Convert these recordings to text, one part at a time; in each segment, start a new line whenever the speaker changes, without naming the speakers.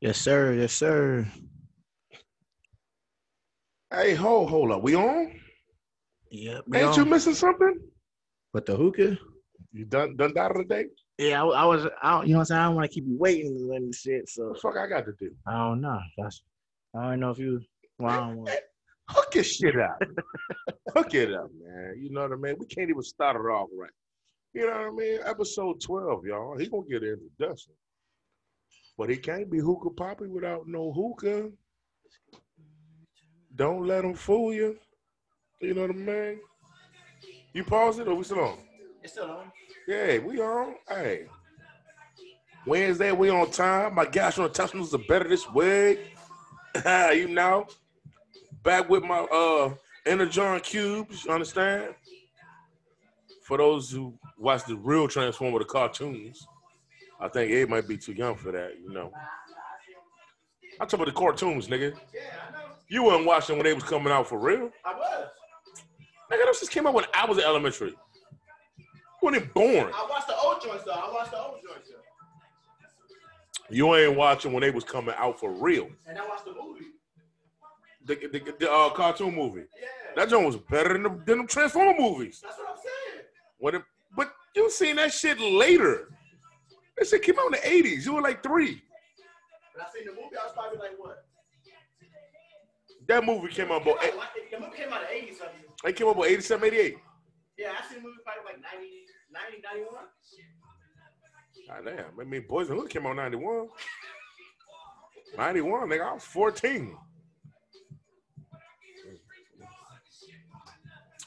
Yes, sir. Yes, sir.
Hey, hold, hold up. We on?
Yep.
Ain't you missing something?
But the hookah?
You done done that of the day?
Yeah, I, I was. I, don't- you know what I'm saying. I don't want to keep you waiting and letting this shit. So
What the fuck I got to do?
I don't know. That's, I don't know if you. Well, I don't wanna-
Hook your shit up. Hook it up, man. You know what I mean? We can't even start it off right. You know what I mean? Episode 12, y'all. He gonna get an introduction. But he can't be hookah poppy without no hookah. Don't let him fool you. You know what I mean? You pause it or we still on?
It's still on.
Yeah, we on. Hey. Wednesday, we on time. My gosh, on time was the better this week. you know. Back with my uh Energon Cubes, you understand? For those who watch the real Transformer, the cartoons, I think Ed might be too young for that, you know. I'm talking about the cartoons, nigga.
Yeah, I know.
You weren't watching when they was coming out for real.
I was.
Nigga, those just came out when I was in elementary. Wasn't it born?
I watched the old joints though. I watched the old joints though.
You ain't watching when they was coming out for real.
And I watched the movie.
The, the, the uh, cartoon movie.
Yeah.
That joint was better than the, than the Transformer movies.
That's what I'm saying.
What? It, but you seen that shit later. That shit came out in the '80s. You were like three.
When I seen the movie, I was probably like what?
That movie came out about.
Came out like- the movie came out in 80 something.
It came out about '87, '88.
Yeah, I seen the movie probably like 90, 90 91.
God damn. I mean, Boys and Hood came out in '91. '91, nigga. I was 14.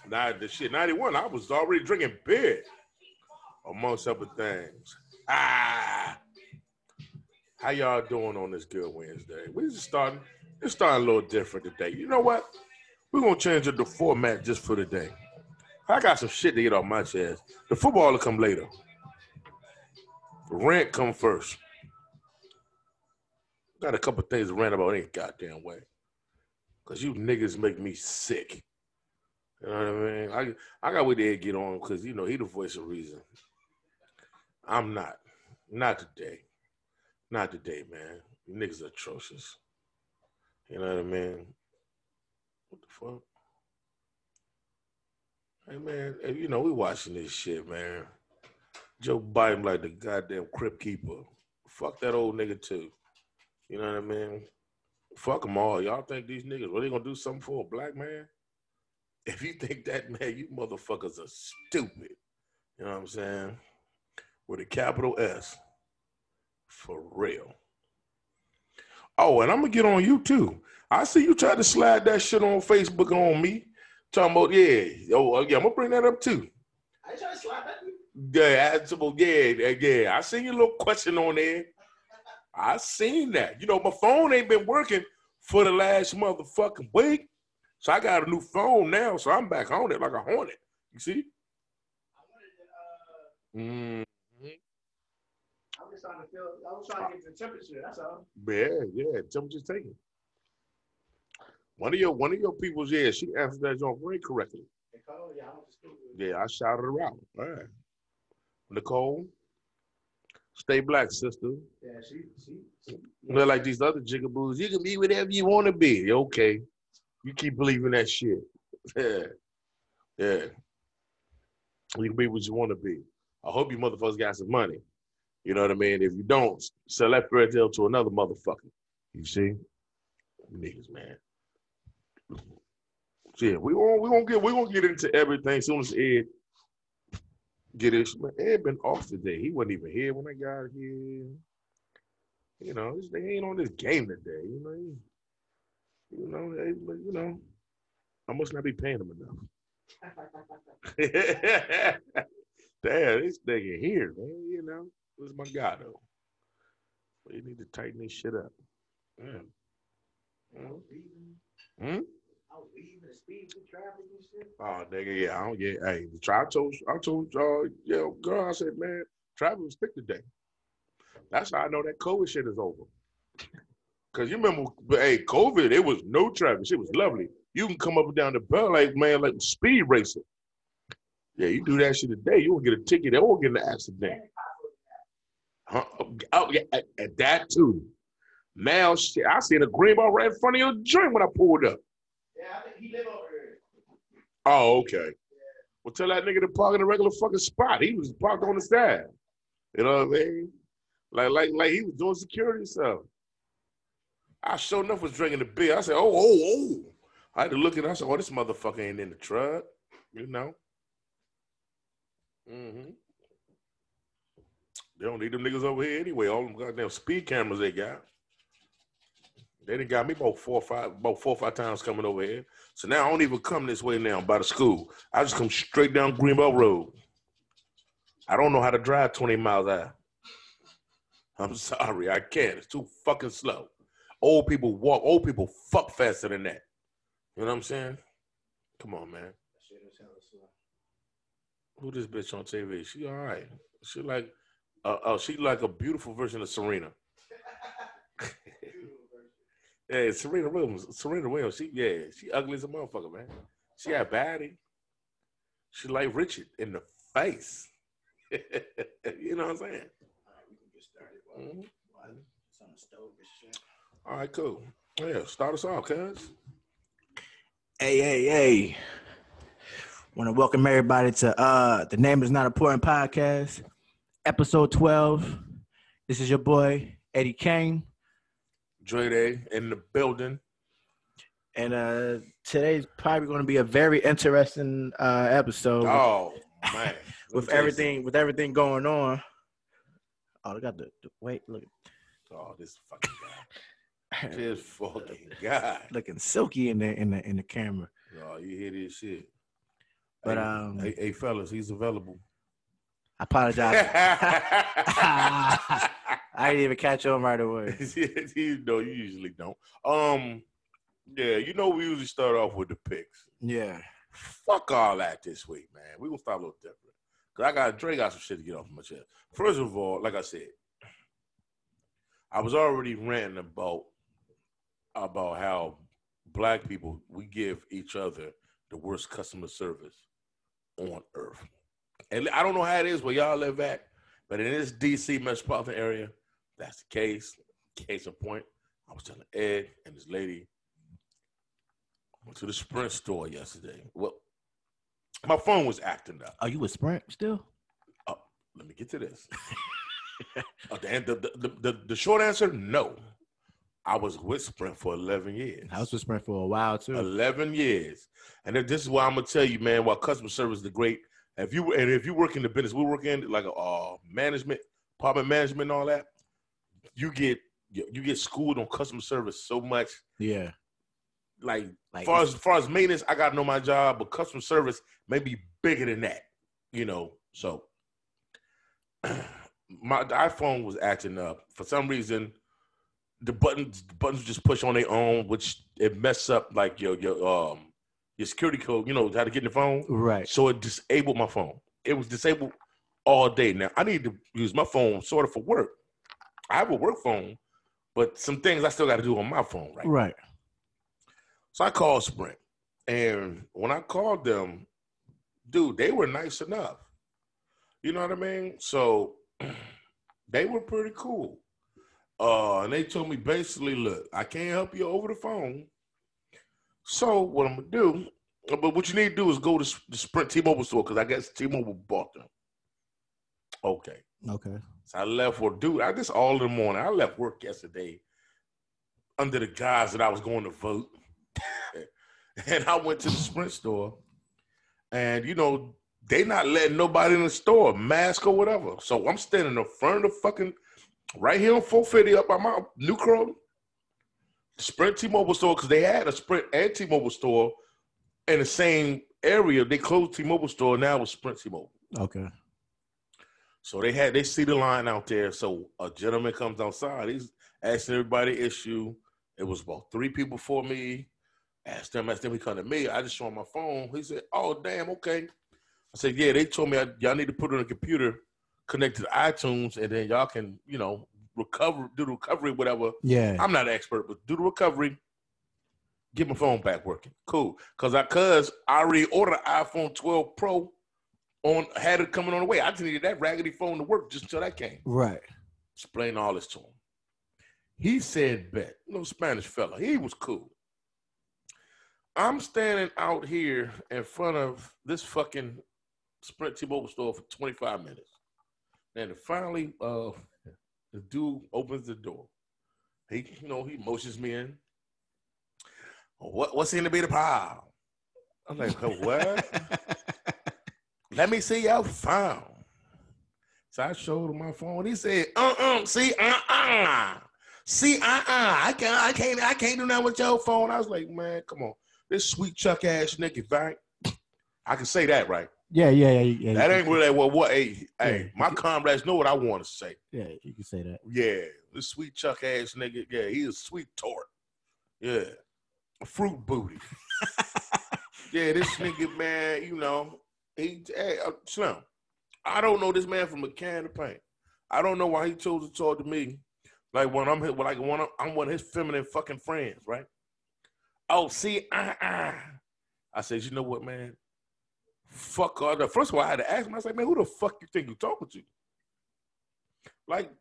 Nah, the shit. '91. I was already drinking beer, amongst other things. Ah. How y'all doing on this good Wednesday? We're just starting. It's starting a little different today. You know what? We're gonna change up the format just for today. I got some shit to get off my chest. The football will come later. The rant come first. Got a couple things to rant about any goddamn way. Cause you niggas make me sick. You know what I mean? I I got with Ed get on because you know he the voice of reason. I'm not. Not today. Not today, man. You niggas atrocious. You know what I mean? What the fuck? Hey man, eh, you know we watching this shit, man. Joe Biden like the goddamn crib keeper. Fuck that old nigga too. You know what I mean? Fuck them all. Y'all think these niggas really gonna do something for a black man? If you think that, man, you motherfuckers are stupid. You know what I'm saying? With a capital S. For real. Oh, and I'm gonna get on you too. I see you tried to slide that shit on Facebook on me. Talking about, yeah, oh yeah, I'm gonna bring that up too.
I ain't trying to slap at you.
Yeah, answerable. Yeah, yeah, yeah. I seen your little question on there. I seen that. You know, my phone ain't been working for the last motherfucking week. So I got a new phone now, so I'm back on it like a hornet. You see?
I wanted to, uh,
Mm,
I'm just trying to feel, I was trying to get the temperature. That's all.
yeah, yeah. Temperature's taken. One of your one of your people's, yeah, she answered that joint very correctly.
It's cold. Yeah, I went to school.
Yeah, I shouted her out. All right. Nicole, stay black, sister.
Yeah, she, she, she.
They're like these other jigaboos. You can be whatever you want to be. Okay. You keep believing that shit. Yeah. Yeah. You can be what you want to be. I hope you motherfuckers got some money. You know what I mean? If you don't, sell that fairy tale to another motherfucker. You see? You Niggas, man. So yeah, we won't we won't get we gonna get into everything soon as Ed get his man, Ed been off today. He wasn't even here when I got here. You know, this- they ain't on this game today. You know, you- you know, they, but, you know, I must not be paying them enough. Damn, this nigga here, man. You know, this is my guy though. But you need to tighten this shit up. Yeah.
I was leaving.
Hmm?
I was leaving the speed with traffic and shit.
Oh, nigga, yeah, I don't get. Hey, the tri- I told, I told y'all, yo, girl, I said, man, travel was thick today. That's how I know that COVID shit is over. Cause you remember, but, hey, COVID, it was no traffic. Shit was lovely. You can come up and down the belt like man, like speed racer. Yeah, you do that shit today, you won't get a ticket. They won't get in an accident. Huh? Oh, yeah, at, at that too. Now, shit, I seen a green ball right in front of your joint when I pulled up.
Yeah, I think he live over here.
Oh, okay. Well, tell that nigga to park in a regular fucking spot. He was parked on the side. You know what I mean? Like, like, like he was doing security stuff. I sure enough was drinking the beer. I said, oh, oh, oh. I had to look at it. I said, oh, this motherfucker ain't in the truck. You know? Mm-hmm. They don't need them niggas over here anyway. All them goddamn speed cameras they got. They done got me about four or five, about four or five times coming over here. So now I don't even come this way now by the school. I just come straight down Greenbelt Road. I don't know how to drive 20 miles an hour. I'm sorry, I can't. It's too fucking slow. Old people walk, old people fuck faster than that. You know what I'm saying? Come on, man.
Shit is hella slow.
Who this bitch on TV? She all right. She like, uh, oh, she like a beautiful version of Serena.
Beautiful version.
Hey, Serena Williams. Serena Williams. She yeah, she ugly as a motherfucker, man. She had baddie. She like Richard in the face. you know what I'm saying?
All right, we can get started. Well,
Mhm.
well, it's on the stove and shit.
All right, cool. Yeah, start us off, cuz.
Hey, hey, hey. Want to welcome everybody to uh the Name Is Not Important podcast, episode 12. This is your boy, Eddie Kane.
Dre Day in the building.
And uh today's probably going to be a very interesting uh episode
Oh man.
with everything with everything going on. Oh, they got the, the wait, look
Oh, this fucking guy. this fucking guy.
looking silky in the in the in the camera.
Oh, you hear this shit.
But,
hey,
um,
hey, hey fellas, he's available.
I apologize. I didn't even catch on right away.
you know, you usually don't. Um, yeah, you know, we usually start off with the picks.
Yeah.
Fuck all that this week, man. We gonna start a little different. Cause I got Dre got some shit to get off my chest. First of all, like I said, I was already ranting about about how black people we give each other the worst customer service on earth. And I don't know how it is where y'all live at, but in this DC metropolitan area, that's the case. Case in point, I was telling Ed and this lady went to the Sprint store yesterday. Well, my phone was acting up.
Are Oh, you with Sprint still?
Let me get to this. Uh, the, an- the, the, the, the short answer, no. I was with Sprint for 11 years.
I was with Sprint for a while too.
11 years. And then this is why I'm gonna tell you, man, why customer service is the great. If you and if you work in the business, we work in like uh management, apartment management and all that, you get you you get schooled on customer service so much.
Yeah.
Like
Like
far as far as maintenance, I gotta know my job, but customer service may be bigger than that, you know. So my the iPhone was acting up for some reason. The buttons the buttons just push on their own, which it messed up like your your um your security code. You know how to get in the phone.
right.
So it disabled my phone. It was disabled all day. Now I need to use my phone sort of for work. I have a work phone, but some things I still got to do on my phone right
Right.
so I called Sprint. And when I called them, dude, they were nice enough. You know what I mean? So they were pretty cool. Uh, and they told me basically, look, I can't help you over the phone. So what I'm gonna do, but what you need to do is go to S- the Sprint T-Mobile store because I guess T-Mobile bought them. Okay.
Okay.
So I left work, dude. I this all in the morning. I left work yesterday under the guise that I was going to vote, and I went to the Sprint store, and you know they not letting nobody in the store, mask or whatever. So I'm standing in front of the fucking right here on 450 up by my new Chrome Sprint T-Mobile store because they had a Sprint and T-Mobile store in the same area. They closed T-Mobile store now it was Sprint T-Mobile.
Okay.
So they had they see the line out there. So a gentleman comes outside. He's asking everybody issue. It was about three people for me. Asked them, asked them, he come to me. I just show him my phone. He said, "Oh damn, okay." I said, "Yeah." They told me I, y'all need to put it on the computer, connect to the iTunes, and then y'all can, you know, recover, do the recovery, whatever.
Yeah.
I'm not an expert, but do the recovery, get my phone back working. Cool. Cause I cuz I already ordered an iPhone 12 Pro on had it coming on the way. I just needed that raggedy phone to work just until that came.
Right.
Explain all this to him. He said bet. No Spanish fella. He was cool. I'm standing out here in front of this fucking Sprint T-Mobile store for 25 minutes. And finally, uh, the dude opens the door. He, you know, he motions me in. What, what seemed to be the problem? I'm like, what? Let me see your phone. So I showed him my phone. He said, uh-uh, see, uh-uh. See, uh-uh. I can't, I can't, I can't do nothing with your phone. I was like, man, come on. This sweet chuck ass nigga, right? I can say that, right?
yeah, yeah, yeah, yeah.
That
you
ain't
can-
really what what hey,
Yeah.
hey, my comrades know what I want to say.
Yeah, you can say that.
Yeah, this sweet chuck ass nigga, yeah, he a sweet tort. Yeah. A fruit booty. yeah, this nigga, man, you know, he hey, uh, Slim. I don't know this man from a can of paint. I don't know why he chose to talk to me. Like when I'm his- like when I'm, I'm one of his feminine fucking friends, right? Oh, see, uh, uh. I said, you know what, man? Fuck all that. First of all, I had to ask him. I said, man, who the fuck you think you talking to? Like,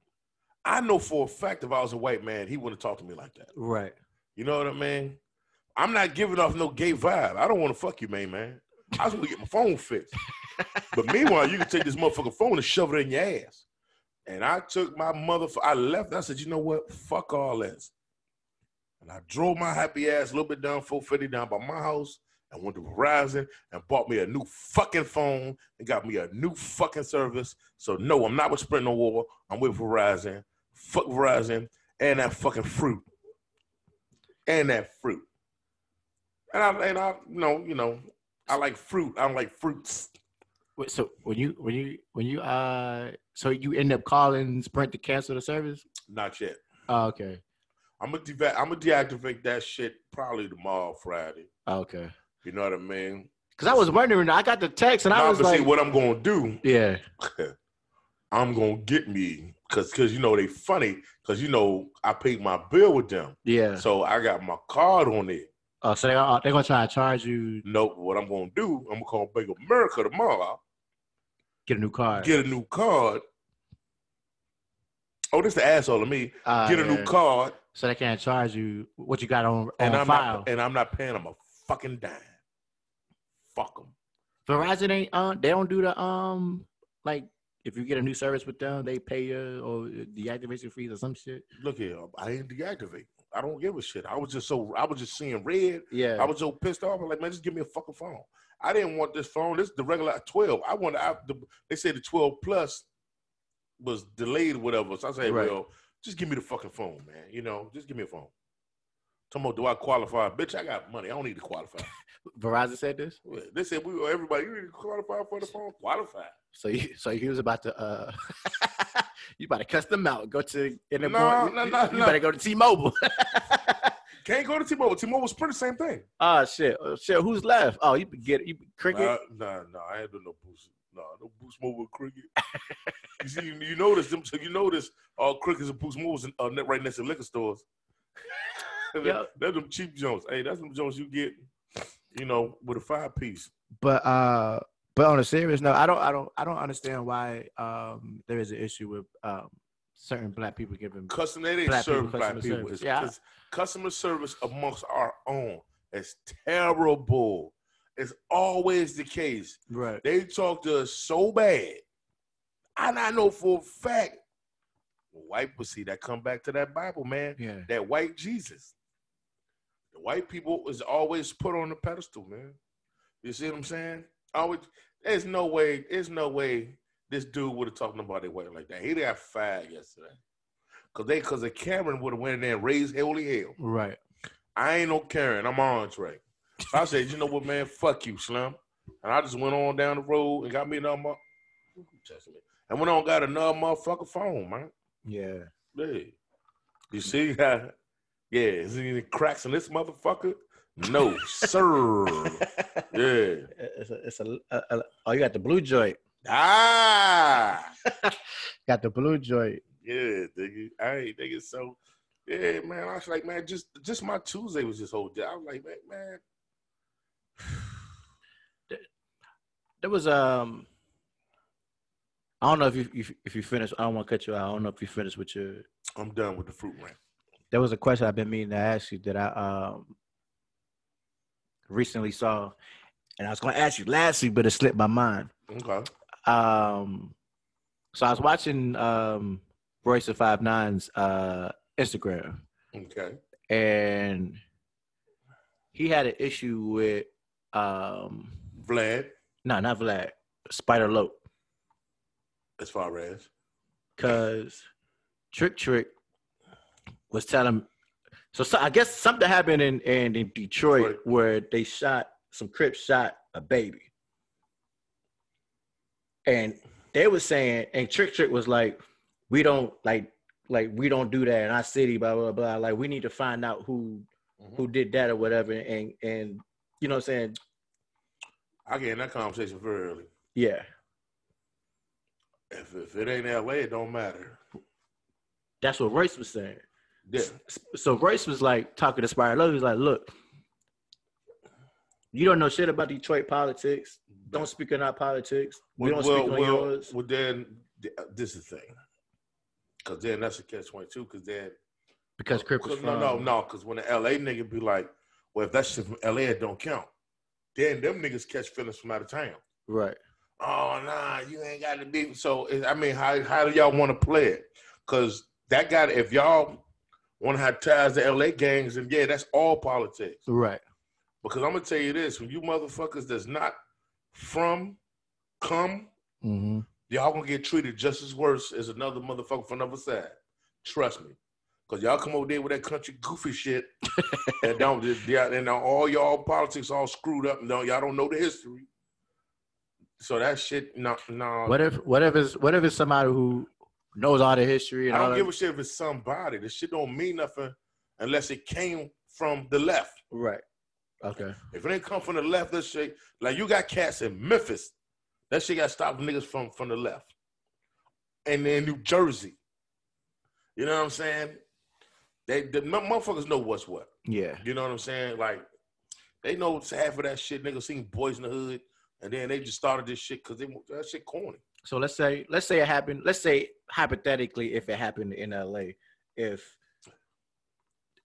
I know for a fact if I was a white man, he wouldn't talk to me like that.
Right.
You know what I mean? I'm not giving off no gay vibe. I don't want to fuck you, man, man. I just want to get my phone fixed. but meanwhile, you can take this motherfucking phone and shove it in your ass. And I took my motherfucker, I left. I said, you know what? Fuck all this. And I drove my happy ass a little bit down 450 down by my house and went to Verizon and bought me a new fucking phone and got me a new fucking service. So no, I'm not with Sprint no more. I'm with Verizon. Fuck Verizon and that fucking fruit and that fruit. And I and I you know you know I like fruit. I don't like fruits.
Wait, so when you when you when you uh so you end up calling Sprint to cancel the service?
Not yet.
Oh, okay.
I'm gonna deva I'm gonna deactivate that shit probably tomorrow Friday.
Oh, okay.
You know what I mean?
Cause I was wondering, I got the text and I
Now,
was
but see,
like,
what I'm gonna do?
yeah,
I'm gonna get me because because you know they funny because you know I paid my bill with them,
yeah.
so I got my card on it.
Oh, so they are, they're gonna try to charge you
Nope. What I'm gonna do? I'm gonna call Bank of America tomorrow.
get a new car.
Get a new card. Oh, this the asshole of me. Get a new card.
Oh, So they can't charge you what you got on, on
and I'm
file.
not and I'm not paying them a fucking dime. Fuck them.
Verizon ain't uh, they don't do the um like if you get a new service with them, they pay you or deactivation fees or some shit.
Look here, I ain't deactivate. I don't give a shit. I was just so I was just seeing red.
Yeah.
I was so pissed off. I'm like, man, just give me a fucking phone. I didn't want this phone. This is the regular 12. I wanted. I, the, they said the 12 plus was delayed, or whatever. So I said,
Right.
well, just give me the fucking phone, man. You know, just give me a phone. Talking about, do I qualify? Bitch, I got money. I don't need to qualify.
Verizon said this.
they said, we everybody, you need to qualify for the phone. Qualify.
So you so he was about to uh you about to cuss them out. Go to end up
No,
going-
no,
you-
no,
you
no.
better go to T Mobile.
Can't go to T-Mobile. T-Mobile's pretty same thing.
oh shit. Oh, shit, who's left? Oh, you get you cricket.
Nah, nah, nah, I ain't doing no boost. Nah, no boost mobile with cricket. you see, you notice them. So you notice all crickets and boost mobiles in- are ne- right next to liquor stores.
Yeah.
That's them cheap joints. Hey, that's them joints you get. You know, with a five piece.
but uh but on a serious note i don't i don't i don't understand why um there is an issue with um certain black people giving
Customer, they didn't
Black
serve
people,
black
customer
people.
service.
It's-
Yeah.
it's customer service amongst our own is terrible. It's always the case.
right
They talked to us so bad. And I know for a fact, white people see that come back to that Bible, man.
yeah
That white Jesus. The white people is always put on the pedestal, man. You see what I'm saying? Always there's no way, there's no way this dude would have talked about it white like that. He got fired yesterday. Cause they cause the Karen would have went in there and raised holy hell.
right
I ain't no Karen. I'm Andre. So I said, you know what, man? Fuck you, Slim. And I just went on down the road and got me another. Mo- Who touching me? and went on and got another motherfucker phone, man.
yeah
Yeah. You see how? Yeah, is there any cracks in this motherfucker? No, sir. Yeah.
it's a, it's a, a, a oh you got the blue joint
Ah.
got the blue joint
Yeah, nigga. I ain't nigga. So yeah, man. I was like, man, just just my Tuesday was this whole day. I was like, man, man.
there was um I don't know if you if, if you finished. I don't want to cut you out. I don't know if you finished with your.
I'm done with the fruit rant.
There was a question I've been meaning to ask you that I um recently saw, and I was going to ask you last week, but it slipped my mind.
Okay.
Um, so I was watching um Royce of Five Nines uh Instagram,
Okay.
and he had an issue with um
Vlad,
no not Vlad Spider Lope.
as far as
because Trick Trick was telling. So, so I guess something happened in, in, in Detroit
Detroit.
where they shot some Crips shot a baby, and they were saying, and Trick Trick was like, "We don't like like we don't do that in our city." Blah blah blah. Like we need to find out who who did that or whatever, and and you know what I'm saying?
I get in that conversation very early.
Yeah,
If, if it ain't LA, it don't matter.
that's what Royce was saying.
Yeah.
So Royce was like talking to Spire Love. He was like, look, you don't know shit about Detroit politics. Don't speak on our politics. We don't speak on yours.
Well, then th- uh, this is the thing, because then that's a catch twenty two. Because then, uh,
Because Crip was
cause, no, no,
from-
no. Because when the LA nigga be like, "Well, if that shit from LA, it don't count." Then them niggas catch feelings from out of town.
Right.
Oh nah, you ain't got to be. So it- I mean, how how do y'all want to play it? Because that guy, if y'all want to have ties to LA gangs, and yeah, that's all politics.
Right.
Because I'm gonna tell you this: when you motherfuckers that's not from, come
Mm-hmm.
y'all gonna get treated just as worse as another motherfucker from another side. Trust me. Cause y'all come over there with that country goofy shit, and don't and now all y'all politics all screwed up, and don't, y'all don't know the history. So that shit, no, no.
What if what if it's what if it's somebody who knows all the history and
I
all
don't give
that-
a shit if it's somebody. This shit don't mean nothing unless it came from the left.
Right. Okay.
If it ain't come from the left, that shit like you got cats in Memphis. That shit got stopped niggas from from the left. And then New Jersey. You know what I'm saying? They the mo- motherfuckers know what's what.
Yeah.
You know what I'm saying? Like they know half of that shit. Niggas seen boys in the hood, and then they just started this shit because they want- that shit corny.
So let's say let's say it happened. Let's say hypothetically, if it happened in L.A., if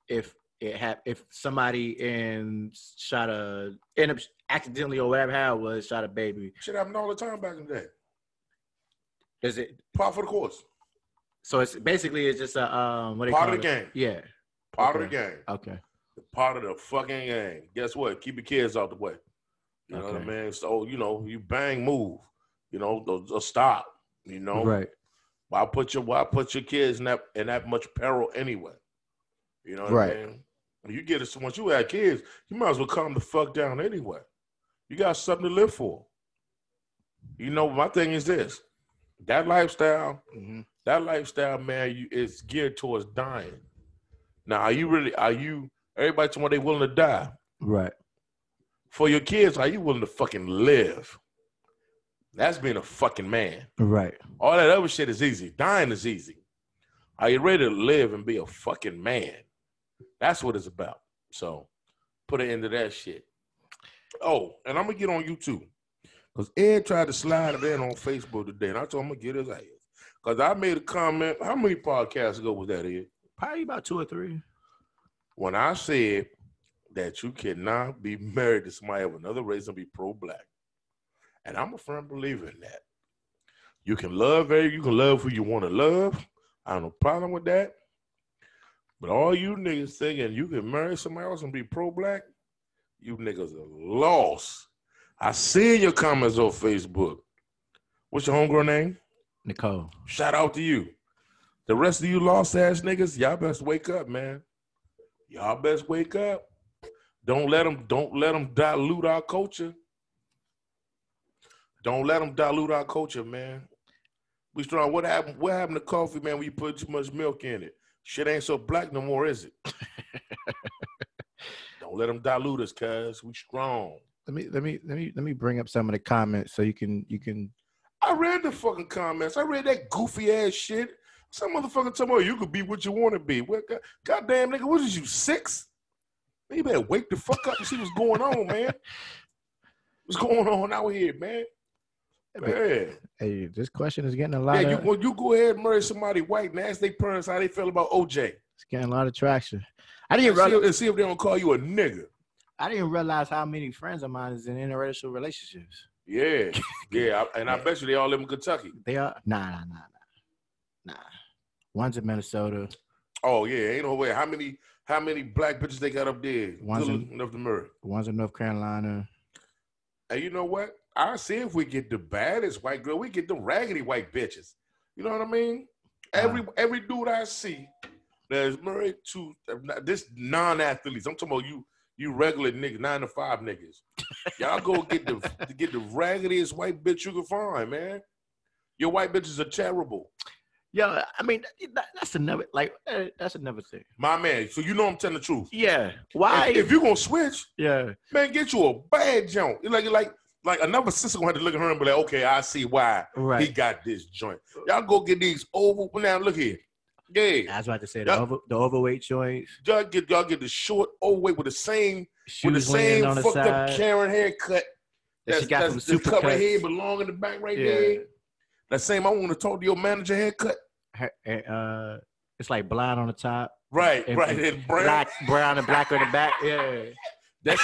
if it hap- if somebody in shot a end up accidentally or whatever how it was shot a baby,
Shit happened all the time back in the day.
is it?
Part of the course.
So it's basically it's just a um what do you
Part
call
of the
it?
game.
Yeah.
Part of
Okay.
the game.
Okay.
part of the fucking game. Guess what? Keep your kids out the way. You know what I
Okay.
mean? So you know, you bang, move. You know, or- or stop. You know,
Right.
why put your why put your kids in that in that much peril anyway? You know what
Right.
I mean? When You get it. So once you have kids, you might as well calm the fuck down anyway. You got something to live for. You know, my thing is this: that lifestyle
Mm-hmm.
that lifestyle, man, you, is geared towards dying. Now, are you really? Are you? Everybody, tomorrow they willing to die
Right.
for your kids. Are you willing to fucking live? That's being a fucking man.
Right.
All that other shit is easy. Dying is easy. Are you ready to live and be a fucking man? That's what it's about. So, put an end to that shit. Oh, and I'm gonna get on YouTube because Ed tried to slide it in on Facebook today, and I told him I'm gonna get his ass. Cause I made a comment. How many podcasts ago was that, Ed?
Probably about two or three.
when I said that you cannot be married to somebody of another race and be pro-black, and I'm a firm believer in that. You can love, eh, you can love who you want to love. I have no problem with that. But all you niggas thinking you can marry somebody else and be pro-black, you niggas are lost. I see your comments on Facebook. What's your homegirl name?
Nicole.
Shout out to you. The rest of you lost ass niggas, y'all best wake up, man. Y'all best wake up. Don't let them don't let them dilute our culture. Don't let them dilute our culture, man. We strong. What happened? What happened to coffee, man? When you put too much milk in it, shit ain't so black no more, is it? don't let them dilute us, cuz we strong.
Let me let me let me let me bring up some of the comments so you can you can
I read the fucking comments. I read that goofy ass shit. Some motherfucker talking about you could be what you want to be. What, God, goddamn nigga, what is you six? Man, you better wake the fuck up and see what's going on, man. What's going on out here, man? Man.
Hey, this question is getting a lot
Yeah, you,
of
when you go ahead and murder somebody white and ask their parents how they feel about OJ.
it's getting a lot of traction. I
And
didn't
see,
realize,
if- and see if they don't call you a nigga.
I didn't realize how many friends of mine is in interracial relationships.
Yeah. Yeah. I- And I bet you they all live in Kentucky.
They are nah nah nah nah. Nah. One's in Minnesota.
Oh yeah, ain't no way. How many how many black bitches they got up there?
One's
Good
in-
looking enough to murder.
One's in North Carolina.
And you know what? I see if we get the baddest white girl, we get the raggedy white bitches. You know what I mean? Every every dude I see that's married to this non athletes. I'm talking about you, you regular niggas, nine to five niggas. Y'all go get the get the raggediest white bitch you can find, man. Your white bitches are terrible,
Yo, I mean that- that- that's another like eh, that's another thing.
my man. So you know I'm telling the truth.
Yeah. Why?
If, if you gonna switch,
yeah.
man, get you a bad joint. It's Like like like another sister gonna have to look at her and be like, okay, I see why.
Right.
He got this joint. Y'all go get these over. Now look here. Yeah,
I was about to say the,
Yeah.
over, the overweight joints,
y'all get y'all get the short overweight with the same with the
shoes laying
same
on the
fucked up
side.
Karen haircut.
That she got from
the cover
Supercuts.
head, but long in the back right
Yeah.
there. That same. I want to talk to your manager haircut.
Her, eh, uh, it's like blonde on the top,
Right,
And-
right,
and
and brown.
black, brown and black on the back. Yeah.
That's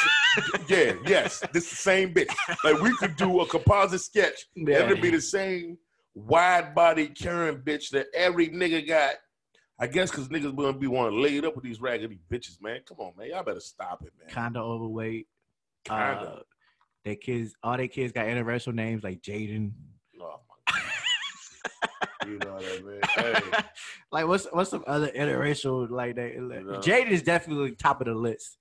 yeah, yes. This the same bitch. Like we could do a composite sketch
yeah.
It'll be the same wide body Karen bitch that every nigga got. I guess because niggas gonna be want to lay it up with these raggedy bitches, man. Come on, man. Y'all better stop it, man.
Kinda overweight.
Kinda.
Uh, their kids, all their kids got interracial names like Jaden.
Oh, my God. you know what I mean? Hey,
like what's what's some other interracial like that? Like,
No.
Jaden is definitely top of the list.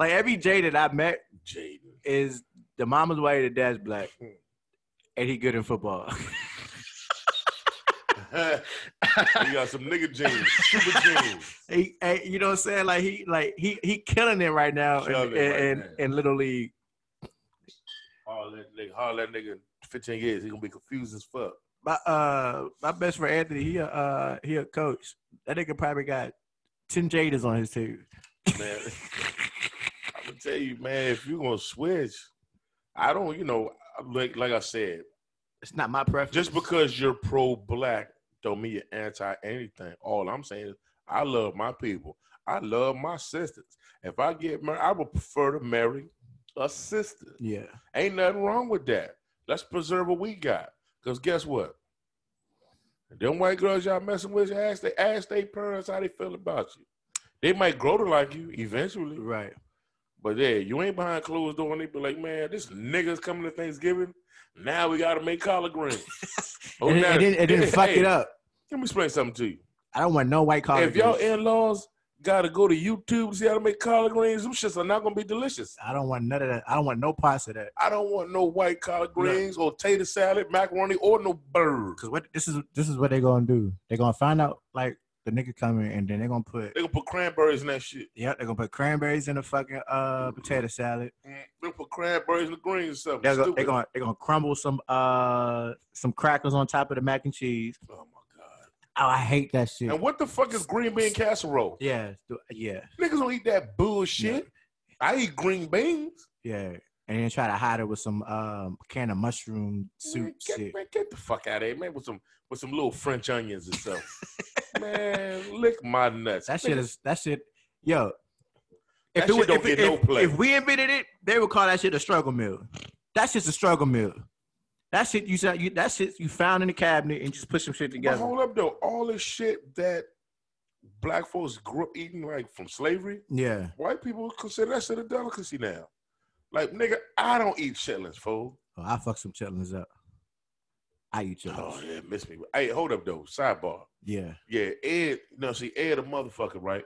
Like every Jaden I met
Jaden.
is the mama's white, the dad's black, and he good in football.
you got some nigga jeans, super jeans.
he, eh, you know what I'm saying? Like he like he he killing it right now in,
Killing it
in,
right
in,
now.
in little league.
Holler that nigga, holler that nigga in 15 years. He gonna be confused as fuck.
My uh my best friend Anthony, he a uh he a coach. That nigga probably got ten Jaders on his team.
man. I'm gonna tell you, man. If you gonna switch, I don't. You know, like like I said,
It's not my preference.
just because you're pro-black don't mean you're anti-anything. All I'm saying is, I love my people. I love my sisters. If I get married, I would prefer to marry a sister.
yeah.
Ain't nothing wrong with that. Let's preserve what we got. Cause guess what? Them white girls y'all messing with, ask they ask their parents how they feel about you. They might grow to like you eventually.
Right.
But yeah, you ain't behind closed door and they be like, man, this nigga's coming to Thanksgiving. Now we gotta make collard greens. Oh,
and,
now-
and then, and then
Hey,
fuck
hey,
it up. Oh,
Let me explain something to you.
I don't want no white collar.
if y'all
dudes.
in-laws gotta go to YouTube to see how to make collard greens, them shits are not gonna be delicious.
I don't want none of that. I don't want no parts of that.
I don't want no white collard greens or tater salad, macaroni, or no bird.
Cause what this is this is what they're gonna do. They're gonna find out like the nigga coming, and then they're gonna put
They gonna put cranberries in that shit.
yep, they're gonna put cranberries in the fucking uh potato salad.
Mm, They put cranberries in the greens or something.
They're gonna,
stupid.
they're gonna they're gonna crumble some uh some crackers on top of the mac and cheese.
oh my god!
Oh, I hate that shit.
And what the fuck is green bean casserole?
Yeah, th- yeah,
Niggas don't eat that bullshit. I eat green beans.
yeah. And then try to hide it with some um can of mushroom
Man,
soup
get,
shit.
man, get the fuck out of here, man, with some with some little French onions or something. man, lick my nuts.
That shit is that shit. Yo,
That shit
was-
don't get no play.
if we invented it, they would call that shit a struggle meal. That's just a struggle meal. That shit you said you that shit you found in the cabinet and just put some shit
But
together.
hold up though, all this shit that black folks grew up eating like from slavery,
yeah,
white people consider that shit a delicacy now. Like nigga, I don't eat chitlins, fool.
oh, I fuck some chitlins up. I eat chitlins.
Oh yeah, miss me. Hey, hold up though. Sidebar.
yeah,
Yeah, Ed. No, see, Ed a motherfucker, right?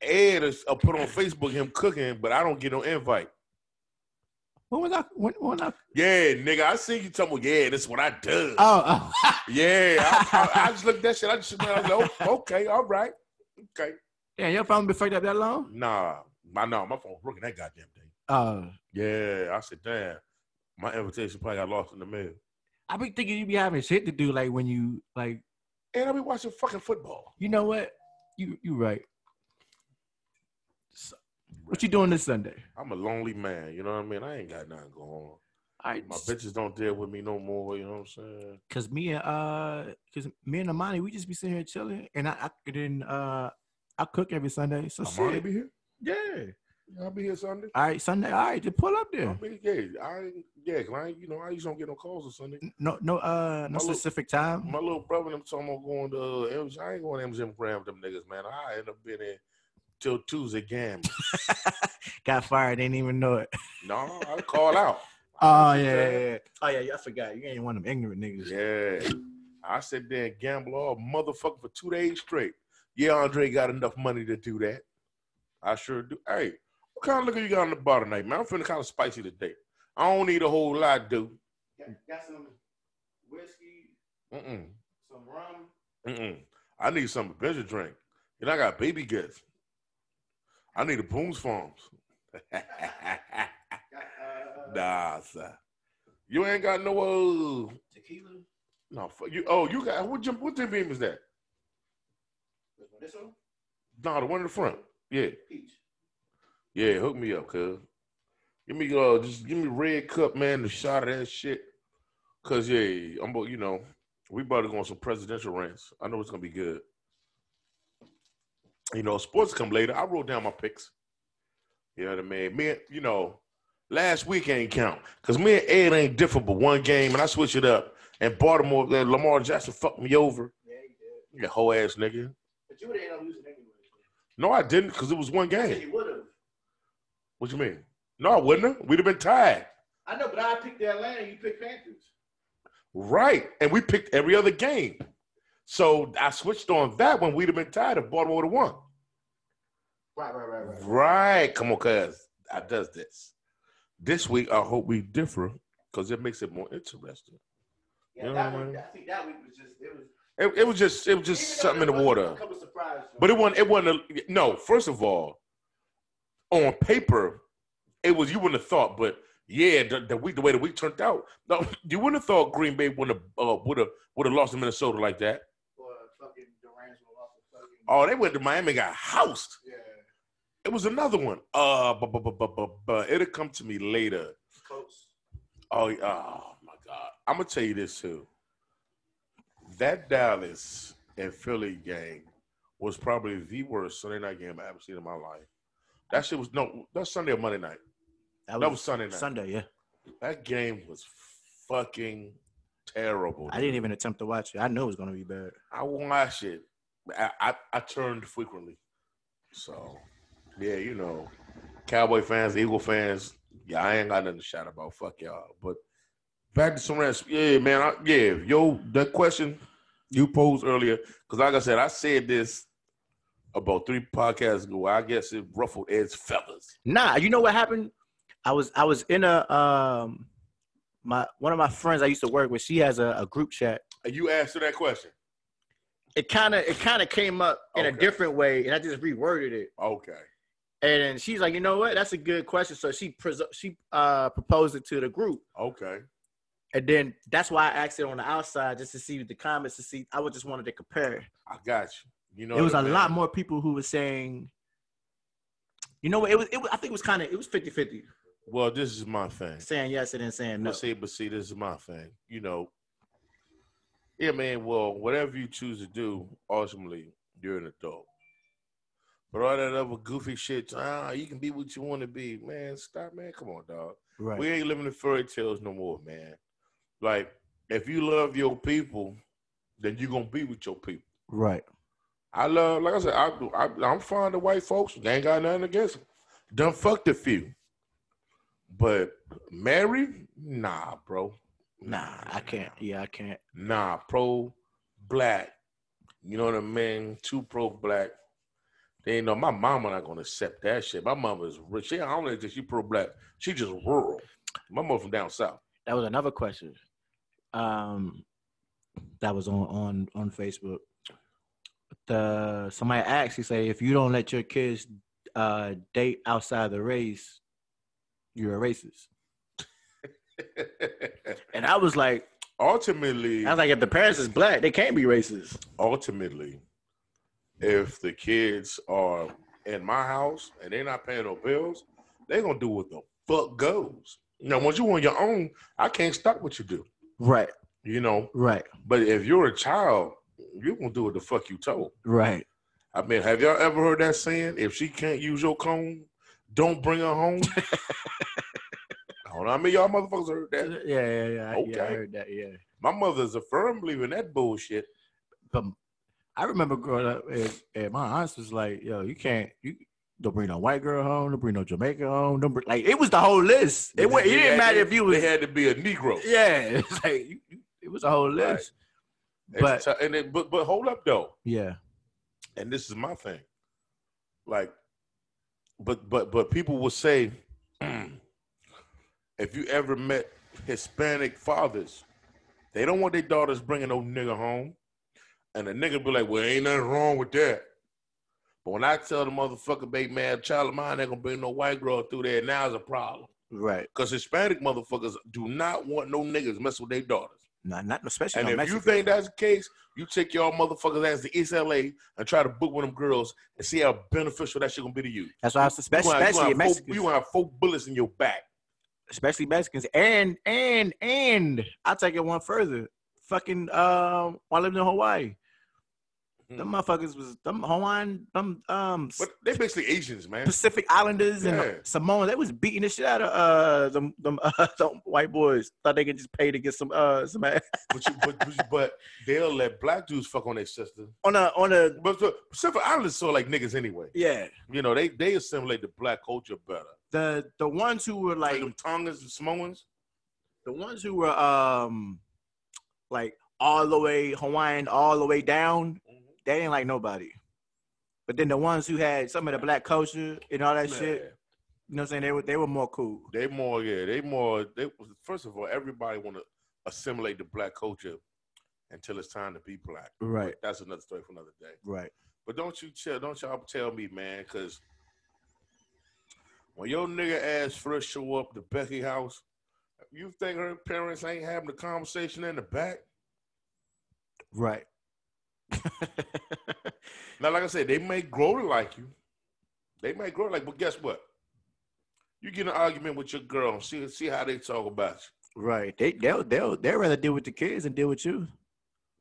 Ed is I put on Facebook him cooking, but I don't get no invite.
when was I? When, when I?
Yeah, nigga, I see you talking. about, Yeah, this is what I do.
Oh, oh.
yeah, I, I, I just looked at that shit. I just I was like, "Oh, okay, all right, okay.
damn, your phone been fucked up that long?
Nah, my no, my phone broken that goddamn thing.
Oh,
Yeah, I said, damn, my invitation probably got lost in the mail.
I be thinking you be having shit to do like when you like
And I be watching fucking football.
you know what you you right. So, what you doing this Sunday?
I'm a lonely man. You know what I mean? I ain't got nothing going on.
All right.
My bitches don't deal with me no more. You know what I'm saying?
Cause me and uh, cause me and Amani, we just be sitting here chilling, and I, I didn't uh, I cook every Sunday. So
Amani
shit.
be here? Yeah. I'll be here Sunday.
All right, Sunday. All right, just pull up there.
I mean, yeah, I ain't- yeah, 'cause I ain't- you know I just don't get no calls or Sunday.
No, no, uh, no
My little-
specific time.
My little brother and them talking about going to uh, MJ. I ain't going to MJ Graham with them niggas, man. I end up being there till Tuesday gambling.
Got fired, didn't even know it.
no, I call out.
Oh yeah, yeah, yeah. oh yeah, yeah. I forgot. You ain't one of them ignorant niggas.
Yeah. I sit there and gamble all motherfucker for two days straight. Yeah, Andre got enough money to do that. I sure do. Hey, what kind of liquor you got on the bar tonight, man? I'm feeling kind of spicy today. I don't need a whole lot, dude.
Got, got some whiskey,
Mm-mm.
some rum.
Mm-mm. I need some adventure drink. And I got baby gifts. I need a Boone's Farms.
Got uh,
nah, sir. You ain't got no, uh,
tequila.
no, fuck you. Oh, you got, what, Jim- what Jim Beam is that?
This one, this one,
No, the one in the front. Yeah.
peach.
Yeah, hook me up, cuz. Give me uh just give me red cup, man, the shot of that shit. Cause yeah, I'm about you know, we about to go on some presidential rants. I know it's gonna be good. You know, sports come later. I wrote down my picks. You know what I mean? Me, and- you know, last week ain't count. Cause me and Ed ain't different but one game and I switch it up. And Baltimore, uh, Lamar Jackson fucked me over.
Yeah, you did.
You whole ass nigga.
But you would have ended up losing anyway.
No, I didn't, because it was one
Yeah,
game.
you would have.
What you mean? No, I wouldn't have. We'd have been tied.
I know, but I picked Atlanta. You picked Panthers.
Right. And we picked every other game. So I switched on that one. We'd have been tied if Baltimore would have won.
Right, right, right, right.
Right. Come on, cuz I does this. This week I hope we differ because it makes it more interesting.
Yeah,
You know
that
what I
week,
mean?
I think that week was just it was
It, it was just it was
even
just
though
something in the
there was a
water.
couple surprises,
But it wasn't it wasn't a, no, first of all, on paper, it was you wouldn't have thought, but yeah, the, the week the way the week turned out, no, you wouldn't have thought Green Bay would have uh, would have would have lost to Minnesota like that.
or fucking Durant's were off the fucking
Oh, they went to Miami and got housed.
yeah.
It was another one. Uh, but, but, but, but, but, but it'll come to me later.
Colts.
Oh, yeah. oh my God. I'm gonna tell you this too. That Dallas and Philly game was probably the worst Sunday night game I ever seen in my life. That shit was no. That's Sunday or Monday night. That was Sunday night.
Sunday. Yeah,
That game was fucking terrible.
I didn't even attempt to watch it. I know it was gonna be bad.
I watch it. I, I I turned frequently. So yeah, you know, Cowboy fans, Eagle fans, yeah, I ain't got nothing to shout about. Fuck y'all. But back to some rest. Yeah, man. I, yeah, yo, that question you posed earlier, because like I said, I said this about three podcasts ago. I guess it ruffled Ed's feathers.
Nah, you know what happened? I was I was in a um my one of my friends I used to work with. She has a, a group chat.
And you asked her that question.
It kind of it kind of came up in a
Okay.
different way, and I just reworded it.
Okay.
And then she's like, you know what? That's a good question. So she pres- she uh proposed it to the group.
Okay.
And then that's why I asked it on the outside just to see the comments to see. I would just wanted to compare.
I got you. You know
It was
what
a
I mean?
lot more people who were saying, you know what? It was, it was I think it was kind of it was 50-50
Well, this is my thing.
saying yes and then saying
But
no.
see, but see, this is my thing. You know, yeah, man. Well, whatever you choose to do, ultimately, you're an adult. But all that other goofy shit, ah, you can be what you want to be, man. Stop, man. Come on, dog.
Right.
We ain't living in fairy tales no more, man. Like, if you love your people, then you're gonna be with your people.
Right.
I love, like I said, I, I, I'm fond of white folks. They ain't got nothing against them. Done fucked a few. But married? Nah, bro.
Nah, I can't. Yeah, I can't.
Nah, pro black. You know what I mean? Too pro black. They know my mama not gonna accept that shit. My mama is rich. She I don't know that she pro black. She just rural. My mother from down south.
That was another question. Um, that was on on on Facebook. The somebody asked. He said, if you don't let your kids uh, date outside the race, you're a racist. And I was like,
ultimately,
I was like, if the parents is black, they can't be racist.
ultimately, if the kids are in my house and they're not paying no bills, they gonna do what the fuck goes. Now, once you on your own, I can't stop what you do.
Right,
You know,
right,
but if you're a child, you gonna do what the fuck you told.
right.
I mean, have y'all ever heard that saying? If she can't use your comb, don't bring her home. I don't know. I mean, y'all motherfuckers heard
Yeah,
that.
yeah, yeah. I, yeah, I
Okay.
heard that. Yeah.
My mother's a firm believer in that bullshit.
But I remember growing up, and, and my aunts was like, "Yo, you can't you." Don't bring no white girl home. Don't bring no Jamaican home. Don't bring, like it was the whole list. It, went, it didn't matter if you
It
was
had to be a Negro.
Yeah, it's like you, you, it was a whole
Right.
list.
It's
But
ti- and it, but but hold up though,
yeah,
and this is my thing. Like, but but but people will say, if you ever met Hispanic fathers, they don't want their daughters bringing no nigga home, and the nigga be like, well, ain't nothing wrong with that. But when I tell the motherfucker, big man, child of mine, ain't gonna bring no white girl through there. Now it's a problem
right.
because Hispanic motherfuckers do not want no niggas mess with their daughters.
Not not especially
And
no
if
Mexican.
you think that's the case, you take y'all motherfuckers ass to East LA and try to book one of them girls and see how beneficial that shit gonna be to you.
That's why I was
You
especially,
gonna have-
especially
you, gonna have four,
Mexicans,
you gonna have four bullets in your back.
especially Mexicans, and and and I'll take it one further. Fucking um, while I lived in Hawaii, them motherfuckers was them Hawaiian, them um
But they basically Asians, man.
Pacific Islanders
Yeah.
and Samoa. They was beating the shit out of uh them them, uh, them white boys. Thought they could just pay to get some uh some ass.
but, you, but, but, you- but they'll let black dudes fuck on their sister.
on a on a
But but Pacific Islanders so like niggas anyway.
yeah.
You know they they assimilate the black culture better.
The the ones who were
Like
like
them Tongans and Samoans.
the ones who were um like all the way Hawaiian, all the way down, they didn't like nobody. But then the ones who had some of the black culture and all that shit,
Yeah.
you know what I'm saying? They were they were more cool.
They more yeah. They more they. First of all, everybody want to assimilate the black culture until it's time to be black.
Right,
That's another story for another day.
right.
But don't you tell, don't y'all tell me, man, because when your nigga ass first show up to Becky house, you think her parents ain't having a conversation in the back?
Right.
Now, like I said, they may grow to like you. They may grow to like, but guess what? You get in an argument with your girl and see see how they talk about you.
right. They they'll they'll they'd rather deal with the kids than deal with you.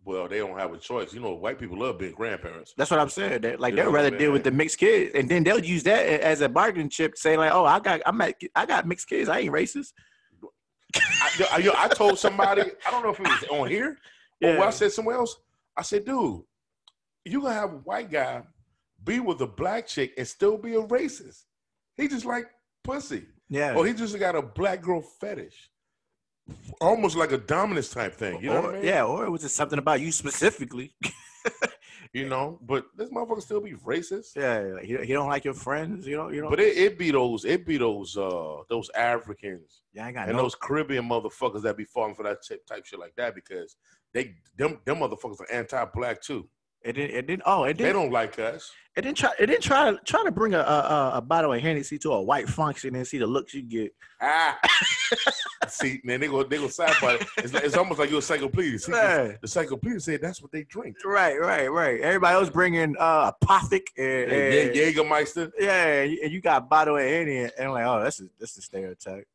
Well, they don't have a choice. You know, white people love being grandparents.
That's what I'm saying. They, like
You know
they'd
what
rather
I'm
deal with the
saying?
mixed kids, and then they'll use that a- as a bargaining chip, say like, "Oh, I got I'm at, I got mixed kids. I ain't racist."
I, yo, I- yo, I told somebody, I don't know if it was on here, But what I said somewhere else, I said, dude, you gonna have a white guy be with a black chick and still be a racist. He just like pussy.
yeah.
Or he just got a black girl fetish. Almost like a dominance type thing. You know
or,
what I mean?
Yeah, or it was just something about you specifically.
You know, but this motherfucker still be racist.
yeah, like, you, you don't like your friends. You don't. You don't.
But it, it be those, it be those uh those Africans
yeah, I ain't got
and
no.
those Caribbean motherfuckers that be falling for that type, type shit like that because they them them motherfuckers are anti black too.
It didn't. It didn't. Oh, it
They
didn't.
don't like us.
It didn't try. It didn't try to try to bring a a, a- a bottle of Hennessy to a white function and see the looks you get.
Ah. See, man, they go they go side by. It's, like- it's almost like you're a cyclopedia. See,
Yeah.
The cyclopedia said that's what they drink.
Right, right, right. Everybody else bringing uh, apothic and,
Yeah,
and-
Jägermeister.
yeah, and you- and you got bottle of Henny and, and like, oh, that's a, that's a stereotype.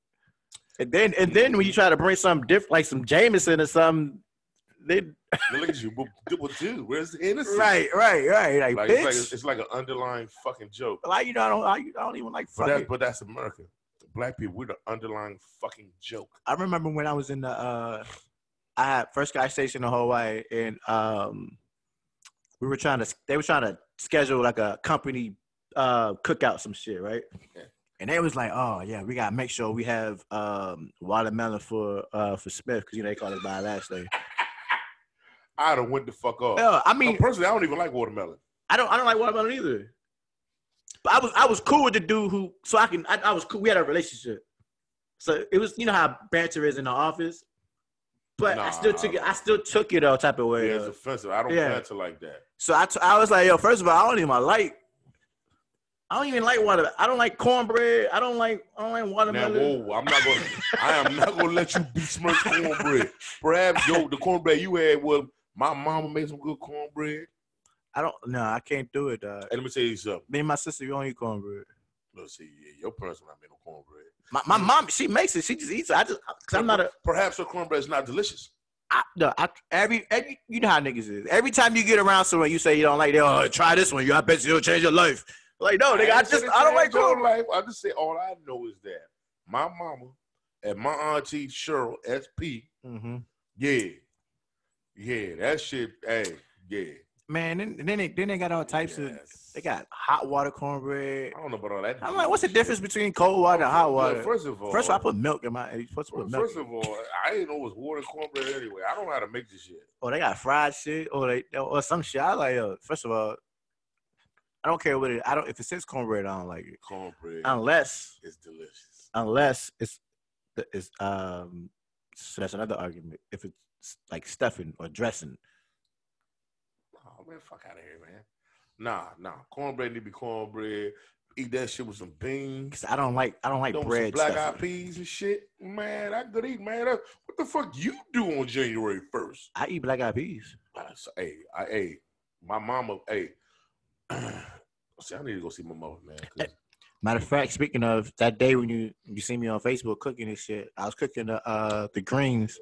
And then and then when you try to bring something different, like some Jameson or something, they
Now Look at you. Well, d- well, dude, where's the innocence?
right, right, right. Like,
Like,
bitch,
it's, like it's like an underlying fucking joke.
like you know, I don't, I, I don't even like
But,
fuck
that,
it.
but that's America. Black people, we're the underlying fucking joke.
I remember when I was in the, uh, I had first guy stationed in Hawaii, and um, we were trying to, they were trying to schedule like a company uh cookout, some shit, right?
Yeah.
And they was like, oh yeah, we gotta make sure we have um watermelon for uh for Smith because you know they call it by last name.
I'd have went the fuck off.
No, I
Now,
mean,
personally, I don't even like watermelon.
I don't, I don't like watermelon either. But I was, I was cool with the dude who, so I can, I, I was cool. We had a relationship, so it was, you know how banter is in the office. But I still
Nah.
took it. I still took it all type of
Yeah,
way.
it's
though.
offensive. I don't
Yeah.
plan to like that.
So I, t- I was like, yo, first of all, I don't even like. I don't even like water. I don't like cornbread. I don't like. I don't like
Now,
watermelon.
whoa, I'm not gonna. I am not gonna let you besmirch cornbread. Perhaps yo, the cornbread you had was my mama made some good cornbread.
I don't. No, I can't do it. Uh,
And let me tell you something.
me and my sister, we don't eat cornbread.
Let's see, yeah, your parents not made no cornbread.
My, my mom, she makes it. She just eats it. I just, cause I'm not a,
Perhaps her cornbread's not delicious.
I, no, I, every, every, you know how niggas is. Every time you get around someone, you say you don't like it. Oh, try this one. You, I bet you it'll change your life. Like, no, nigga, I
ain't
just,
said
I don't
it
like
changed your
corn.
life. I just say all I know is that my mama and my auntie Cheryl SP,
Mm-hmm.
yeah, yeah, that shit, hey, yeah.
Man, then, then they, then they got all types of,
Yes.
they got hot water cornbread.
I don't know about all that.
I'm like, what's the difference between cold water and hot water?
Look, First of all,
First of all, I put milk in my. you supposed to
Oh, Well,
put milk.
First of all, I didn't know it was water cornbread anyway. I don't know how to make this shit.
or Oh, they got fried shit, or they or some shit. I like. Uh, first of all, I don't care what it. I don't. If it says cornbread, I don't like it.
Cornbread
Unless,
is delicious.
unless it's the- it's um. So that's another argument. If it's like stuffing or dressing,
Oh man, fuck out of here, man. Nah, nah. Cornbread need to be cornbread. Eat that shit with some beans.
because I don't like I don't like
Throw some
bread
black
stuffing.
eyed peas and shit. Man, I could eat, man. That- What the fuck you do on January 1st?
I eat black eyed peas.
I s- Hey, I hey, my mama, hey. see, I need to go see my mother, man. 'cause-
Matter of fact, speaking of that day when you you see me on Facebook cooking this shit, I was cooking the uh the greens,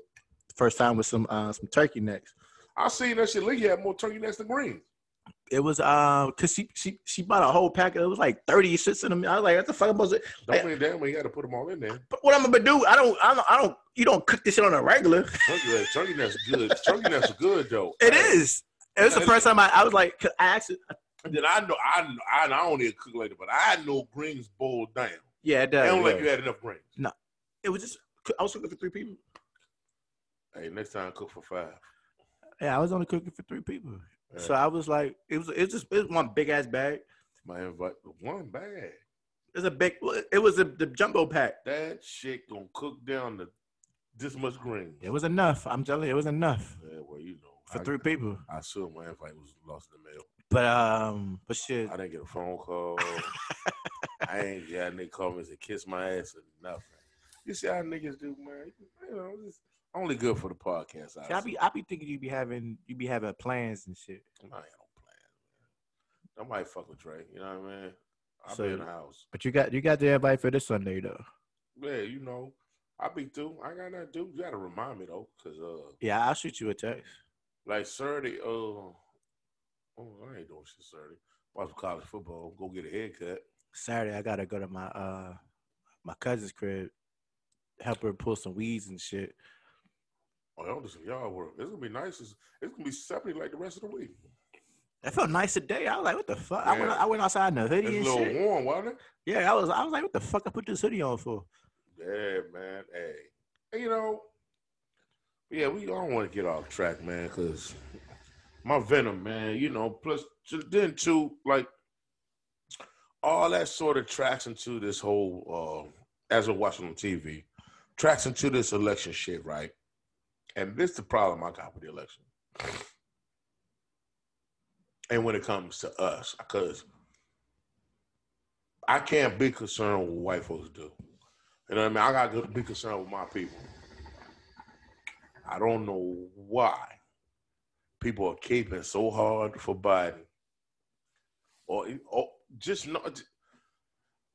first time with some uh some turkey necks.
I seen that shit. Look, you had more turkey next to green.
it was um because she, she she bought a whole pack. It was like thirty shits in them. I was like, what the fuck am I supposed to?
Don't
Hey.
mean damn well you got to put them all in there.
But what I'm gonna do? I don't I don't I don't. You don't cook this shit on a regular.
Turkey necks, turkey necks are good. Turkey necks are good though.
It
Hey,
is. It was the first time I, I was like, 'cause I actually
And then I know I kn- I not only cook like that, but I know greens boiled down.
yeah. It
I
does.
don't
yeah.
like you had enough greens.
It was just I was cooking for three people.
Hey, next time cook for five.
Yeah, I was only cooking for three people.
Yeah.
So I was like, it was it's just it was one big ass bag.
My invite one bag.
It's a big. It was a, the jumbo pack.
That shit gonna cook down to this much greens.
It was enough. I'm telling you, it was enough
Yeah, well, you know,
for
I,
three people.
I assume my invite was lost in the mail.
But um, but shit,
I didn't get a phone call. I ain't got nigga call me and say, kiss my ass or nothing. You see how niggas do, man. You know, it's only good for the podcast.
See, I
assume.
be I be thinking you be having you be having plans and shit.
I ain't no plans, man. I might fuck with Dre. You know what I mean? I'll
So-
be in the house.
But you got you got the invite for this Sunday though.
Yeah, you know, I be through. I got nothing to do. You gotta remind me though, cause uh,
Yeah, I'll shoot you a text.
like Saturday, uh, oh, I ain't doing shit Saturday. Watch some college football. Go get a haircut.
Saturday I gotta go to my uh my cousin's crib, help her pull some weeds and shit.
Oh, y'all do some yard work. It's gonna be nice. It's, it's gonna be seventy like the rest of the week.
I felt nice today. I was like, what the fuck? I went
Yeah.
I went outside in a
It's
hoodie
a
and
little
shit.
warm, wasn't it?
Yeah, I was I was like, what the fuck I put this hoodie on for?
Yeah, man. Hey, And, you know, yeah, we all want to get off track, man, because my venom, man. You know, plus t- then too, like all that sort of tracks into this whole uh, as we're watching on TV, tracks into this election shit, right? And this the problem I got with the election. And when it comes to us, because I can't be concerned with what white folks do. You know what I mean? I gotta go- be concerned with my people. I don't know why people are caping so hard for Biden, or, or just not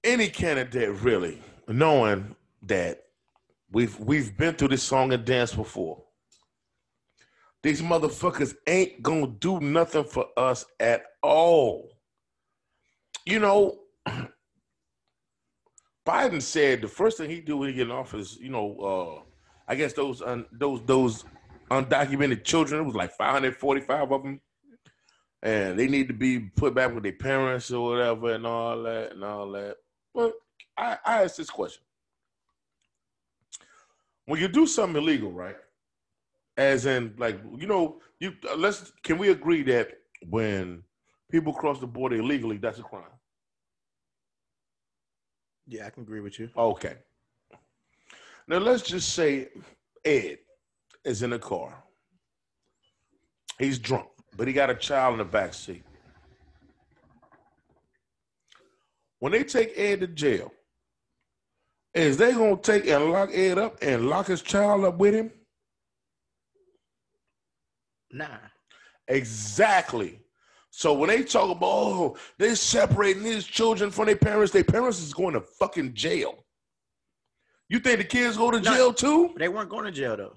any candidate really, knowing that we've we've been through this song and dance before. These motherfuckers ain't gonna do nothing for us at all. You know, Biden said the first thing he do when he get in office, you know, uh, I guess those un, those those undocumented children, it was like 545 of them, and they need to be put back with their parents or whatever, and all that and all that. But I, I ask this question: When you do something illegal, right? As in, like you know, you uh, let's can we agree that when people cross the border illegally, that's a crime?
Yeah, I can agree with you.
Okay. Now let's just say Ed is in a car. He's drunk, but he got a child in the back seat. When they take Ed to jail, is they gonna take and lock Ed up and lock his child up with him?
Nah.
Exactly. So when they talk about oh, they're separating his children from their parents, their parents is going to fucking jail. You think the kids go to
No.
jail too?
They weren't going to jail though.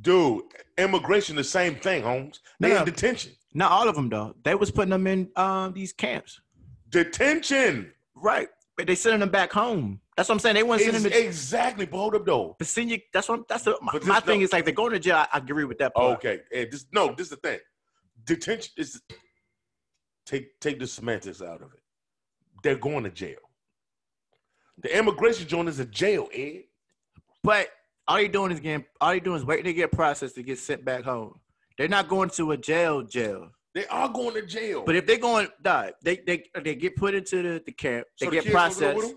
Dude, immigration the same thing, Holmes. They
No,
in
no.
detention.
Not all of them though. They was putting them in um these camps.
Detention.
Right. But they sending them back home. That's what I'm saying. They weren't
It's-
sending them to
exactly. But hold up though.
the senior. That's what. I'm- That's the, my,
But this
my
don't-
thing is like they're going to jail. I, I agree with that. Part.
Okay. And this no, this is the thing. Detention is take take the semantics out of it. They're going to jail. The immigration joint is a jail, Ed.
But all you're doing is getting. All you're doing is waiting to get processed to get sent back home. They're not going to a jail. Jail.
They are going to jail.
But if they're going, nah, they they they get put into the, the camp. They
So the
get
kids gonna go with
processed.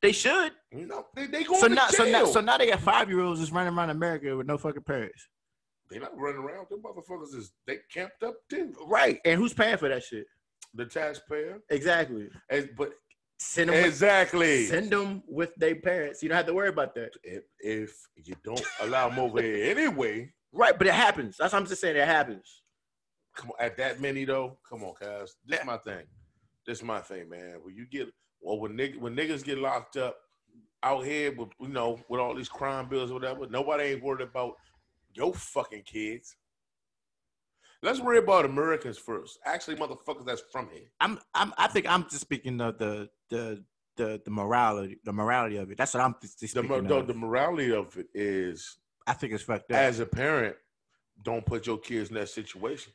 They should.
them? No, they, they going
so
to
now, so
jail.
now, so now they got five year olds just running around America with no fucking parents.
they not running around. Them motherfuckers is they camped up too.
Right. And who's paying for that shit?
The taxpayer.
Exactly.
As, but
Send them. With,
exactly.
send them with their parents. You don't have to worry about that.
If, if you don't allow them over here anyway,
Right. But it happens. That's what I'm just saying. It happens.
come on, at that many though, come on, guys. This is my thing. This is my thing, man. When you get well, when nigg- when niggas get locked up out here with you know with all these crime bills or whatever, nobody ain't worried about your fucking kids. Let's worry about Americans first. Actually, motherfuckers that's from here.
I'm. I'm. I think I'm just speaking of the the the the morality the morality of it. That's what I'm just
The,
speaking
mor- the,
of.
the morality of it is,
I think it's fucked up.
as a parent, don't put your kids in that situation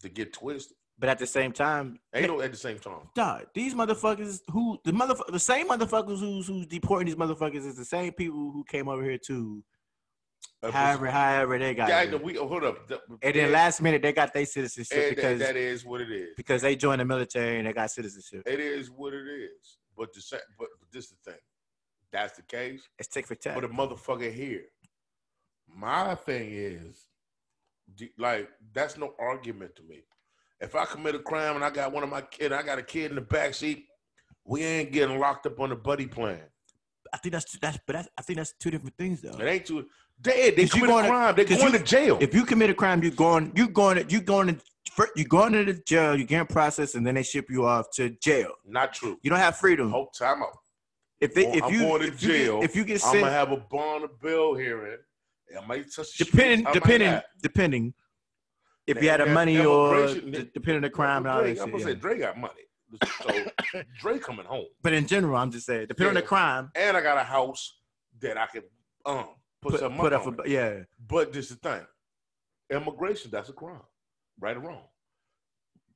to get twisted.
but at the same time,
Ain't no at the same time.
Dog, these motherfuckers who the motherf- the same motherfuckers who's who's deporting these motherfuckers is the same people who came over here to however however they got
Yeah, I
here.
know, we, hold up. The-
and then last minute they got their citizenship
and that-
because
that is what it is.
because they joined the military and they got citizenship.
It is what it is. But the sa- but, but this is the thing. That's the case.
It's tick for tack.
But a motherfucker here. My thing is, d- like that's no argument to me. If I commit a crime and I got one of my kid, I got a kid in the back seat. We ain't getting locked up on the buddy plan.
I think that's that's but that's, I think that's two different things though.
It ain't too. They they
Cause you
commit
going
a
to-
crime. They
cause
going
you-
to jail.
If you commit a crime, you going you going to you going to fir- you going to the jail, you get processed, and then they ship you off to jail.
Not true.
You don't have freedom.
Whole time out.
If they,
Oh, I'm
if you
going to
if you get-
jail.
if you get
I'm
sent
gonna have a bond of bill hearing. I might touch the streets.
depending
I might
depending
not.
depending if you
Now,
had a
now,
money or
immigration-
d- depending on the crime and all
Dre,
that
I'm
shit.
gonna
yeah.
say Dre got money, so Dre coming home,
But in general, I'm just saying depending on
Yeah.
the crime,
and I got a house that I can um put,
put,
some
put
money
up
on.
a
it.
yeah.
But this is the thing, immigration that's a crime, right or wrong.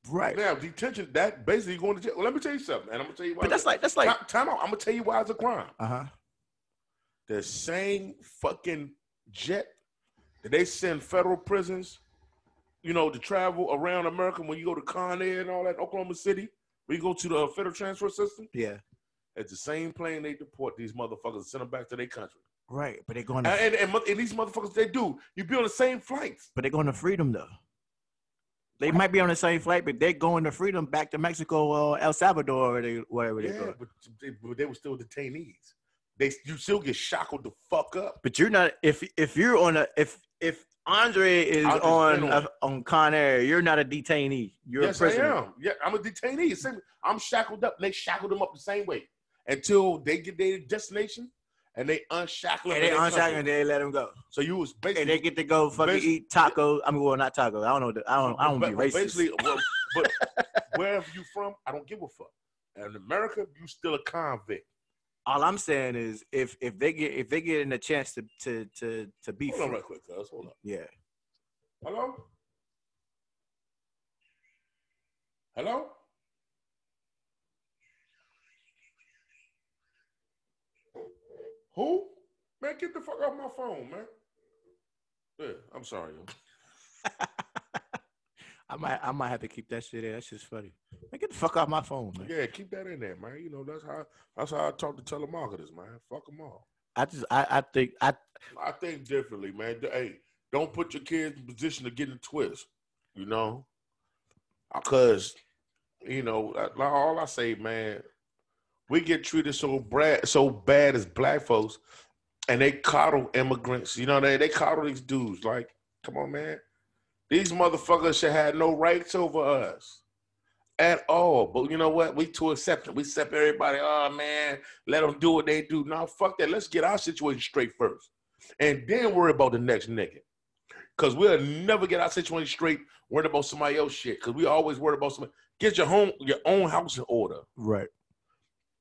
Right.
Now detention that basically going to jail. Well, let me tell you something, and I'm gonna tell you why.
But that's like that's like
time, time out. I'm gonna tell you why it's a crime.
uh-huh.
The same fucking jet that they send federal prisons, you know, to travel around America when you go to Con Ed and all that, Oklahoma City, where you go to the uh, federal transfer system.
Yeah.
It's the same plane they deport these motherfuckers, send them back to their country.
Right. But they're going
And,
to
and, and, mo- and these motherfuckers, they do. You be on the same flights.
but they're going to freedom though. They might be on the same flight, but they're going to freedom back to Mexico or El Salvador or they, wherever they
Yeah,
go.
but they, but they were still detainees. They you still get shackled the fuck up.
But you're not if if you're on a if if Andre is
I've just
on
been
on,
on
a, on Con Air, you're not a detainee. You're
yes,
a prisoner.
I am. Yeah, I'm a detainee. Same- I'm shackled up. And they shackled them up the same way until they get their destination and they unshackle them.
And they
and they
unshackle
country.
and they let him go.
So you was basically
and they get to go fucking
Basically-
eat tacos. I mean, well, not tacos. I don't know. the- I don't. I don't
But-
be
but
racist.
Basically, well, but wherever you from, I don't give a fuck. In America, you still a convict.
All I'm saying is, if if they get if they get in a chance to to to to be,
Hold on,
free-
right quick, cuz. Hold on.
yeah,
Hello? Hello? Who? Man, get the fuck off my phone, man. Yeah, I'm sorry. yo.
I might I might have to keep that shit in. That shit's funny. Man, get the fuck off my phone, man.
Yeah, keep that in there, man. You know, that's how that's how I talk to telemarketers, man. Fuck them all.
I just I I think I
I think differently, man. Hey, don't put your kids in position to get in a twist, you know? Because, you know, I- all I say, man, we get treated so bad, so bad as black folks, and they coddle immigrants. You know, they, they coddle these dudes. Like, come on, man. These motherfuckers should have no rights over us. at all. But you know what? We too accepting. We accept everybody. Oh man, let them do what they do. Now fuck that. Let's get our situation straight first, and then worry about the next nigga. Cause we'll never get our situation straight. Worried about somebody else shit. Cause we always worried about somebody. Get your home, your own house in order.
Right.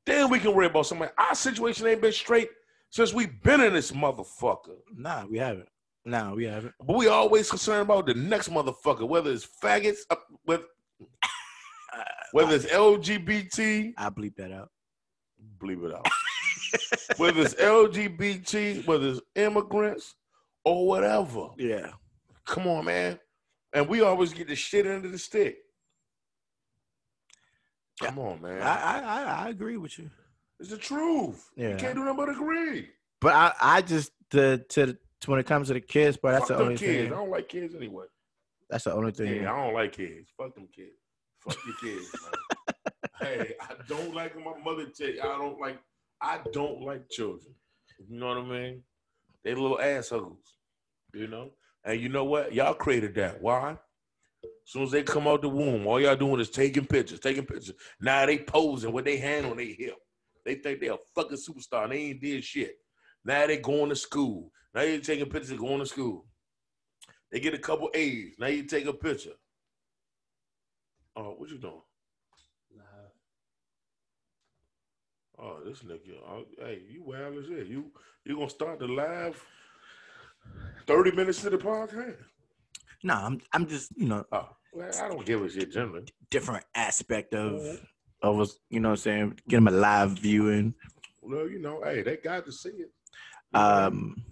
Then we can worry about somebody. Our situation ain't been straight since we been in this motherfucker.
Nah, we haven't. Nah, we haven't.
But we always concerned about the next motherfucker, whether it's faggots, uh, with whether it's LGBT,
I bleep that out.
believe it out. whether it's LGBT, whether it's immigrants or whatever.
Yeah.
Come on, man. And we always get the shit under the stick. Come on,
I
man.
I, I, I agree with you.
it's the truth.
Yeah.
You can't do nothing but agree.
But I, I just the to, the- to when it comes to the kids part, that's
Fuck
the
them
only
kids. I
thing.
don't like kids anyway.
That's the only thing.
Yeah, I don't like kids. Fuck them kids. Fuck your kids. man. hey, I don't like them. my mother tell you. I don't like. I don't like children. You know what I mean? They little assholes. You know. And you know what? Y'all created that. Why? soon as they come out the womb, all y'all doing is taking pictures, taking pictures. Now they posing with their hand on their hip. They think they a fucking superstar. And they ain't did shit. Now they going to school. Now you taking pictures of going to school. They get a couple A's. Now you take a picture. Oh, what you doing? Oh, this nigga. oh, hey, you wild as shit. You you gonna start the live thirty minutes to the podcast?
No, I'm I'm just you know
Oh, well, I don't give a shit, generally.
different aspect of
Mhm.
of us. You know what I'm saying? Get them a live viewing.
Well, you know, hey, they got to see it.
Um,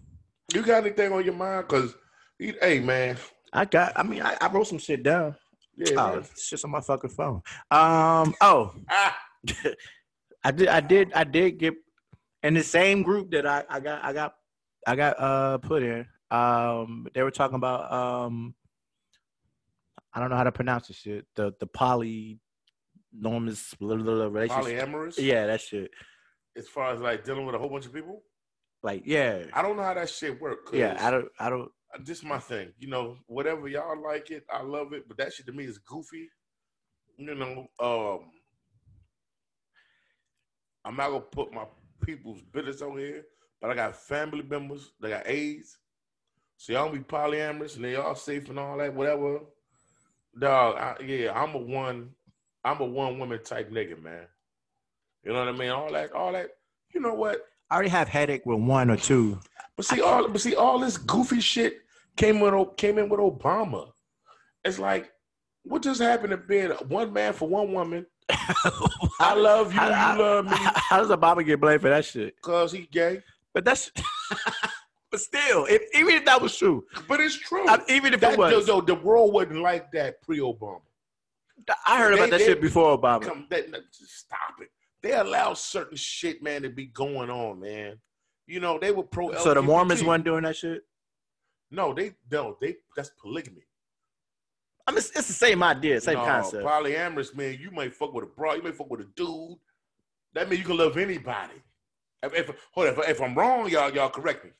you got anything on your mind? Cause, you- hey, man,
I got. I mean, I, I wrote some shit down.
yeah,
Oh,
man.
it's just on my fucking phone. Um. Oh,
Ah,
I did. I did. I did get in the same group that I I got. I got. I got uh put in. Um. They were talking about um. I don't know how to pronounce this shit. The the poly, normous relationship.
polyamorous.
Yeah, that shit.
as far as like dealing with a whole bunch of people,
Like yeah,
I don't know how that shit work. 'cause
yeah. I don't. I don't.
this is my thing. You know, whatever y'all like it, I love it. But that shit to me is goofy. You know, um, I'm not gonna put my people's business on here, but I got family members that got AIDS. So y'all be polyamorous and they all safe and all that, whatever. Dog, I, yeah, I'm a one, I'm a one woman type nigga, man. You know what I mean? All that, all that. You know what?
I already have headache with one or two.
But see, all but see, all this goofy shit came with O- came in with Obama. It's like, what just happened to being one man for one woman? I love you,
How-
you love me,
How how does Obama get blamed for that shit?
cause he gay.
But that's. but still, if, even if that was true,
But it's true.
I- even if
that,
it was,
yo, yo, the world wasn't like that pre-Obama.
I heard about
they-
that
they-
shit before Obama.
Come, that, that- stop it. They allow certain shit, man, to be going on, man. You know, they were pro.
so the Mormons
LGBT.
weren't doing that shit.
No, they no, they that's polygamy.
I mean, it's, it's the same idea, same
No,
concept.
Polyamorous, man, you might fuck with a bro, you might fuck with a dude. That means you can love anybody. If, if- hold on, if, if I'm wrong, y'all, y'all correct me.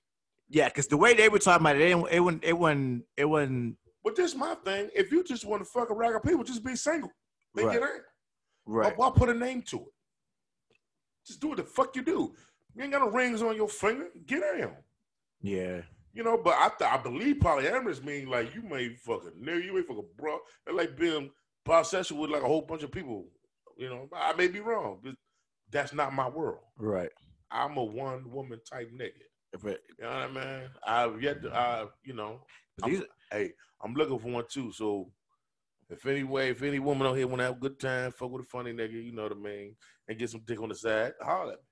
yeah, because the way they were talking about it, it, it wasn't, it wasn't, it wasn't
But this my thing. If you just want to fuck a rack of people, just be single. They
Right.
get it.
right.
Why, why put a name to it? Just do what the fuck you do. You ain't got no rings on your finger. Get down.
Yeah,
You know, but I th- I believe polyamorous mean like you may fuck a nigga, you may fuck a bro. That like being bisexual with like a whole bunch of people. You know, I may be wrong, but that's not my world.
right.
I'm a one woman type nigga.
But
You know what I mean? I've yet
Mm-hmm.
to, I, you know, I'm-
these-
hey, I'm looking for one too. So if any way, if any woman out here want to have a good time, fuck with a funny nigga, you know what I mean, and get some dick on the side, holler. at me.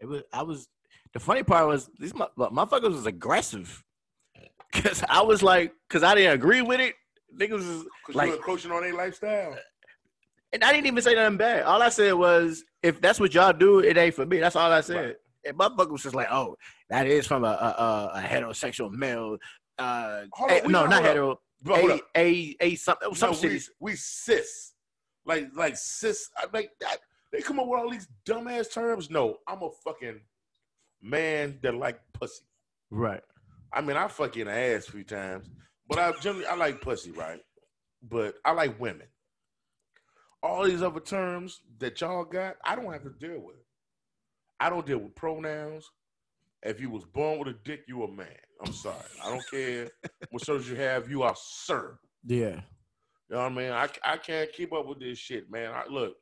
It was. I was. The funny part was these mu- mu- motherfuckers was aggressive, cause I was like, cause I didn't agree with it. Niggas, was,
Cause
Like-
you're encroaching on their lifestyle.
and I didn't even say nothing bad. All I said was, if that's what y'all do, it ain't for me. That's all I said.
Right.
And motherfucker was just like, oh, that is from a a, a, a heterosexual male. Uh,
Hold on,
a-
Oh, we
no,
not-
not
hold up.
hetero.
But hold
A
up.
a a something. Some
Oh, No,
shit.
we,
is-
we cis, like like cis, I- like that. They come up with all these dumbass terms. No, I'm a fucking man that like pussy.
Right.
I mean, I fucking ass a few times, but I generally I like pussy, right? But I like women. all these other terms that y'all got, I don't have to deal with. I don't deal with pronouns. If you was born with a dick, you a man. I'm sorry. I don't care what service you have. You are sir.
Yeah.
You know what I mean? I, I can't keep up with this shit, man. I, look,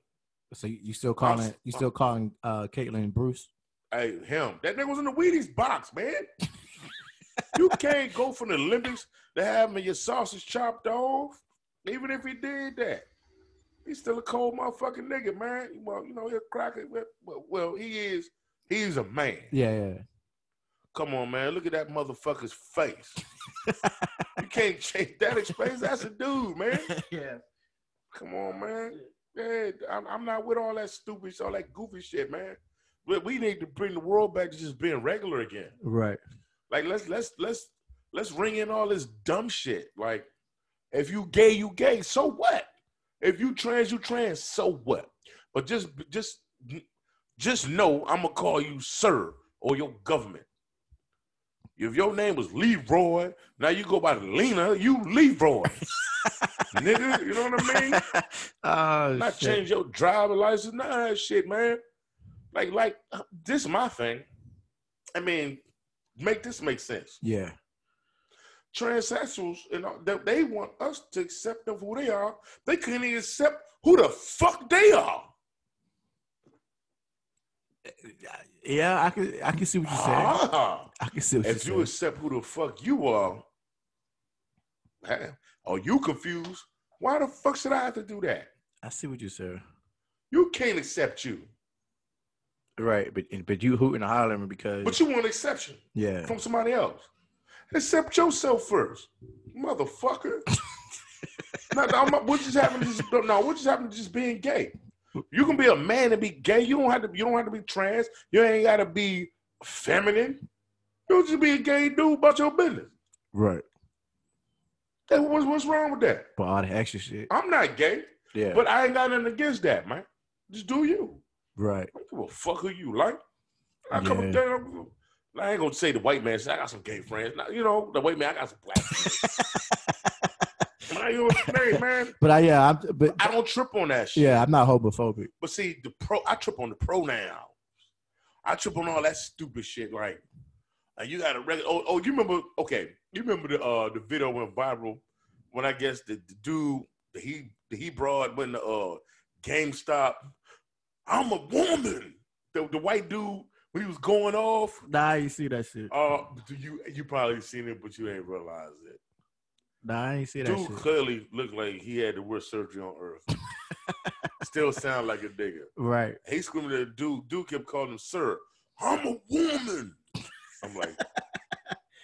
So you, you still calling
s-
you still calling uh Caitlyn Bruce?
hey, him. That nigga was in the Wheaties box, man. you can't go from the Olympics to having your sausage chopped off. Even if he did that, he's still a cold motherfucking nigga, man. Well, you know, he's a cracker. Well, well, he is. He's a man.
Yeah, yeah.
Come on, man. Look at that motherfucker's face. you can't change that face. That's a dude, man.
Yeah.
Come on, man. Yeah, I'm, I'm not with all that stupid, all that goofy shit, man. But we need to bring the world back to just being regular again.
Right.
Like let's let's let's let's ring in all this dumb shit. Like if you gay, you gay. So what? If you trans, you trans. So what? But just just just know I'm gonna call you sir or your government. If your name was Leroy, now you go by Lena, you Leroy. Nigga, you know what I mean?
oh
Not
shit.
change your driver license, none of that shit, man. Like, like this is my thing. I mean, make this make sense.
Yeah.
Transsexuals and all, they, they want us to accept them for who they are. They couldn't even accept who the fuck they are.
Yeah, I can I can see what you're saying.
Ah,
I can see what
if you
you're saying.
accept who the fuck you are, man, are you confused? Why the fuck should I have to do that?
I see what you're saying.
You can't accept you,
Right, but but you hooting and hollering because
but you want exception.
yeah.
from somebody else. Accept yourself first, motherfucker. no, no, I'm- what just happened? to Just, no, what just happened to just being gay? You can be a man and be gay. You don't have to. You don't have to be trans. You ain't got to be feminine. You just be a gay dude about your business.
Right.
Hey, What's, what's wrong with that?
But all the extra shit.
I'm not gay,
Yeah.
but I ain't got nothing against that, man. Just do you.
right.
I don't give a fuck who you like. I come
Yeah.
up there. I'm- I ain't gonna say the white man. I got some gay friends. Now, you know the white man. I got some black. friends. Man, you know what I'm saying, man?
But I yeah, I'm but
I don't trip on that shit.
yeah, I'm not homophobic.
But see, the pro, I trip on the pronoun. I trip on all that stupid shit. Like, uh, you got a regular. Oh, oh, you remember? Okay, you remember the uh the video went viral when I guess the, the dude the he the he broad went to uh GameStop. I'm a woman. The, the white dude when he was going off.
Nah, you see that shit.
Uh, do you you probably seen it, but you ain't realized it.
Nah, I ain't see that
Dude
shit.
clearly looked like he had the worst surgery on earth. Still sound like a nigga.
Right.
He screaming at the dude. Dude kept calling him sir. I'm a woman. I'm like,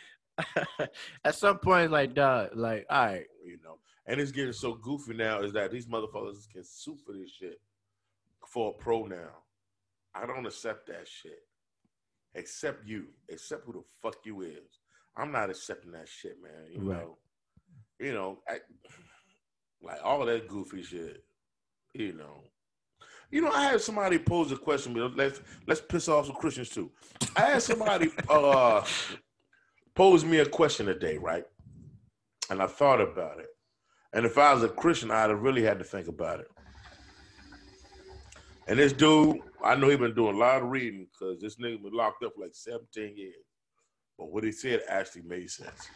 At some point, like, dog, like, all right,
you know. And it's getting so goofy now is that these motherfuckers can sue for this shit for a pronoun. I don't accept that shit. Accept you. Accept who the fuck you is. I'm not accepting that shit, man. You
Right.
know. You know, I, like all that goofy shit. You know. You know, I had somebody pose a question, but let's let's piss off some Christians too. I had somebody uh pose me a question today, right? And I thought about it. And if I was a Christian, I'd have really had to think about it. And this dude, I know he been doing a lot of reading because this nigga been locked up for like 17 years. But what he said actually made sense.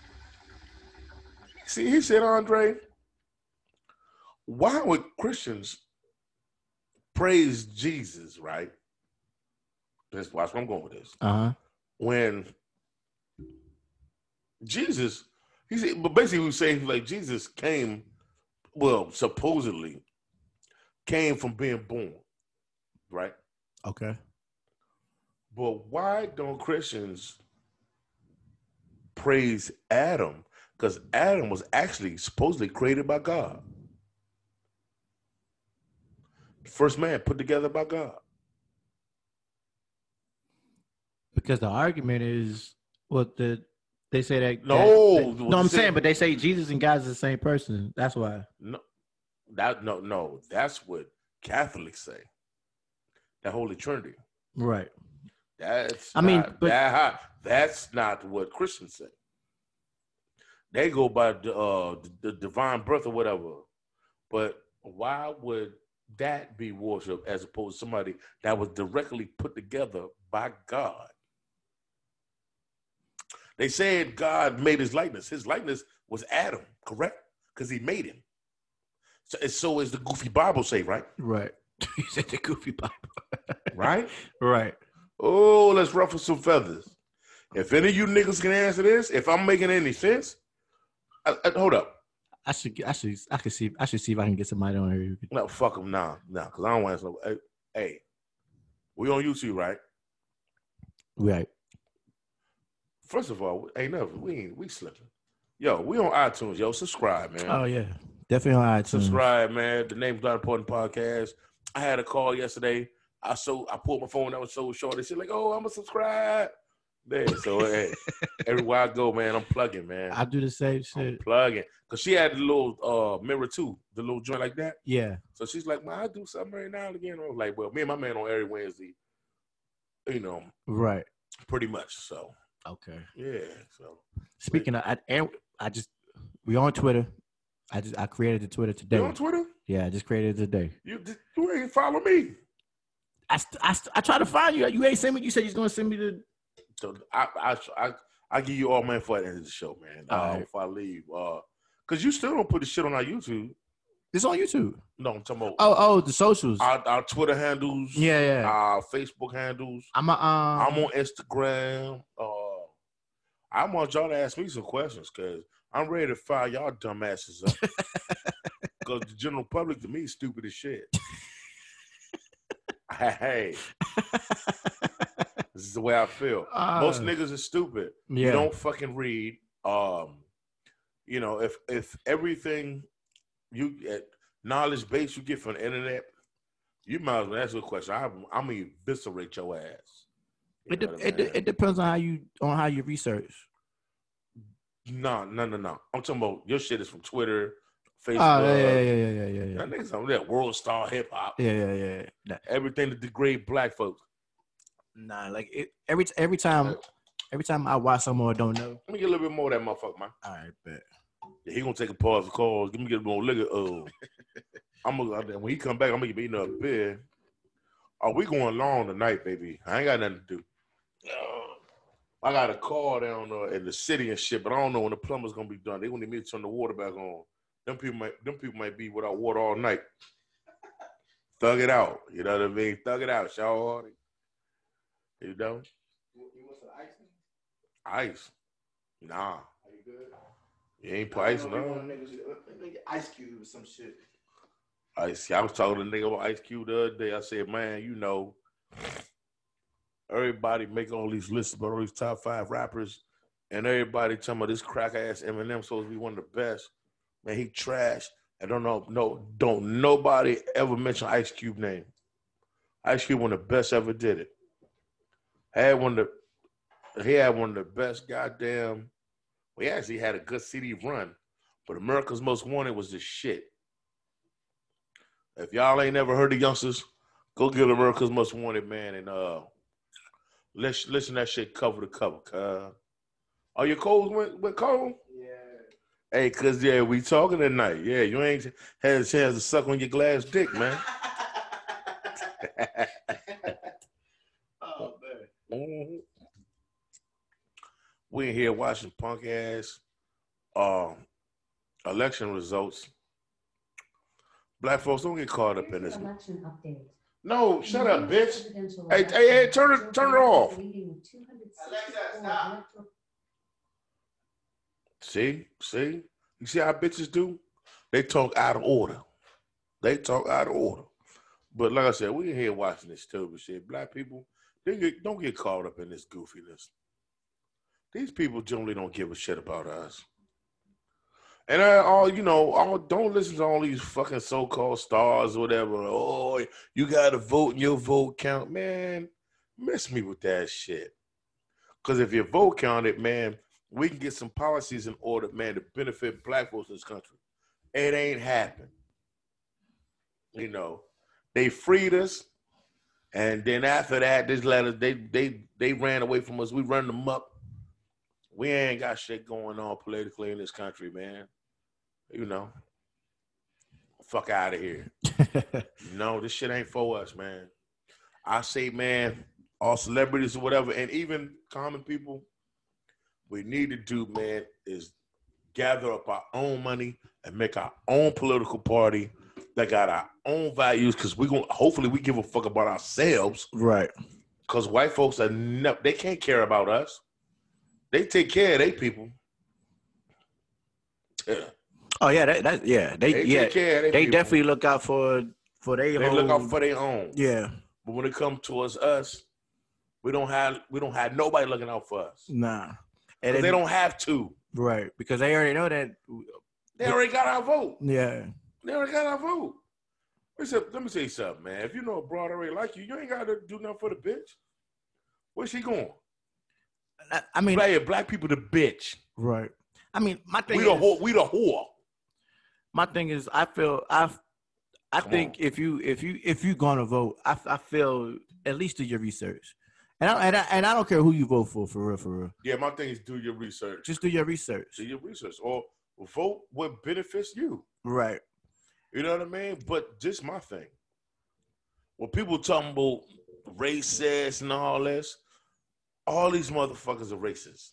See, he said, Andre, why would Christians praise Jesus, right? Let's watch where I'm going with this
uh huh,
when Jesus, he said, but basically, he was saying like Jesus came, well, supposedly came from being born, right?
okay,
But why don't Christians praise Adam? Because Adam was actually supposedly created by God, first man put together by God.
because the argument is what the they say that
No,
that-
what
no, I'm
they say-
saying, but they say Jesus and God's the same person. That's why.
No, that no no. That's what Catholics say. The Holy Trinity.
Right.
That's
I mean,
not
but-
that high. that's not what Christians say. They go by the, uh, the divine birth or whatever. But why would that be worship as opposed to somebody that was directly put together by God. They said God made his likeness. His likeness was Adam, correct? Because he made him. So, and so is the goofy Bible say, right?
Right. you said the goofy Bible.
Right?
Right.
Oh, let's ruffle some feathers. If any of you niggas can answer this, if I'm making any sense, I, I- hold up.
I should. I should. I could see. I should see if I can get somebody on here. who could-
No, fuck them. Nah, nah, because I don't want to answer. Hey, hey, we on YouTube, right?
Right.
First of all, ain't nothing. We ain't, we slipping. Yo, we on iTunes. Yo, subscribe, man.
Oh yeah. Definitely on iTunes.
subscribe, man. The name's not important podcast. I had a call yesterday. I so I pulled my phone out so short. They said like, "Oh, I'm a subscribe." Man, so hey, everywhere I go, man, I'm plugging, man.
I do the same
I'm
shit.
plugging. Cause she had the little uh mirror too, the little joint like that.
Yeah.
So she's like, "Man, I do something every now and again." I was like, "Well, me and my man on every Wednesday, you know,
Right.
pretty much." So
Okay.
yeah, so
Speaking of, I, and I just we on Twitter. I just I created the Twitter today.
you on Twitter?
Yeah, I just created it today.
You just- you ain't follow me.
I, st- I, st- I try to find you. You ain't send me. You said you was gonna send me the.
So I I I, I give you all my info at the end of the show, man. Uh,
All right.
If I leave, uh, cause you still don't put the shit on our YouTube.
It's on YouTube.
No, I'm talking about
Oh oh, the socials.
our, our Twitter handles.
yeah yeah.
Our Facebook handles.
I'm a, um.
I'm on Instagram. Uh, I want y'all to ask me some questions, cause I'm ready to fire y'all dumbasses up. cause the general public to me is stupid as shit. hey, this is the way I feel.
Uh,
Most niggas are stupid.
Yeah.
you don't fucking read um you know if if everything you get knowledge base you get from the internet you might as well ask a question i'm i'm gonna eviscerate your ass You
it, de-
know what I
it, de-
mean?
it depends on how you on how you research.
no no no no i'm talking about your shit is from twitter facebook
Oh yeah yeah yeah yeah yeah yeah.
That niggas on that world star hip hop,
Yeah, yeah, yeah. yeah. Nah,
everything to degrade black folks.
Nah, like it, every t- every time, every time I watch someone I don't know.
Let me get a little bit more of that motherfucker, man.
All right, bet.
Yeah, he gonna take a pause for calls. Give me get more liquor. Uh, I'm gonna when he come back, I'm gonna be another beer. Are we going long tonight, baby? I ain't got nothing to do. I got a call down uh, in the city and shit, but I don't know when the plumber's gonna be done. They gonna need me to turn the water back on. Them people might, them people might be without water all night. Thug it out, you know what I mean? Thug it out, y'all. Hardy. You know, ice. Nah, you ain't put ice. No.
uh, Ice Cube or some shit.
Ice, I was talking to a nigga about Ice Cube the other day. I said, man, you know, everybody make all these lists about all these top five rappers, and everybody talking about this crack ass Eminem supposed to be one of the best. Man, he trash. I don't know, no, don't nobody ever mention Ice Cube name. Ice Cube one of the best ever did it. Had one of the, he had one of the best goddamn. We actually had a good CD run, but America's Most Wanted was the shit. If y'all ain't never heard of Youngsters, go get America's Most Wanted, man, and uh, let's listen to that shit cover to cover. Cause are your cold went went cold?
Yeah.
Hey, cause yeah, we talking tonight. Yeah, you ain't had a chance to suck on your glass dick, man.
oh man.
Mhm. We in here watching punk ass um election results. Black folks don't get caught up in this.
Election update.
No, shut up, bitch.
Hey, hey, hey, turn it, turn it off.
stop.
See, see, you see how bitches do? They talk out of order. They talk out of order. But like I said, we in here watching this stupid shit. Black people, they get, don't get caught up in this goofiness. These people generally don't give a shit about us. And I, all you know, all, don't listen to all these fucking so-called stars, or whatever. Oh, you got to vote and your vote count, man. Miss me with that shit. Because if your vote counted, man, we can get some policies in order, man, to benefit black folks in this country. It ain't happened. You know, they freed us, and then after that, this letter they they they ran away from us. We run them up. We ain't got shit going on politically in this country, man. You know. fuck out of here. No, this shit ain't for us, man. I say, man, all celebrities or whatever, and even common people, we need to do, man, is gather up our own money and make our own political party that got our own values. Cause we gonna hopefully we give a fuck about ourselves.
right.
Cause white folks are no, they can't care about us. They take care of their people. Yeah,
Oh yeah, that, that yeah, they,
they take
yeah,
care of their
they
people.
definitely look out for for they,
they look out for their own.
yeah.
But when it comes towards us, we don't have we don't have nobody looking out for us. 'Cause
Nah, and
they
it-
don't have to.
right because they already know that.
They already got our vote.
Yeah,
They already got our vote. Let me, say, let me tell you something, man. If you know a broad already like you, you ain't got to do nothing for the bitch. Where's she going?
I, I mean,
Black, yeah, black people the bitch.
right. I mean, my thing
We
is,
the whore. We the whore.
my thing is, I feel I, I
Come
think
on.
if you if you if you gonna vote, I, I feel at least do your research, and I, and I and I don't care who you vote for, for real, for real.
Yeah, my thing is do your research.
Just do your research.
Do your research or vote what benefits you.
Right.
You know what I mean? But just my thing. When people talking about racist and all this, all these motherfuckers are racist.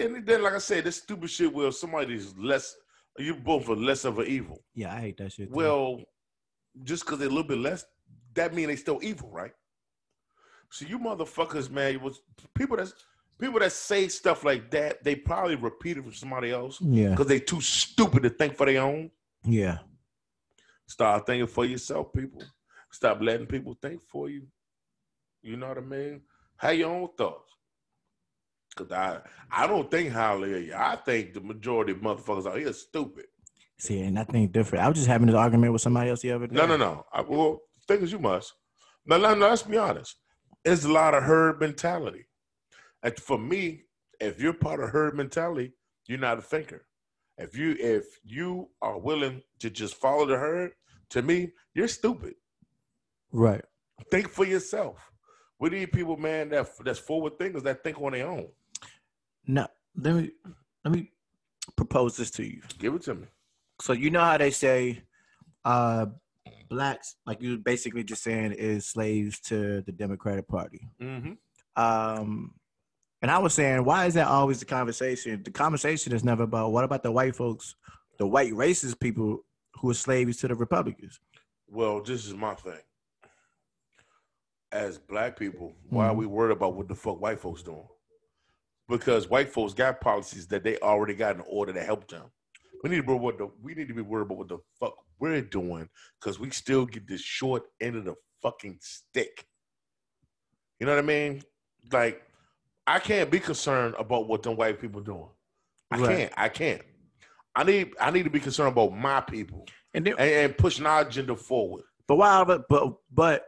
And then, like I said, this stupid shit where somebody's less, you both for less of an evil.
Yeah, I hate that shit. too.
Well, just because they're a little bit less, that mean they still evil, right? So you motherfuckers, man, you was, people that's people that say stuff like that, they probably repeat it from somebody else
yeah,
because they too stupid to think for their own.
yeah,
Start thinking for yourself, people. Stop letting people think for you. You know what I mean? Have your own thoughts. Cause I I don't think highly of you. I think the majority of motherfuckers out here are stupid.
see, and I think different. I was just having this argument with somebody else the other day.
No, no, no. I, well, think as you must. No, no, no, let's be honest. It's a lot of herd mentality. And for me, if you're part of herd mentality, you're not a thinker. If you if you are willing to just follow the herd, to me, you're stupid.
Right.
think for yourself. We need people, man, that that's forward thinkers that think on their own.
No, let me let me propose this to you.
Give it to me.
So you know how they say uh blacks like you basically just saying is slaves to the Democratic Party.
Mm-hmm.
Um and I was saying, why is that always the conversation? The conversation is never about what about the white folks, the white racist people who are slaves to the Republicans.
Well, this is my thing. As black people, why are we worried about what the fuck white folks doing? Because white folks got policies that they already got in order to help them. We need to be worried what the, we need to be worried about what the fuck we're doing because we still get the short end of the fucking stick. You know what I mean? Like, I can't be concerned about what them white people doing. I
Right.
can't. I can't. I need I need to be concerned about my people
And then,
and, and pushing our agenda forward.
but why but but but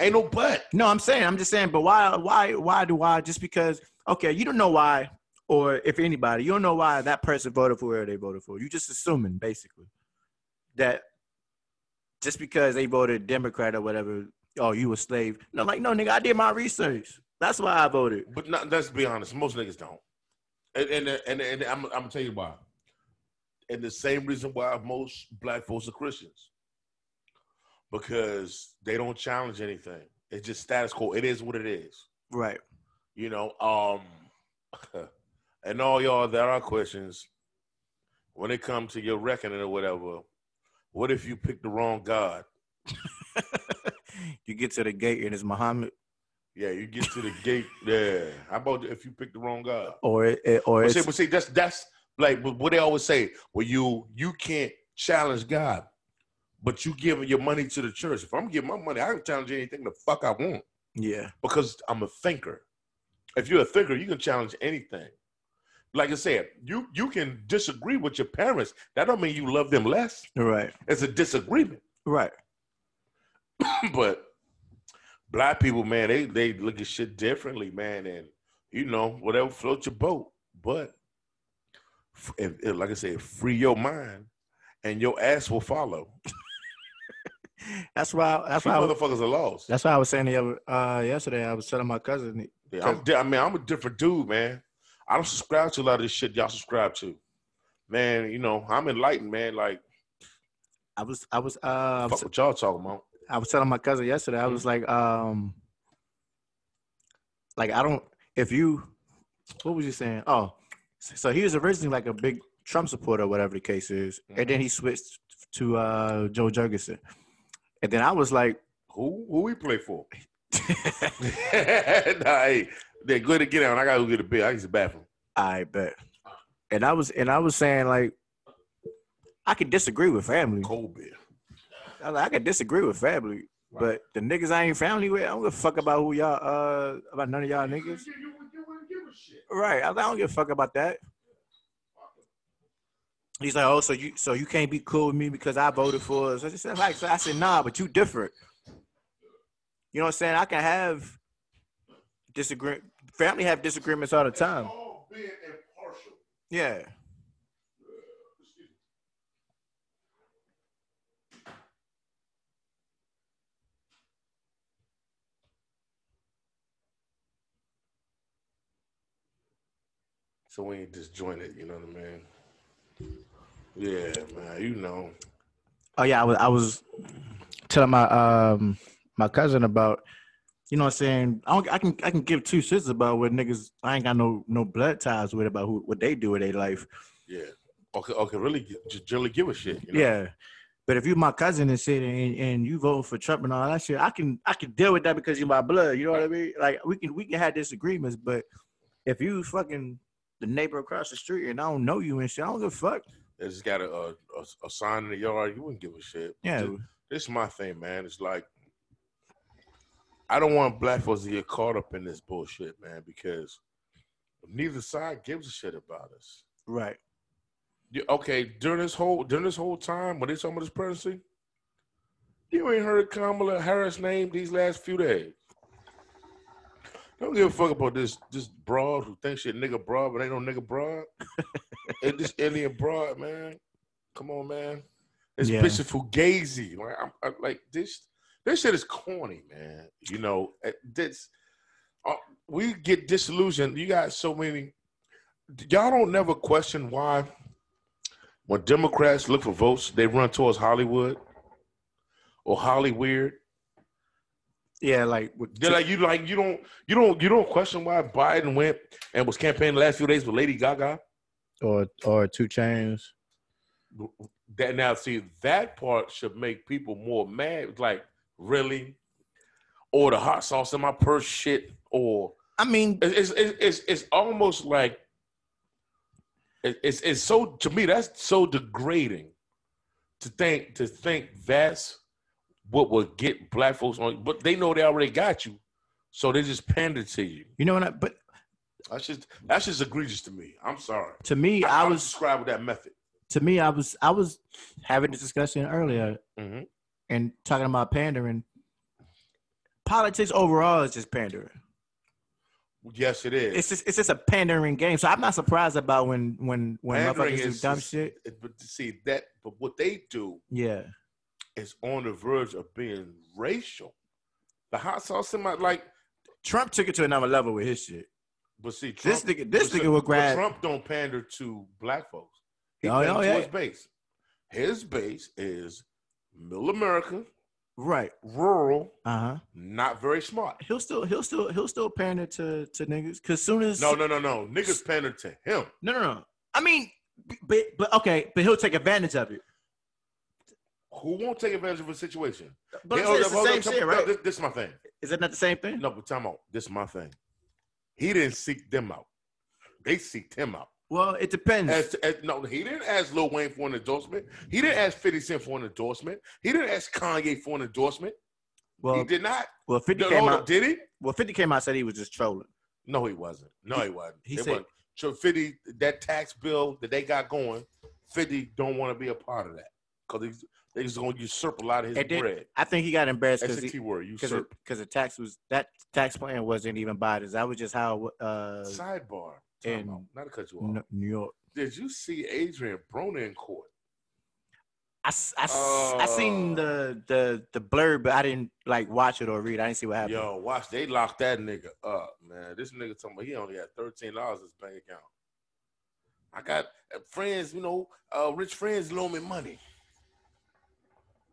Ain't no but.
No, I'm saying, I'm just saying, but why, why, why do I? Just because, okay, you don't know why, or if anybody, you don't know why that person voted for whoever they voted for. You just assuming basically that just because they voted Democrat or whatever, oh, you a slave. No, like no, nigga, I did my research. That's why I voted.
But not, let's be honest, most niggas don't. And and and, and I'm, I'm gonna tell you why. And the same reason why most black folks are Christians, because they don't challenge anything. It's just status quo. It is what it is.
Right.
You know. Um, and all y'all that are Christians, when it comes to your reckoning or whatever, what if you pick the wrong God?
You get to the gate and it's Muhammad,
Yeah, you get to the gate. Yeah. How about if you pick the wrong God?
or it, it- or
But
it's,
see, but see, that's that's like what what they always say. Well, you you can't challenge God, but you giving your money to the church. If I'm giving my money, I can challenge anything the fuck I want
yeah,
because I'm a thinker. If you're a thinker, you can challenge anything. Like I said, you you can disagree with your parents. That don't mean you love them less.
right,
It's a disagreement.
right,
but black people, man, they they look at shit differently, man, and you know whatever floats your boat. But f- if, if- like I said, free your mind, and your ass will follow.
that's why, that's
That's These
why, I was,
motherfuckers are lost.
that's why I was saying the other, uh, yesterday. I was telling my cousin,
Yeah, I'm di- I mean, I'm a different dude, man. I don't subscribe to a lot of this shit y'all subscribe to, man. You know, I'm enlightened, man. Like
I was I was uh I was,
Fuck what y'all talking about.
I was telling my cousin yesterday. I was like, um, like I don't. If you, what was you saying? Oh, so he was originally like a big Trump supporter, whatever the case is, and then he switched to uh Joe Jurgensen, and then I was like,
Who who we play for? nah, hey, they're good to get out. I gotta go get a beer. I use the bathroom.
I bet, and I was and I was saying like, I could disagree with family.
Cold beer.
I, was like, I could disagree with family, but the niggas I ain't family with, I don't give a fuck about who y'all uh about none of y'all niggas.
You, you, you wouldn't give a shit.
Right. I, I don't give a fuck about that. He's like, oh, so you so you can't be cool with me because I voted for. us. I just said, like, so I said, nah, but you different. You know what I'm saying? I can have disagree. Family have disagreements all the time.
All being impartial.
Yeah.
So we ain't disjointed, you know what I mean? Yeah, man, you know.
Oh yeah, I was I was telling my um my cousin about. You know what I'm saying? I, don't, I can I can give two shits about what niggas. I ain't got no no blood ties with about who what they do with their life.
Yeah. Okay, okay, really gi- just really give a shit. You know?
Yeah. But if you my cousin and shit and, and you voting for Trump and all that shit, I can I can deal with that because you my blood. You know what I mean? Like we can we can have disagreements, but if you fucking the neighbor across the street and I don't know you and shit, I don't give a fuck.
They just got a, a, a- a sign in the yard, you wouldn't give a shit.
Yeah.
Ju- this is my thing, man. It's like I don't want black folks to get caught up in this bullshit, man, because neither side gives a shit about us.
Right.
You- okay, during this whole during this whole time when they talking about this presidency, you ain't heard Kamala Harris name these last few days. Don't give a fuck about this this broad who thinks she a nigga broad, but ain't no nigga broad. and this alien broad, man. Come on, man. This
Yeah.
bitch is fugazi. Like, I'm, I'm like this this shit is corny, man. You know, eh, this uh, we get disillusioned. You got so many. Y'all don't never question why when Democrats look for votes, they run towards Hollywood or Hollyweird.
Yeah, like with
They're like you like you don't you don't you don't question why Biden went and was campaigning the last few days with Lady Gaga.
or or two chains.
That now see that part should make people more mad. It's Like really, or the hot sauce in my purse shit, or
I mean
it's it's it's, it's almost like it- it's it's so to me that's so degrading to think to think that's what would get black folks on, but they know they already got you, so they just pander to you.
you know what I but
That's just that's just egregious to me. I'm sorry.
to me
I,
I
would
was
subscribe with that method.
to me I was I was having this discussion earlier
Mhm.
and talking about pandering. Politics overall is just pandering.
Yes, it is.
it's just it's just a pandering game. So I'm not surprised about when when when
Pandering
motherfuckers do
is
dumb
just-
shit.
It- but see that, but what they do
Yeah,
is on the verge of being racial. The hot sauce in my like,
Trump took it to another level with his shit.
but see, Trump,
This nigga, this
but
nigga will
but
grab.
Trump don't pander to black folks. He
Oh,
panders
oh,
to
yeah.
his base. His base is middle America,
right.
rural,
Uh huh.
not very smart.
He'll still he'll still he'll still pander to to niggas because soon as
No, no, no, no. Niggas pander to him.
no no no. I mean, b- but but okay, but he'll take advantage of it.
Who won't take advantage of a situation?
But
Hey,
I'm saying
hold
it's
up, hold
the same
up, come-
shit,
no,
right?
this, this is my thing.
Is that not the same thing?
No, but time out. This is my thing. He didn't seek them out. They seeked him out.
Well, it depends.
As, as, no, he didn't ask Lil Wayne for an endorsement. He didn't ask 50 Cent for an endorsement. He didn't ask Kanye for an endorsement. he
well,
did not.
well, Fifty
No,
came
hold
out.
up, did he?
Well, Fifty came out said he was just trolling.
No, he wasn't. No, he, wasn't.
he
It
said-
wasn't. So 50, that tax bill that they got going, 50 don't want to be a part of that. Because they just going to usurp a lot of his
And then-
bread.
I think he got embarrassed
That's
because
the key word,
because
usurp.
because the tax was that tax plan wasn't even Biden's. That was just how uh
Sidebar. Time
and-
out. Not to cut you off.
N- New York.
Did you see Adrian Broner in court?
I, s- I, s- I seen
Oh.
the the the blurb, but I didn't like watch it or read. I didn't see what happened.
Yo, watch. They locked that nigga up, man. This nigga talking about he only had thirteen dollars in his bank account. I got uh, friends, you know, uh, rich friends loan me money.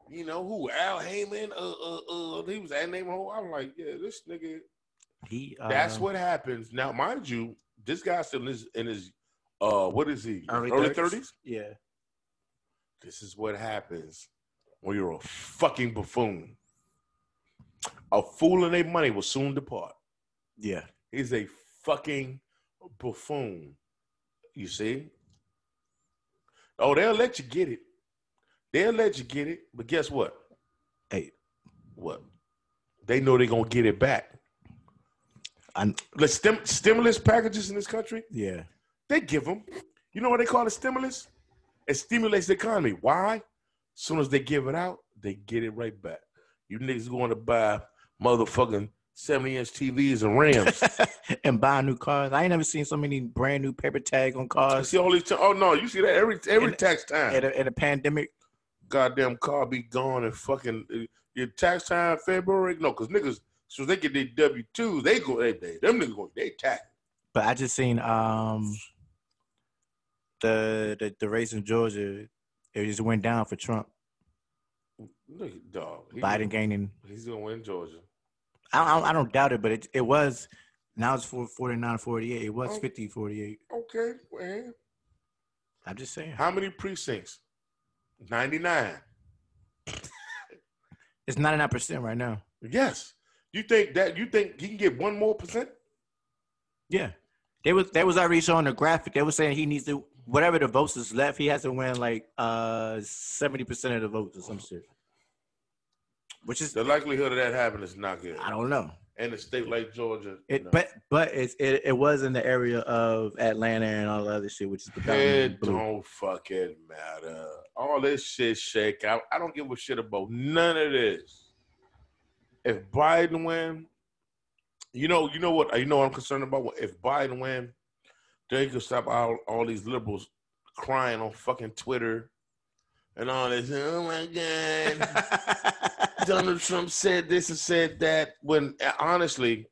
you know who Al Heyman. Uh, uh, uh, he was that name. Whole. I'm like, yeah, this nigga.
He. Uh,
That's what happens. Now, mind you, this guy's still in his, in his uh, what is he?
Early 30s.
30s.
Yeah.
This is what happens when you're a fucking buffoon. A fool and their money will soon depart.
Yeah.
He's a fucking buffoon. You see? Oh, they'll let you get it. They'll let you get it, but guess what?
Hey.
what? They know they're gonna get it back.
I.
The stim- stimulus packages in this country,
Yeah.
they give them. You know what they call it? Stimulus. It stimulates the economy. Why? Soon as they give it out, they get it right back. You niggas going to buy motherfucking seventy-inch TVs and Rams.
and buying new cars. I ain't never seen so many brand new paper tag on
I
cars
see all these. T- oh no, you see that every every
And-
tax time.
at a, at a pandemic.
goddamn car be gone and fucking uh, your tax time February. No, because niggas, so they get their W two, they go they, they them niggas going they tax.
But I just seen um the the, the race in Georgia. It just went down for Trump.
Nigga, dog. he-
Biden gaining.
He's gonna win Georgia.
I, I, I don't doubt it, but it, it was now it's 4, 49 48. It was
Oh.
50 48.
Okay, man.
I'm just saying.
How many precincts? Ninety nine.
It's 99% right now.
Yes. You think that you think he can get one more percent?
Yeah. They was they was already showing the graphic. They were saying he needs to whatever the votes is left, he has to win like uh seventy percent of the votes or some shit. Which is
The likelihood of that happening is not good.
I don't know.
And a state like Georgia,
It
no.
but but it's it, it was in the area of Atlanta and all the other shit, which is predominantly
It
blue.
don't fucking matter. All this shit shake out. I don't give a shit about none of this. If Biden win, you know, you know what? You know what I'm concerned about. If Biden win, they could stop all, all these liberals crying on fucking Twitter and all this. Oh my god. Donald Trump said this and said that when uh, honestly,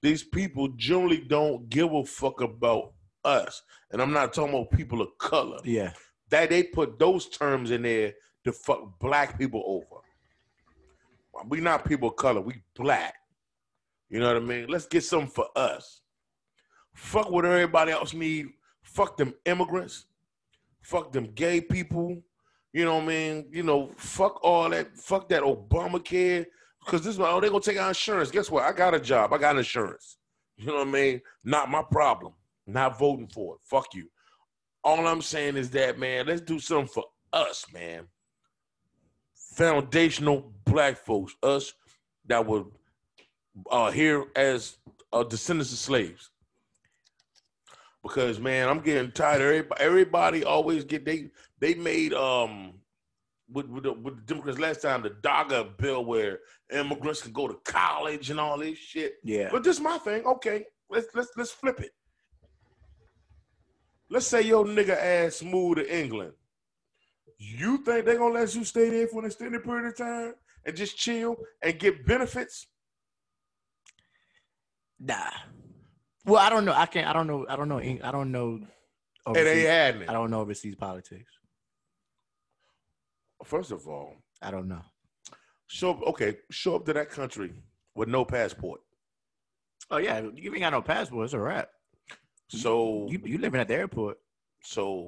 these people generally don't give a fuck about us. And I'm not talking about people of color.
yeah.
That they put those terms in there to fuck black people over. We not people of color, we black. You know what I mean? Let's get something for us. Fuck what everybody else need. Fuck them immigrants. Fuck them gay people. You know what I mean? You know, fuck all that. Fuck that Obamacare. Because this one, oh, they're going to take our insurance. Guess what? I got a job. I got insurance. You know what I mean? Not my problem. Not voting for it. Fuck you. All I'm saying is that, man, let's do something for us, man. Foundational black folks, us that were uh, here as uh, descendants of slaves. Because man, I'm getting tired. Everybody, everybody always get they they made um with with the, with the Democrats last time the DAGA bill where immigrants can go to college and all this shit.
Yeah.
But this is my thing. Okay, let's let's let's flip it. Let's say your nigga ass moved to England. You think they gonna let you stay there for an extended period of time and just chill and get benefits?
Nah. Well, I don't know. I can't I don't know I don't know Eng- I don't know
It ain't
overseas,
happening.
I don't know overseas politics.
First of all,
I don't know.
show up, okay, show up to that country with no passport.
Oh yeah, you ain't got no passport, it's a wrap.
So
You you living at the airport.
so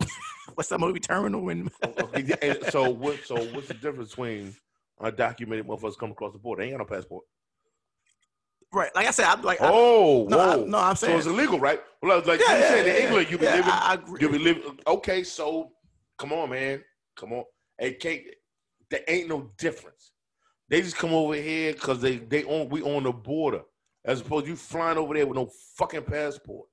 What's that movie terminal when
okay, yeah, and so what so what's the difference between undocumented motherfuckers come across the border? They ain't got no passport.
Right. Like I said, I'm like I-
Oh,
no,
whoa.
I- no, I'm
so
saying
it's illegal, right? Well, like
Yeah,
you
yeah,
said, in
yeah,
England, you be
yeah,
living
I, I agree.
You be living. Okay, so come on, man. Come on. Hey, can't there ain't no difference. They just come over here because they they on we on the border as opposed to you flying over there with no fucking passport.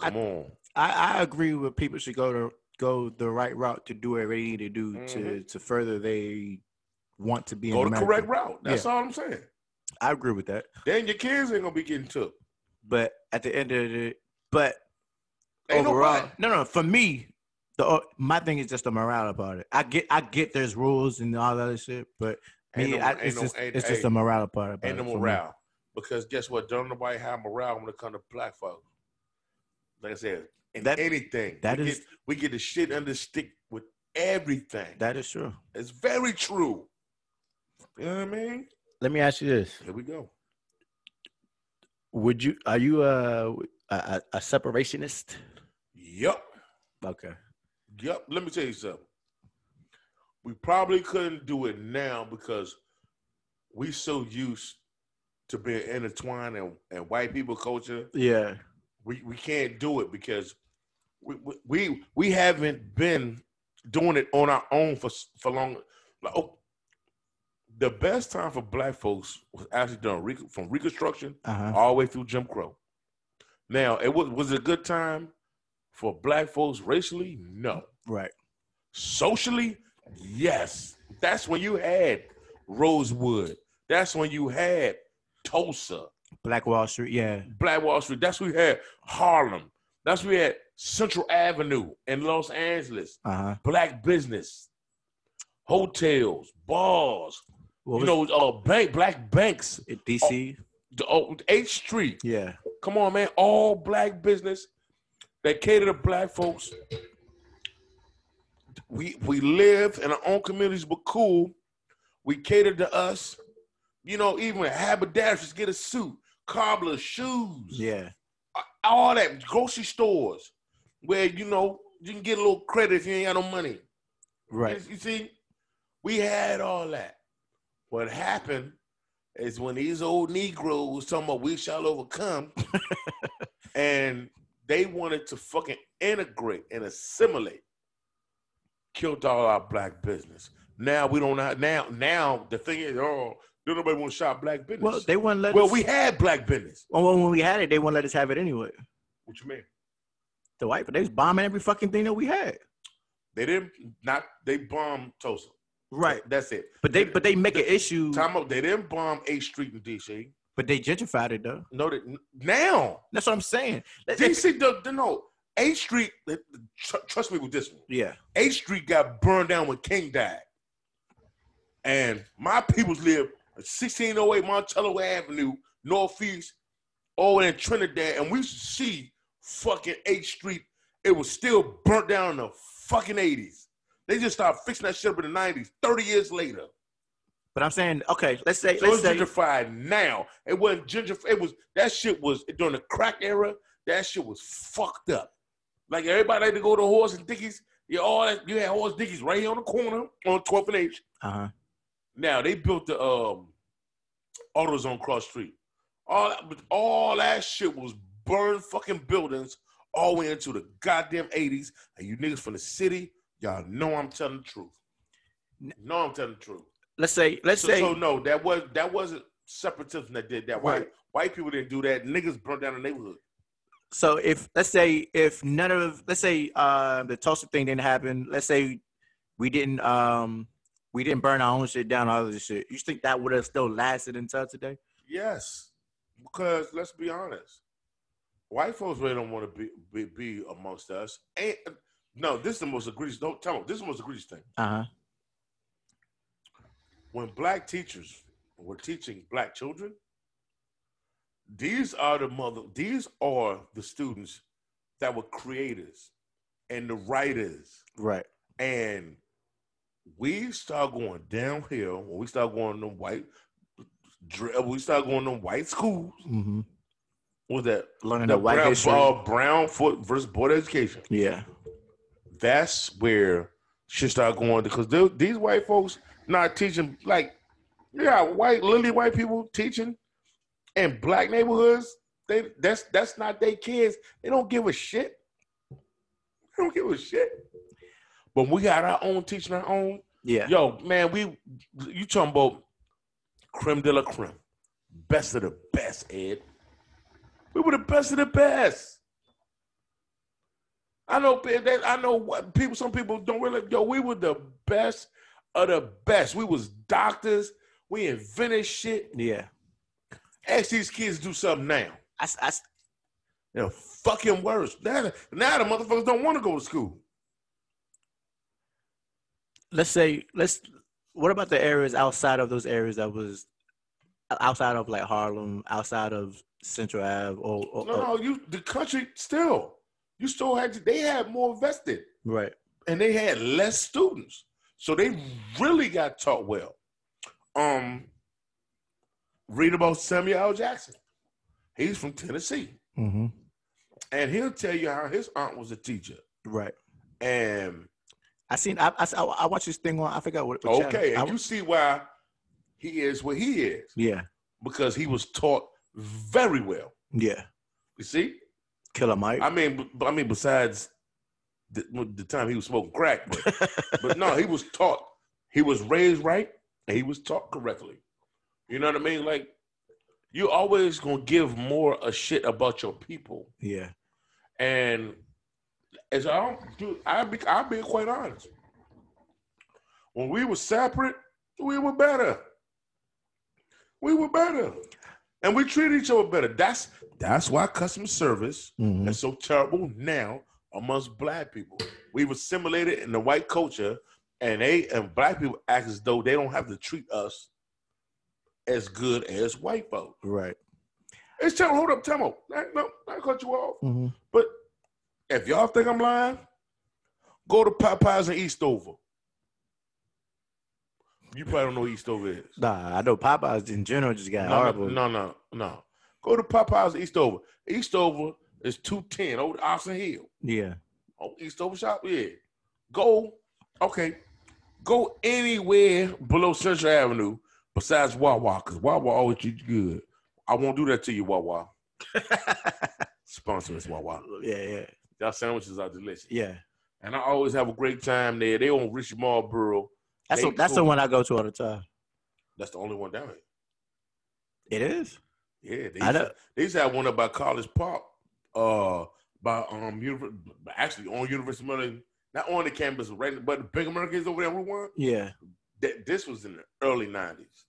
I-
Come on.
I, I agree with people should go to go the right route to do what they need to do to
Mhm.
to further they want to be in
Go the
America.
correct route. That's all I'm saying.
I agree with that.
Then your kids ain't gonna be getting took.
But at the end of the but
Ain't
overall,
nobody-
no, no. For me, the uh, my thing is just the morale about it. I get, I get. There's rules and all that other shit, but
Ain't
me,
no-
I,
ain't
it's
no-
just,
ain't-
it's just
hey,
the morale part about
and
it.
the
Uh, for me.
morale. Because guess what? Don't nobody have morale when it comes to black folks. Like I said, in
That-
anything.
that
we
is-
get, we get the shit under the stick with everything.
That is true.
It's very true. You know what I mean?
Let me ask you this:
Here we go.
Would you are you a a, a, a separationist?
Yup.
Okay.
Yep. Let me tell you something. We probably couldn't do it now because we so used to being intertwined and, and white people culture.
Yeah.
We we can't do it because we we- we we haven't been doing it on our own for s- for long. Like, oh, the best time for black folks was actually done rec- from Reconstruction
Uh huh.
all the way through Jim Crow. Now, it was was it a good time for black folks racially? No
Right.
socially, yes. That's when you had Rosewood. That's when you had Tulsa,
Black Wall Street. Yeah.
Black Wall Street. That's when you had Harlem. That's when you had Central Avenue in Los Angeles.
Uh huh.
Black business, hotels, bars. you know, uh, bank, black banks.
DC.
The old H Street.
Yeah.
Come on, man. All black business that cater to black folks. We we live in our own communities, but cool. We cater to us. You know, even haberdashers get a suit, cobbler shoes,
Yeah.
all that grocery stores where you know you can get a little credit if you ain't got no money.
Right.
You see, we had all that. What happened is when these old Negroes talking about we shall overcome, and they wanted to fucking integrate and assimilate, killed all our black business. Now we don't have now. Now the thing is, oh, don't nobody want to shop black business.
Well,
Well,
they wouldn't let. us,
we had black business.
well, when we had it, they wouldn't let us have it anyway.
What you mean?
The white, but they was bombing every fucking thing that we had.
They didn't not they bombed Tulsa. That's it.
But they, but they make an issue.
Time out. They didn't bomb A Street in DC.
But they gentrified it though.
No, that now
That's what I'm saying. Let-
DC, the, the, no, H Street. tr- Trust me with this one.
Yeah.
H Street got burned down when King died, and my peoples live at 1608 Montello Avenue, Northeast, over in Trinidad, and we used to see fucking H Street. It was still burnt down in the fucking 80s. They just started fixing that shit up in the 90s. 30 years later.
But I'm saying, okay, let's say,
So
let's
it's
say,
gentrified now. It wasn't gentrified. It was that shit was during the crack era. That shit was fucked up. Like everybody had to go to Horse and Dickies. You all that, you had Horse Dickies right here on the corner on 12th and H.
uh huh,
Now they built the um, AutoZone cross street. All that, but all that shit was burned fucking buildings all the way into the goddamn 80s. And you niggas from the city, y'all know I'm telling the truth. No, I'm telling the truth.
let's say, let's
So,
say,
so no, that was that wasn't separatism that did that. White
Right.
white people didn't do that. Niggas burnt down the neighborhood.
so if let's say if none of let's say uh, the Tulsa thing didn't happen, let's say we didn't um we didn't burn our own shit down, all of this shit. You think that would have still lasted until today?
Yes, because let's be honest, white folks really don't want to be, be be amongst us. And no, this is the most egregious. Don't tell me this is the most egregious thing.
Uh huh.
When black teachers were teaching black children, these are the mother. These are the students that were creators and the writers.
Right.
and we start going downhill when we start going to white dr- we start going to white schools
Mm-hmm.
was that
Learning the white
brown,
history.
uh, brown foot versus board of education
Yeah.
that's where shit start going because they- these white folks not teaching like yeah white lily white people teaching in black neighborhoods they that's that's not their kids they don't give a shit they don't give a shit but we got our own teaching our own
Yeah.
Yo, man, we you talking about creme de la creme, best of the best, Ed. We were the best of the best. I know pe- that I know what people. Some people don't really. Yo, we were the best of the best. We was doctors. We invented shit.
Yeah.
Ask these kids to do something now.
I, s- I s-
They're fucking worse. Now, now the motherfuckers don't want to go to school.
let's say let's. What about the areas outside of those areas that was outside of like Harlem, outside of Central Ave, or, or,
No,
or
no, you the country still. You still had to. They had more vested.
right?
and they had less students, so they really got taught well. Um, read about Samuel L. Jackson. He's from Tennessee,
Mm-hmm.
and he'll tell you how his aunt was a teacher.
Right.
And
I seen. I, I I I watched this thing on. I forgot what. what channel.
okay,
I-
and you see why he is what he is
yeah.
because he was taught very well.
Yeah.
You see,
Killer Mike.
I mean, b- I mean, besides the, the time he was smoking crack, but, but no, he was taught, he was raised right, and he was taught correctly. You know what I mean? Like, you always gonna give more a shit about your people,
yeah.
and as I don't do, I be, I'm being quite honest. When we were separate, we were better. We were better, and we treated each other better. That's that's why customer service
Mhm.
that's so terrible now amongst black people. We've assimilated in the white culture, and they and black people act as though they don't have to treat us as good as white folk.
Right.
It's terrible. Hold up, Temo. I, no, I cut you off.
Mm-hmm.
But if y'all think I'm lying, go to Popeyes in Eastover. You probably don't know what Eastover is.
Nah, I know Popeyes in general just got
No,
horrible.
no, no, no, no. Go to Popeyes in Eastover. Eastover is 210 over Austin Hill.
Yeah.
Oh, Eastover Shop, yeah. Go, okay. Go anywhere below Central Avenue besides Wawa, because Wawa always treats you good. I won't do that to you, Wawa. Sponsor us, Wawa.
Yeah. Yeah.
Y'all sandwiches are delicious.
Yeah.
And I always have a great time there. They on Richard Marlboro.
That's the-
They
that's the
cool.
one I go to all the time.
That's the only one down
It is.
here. Yeah, they
I
used,
know.
to, they used to have one up by College Park, uh, by um, univer- actually on University of Maryland, not on the campus, right? But the Big America is over there, Route One.
Yeah.
that this was in the early nineties,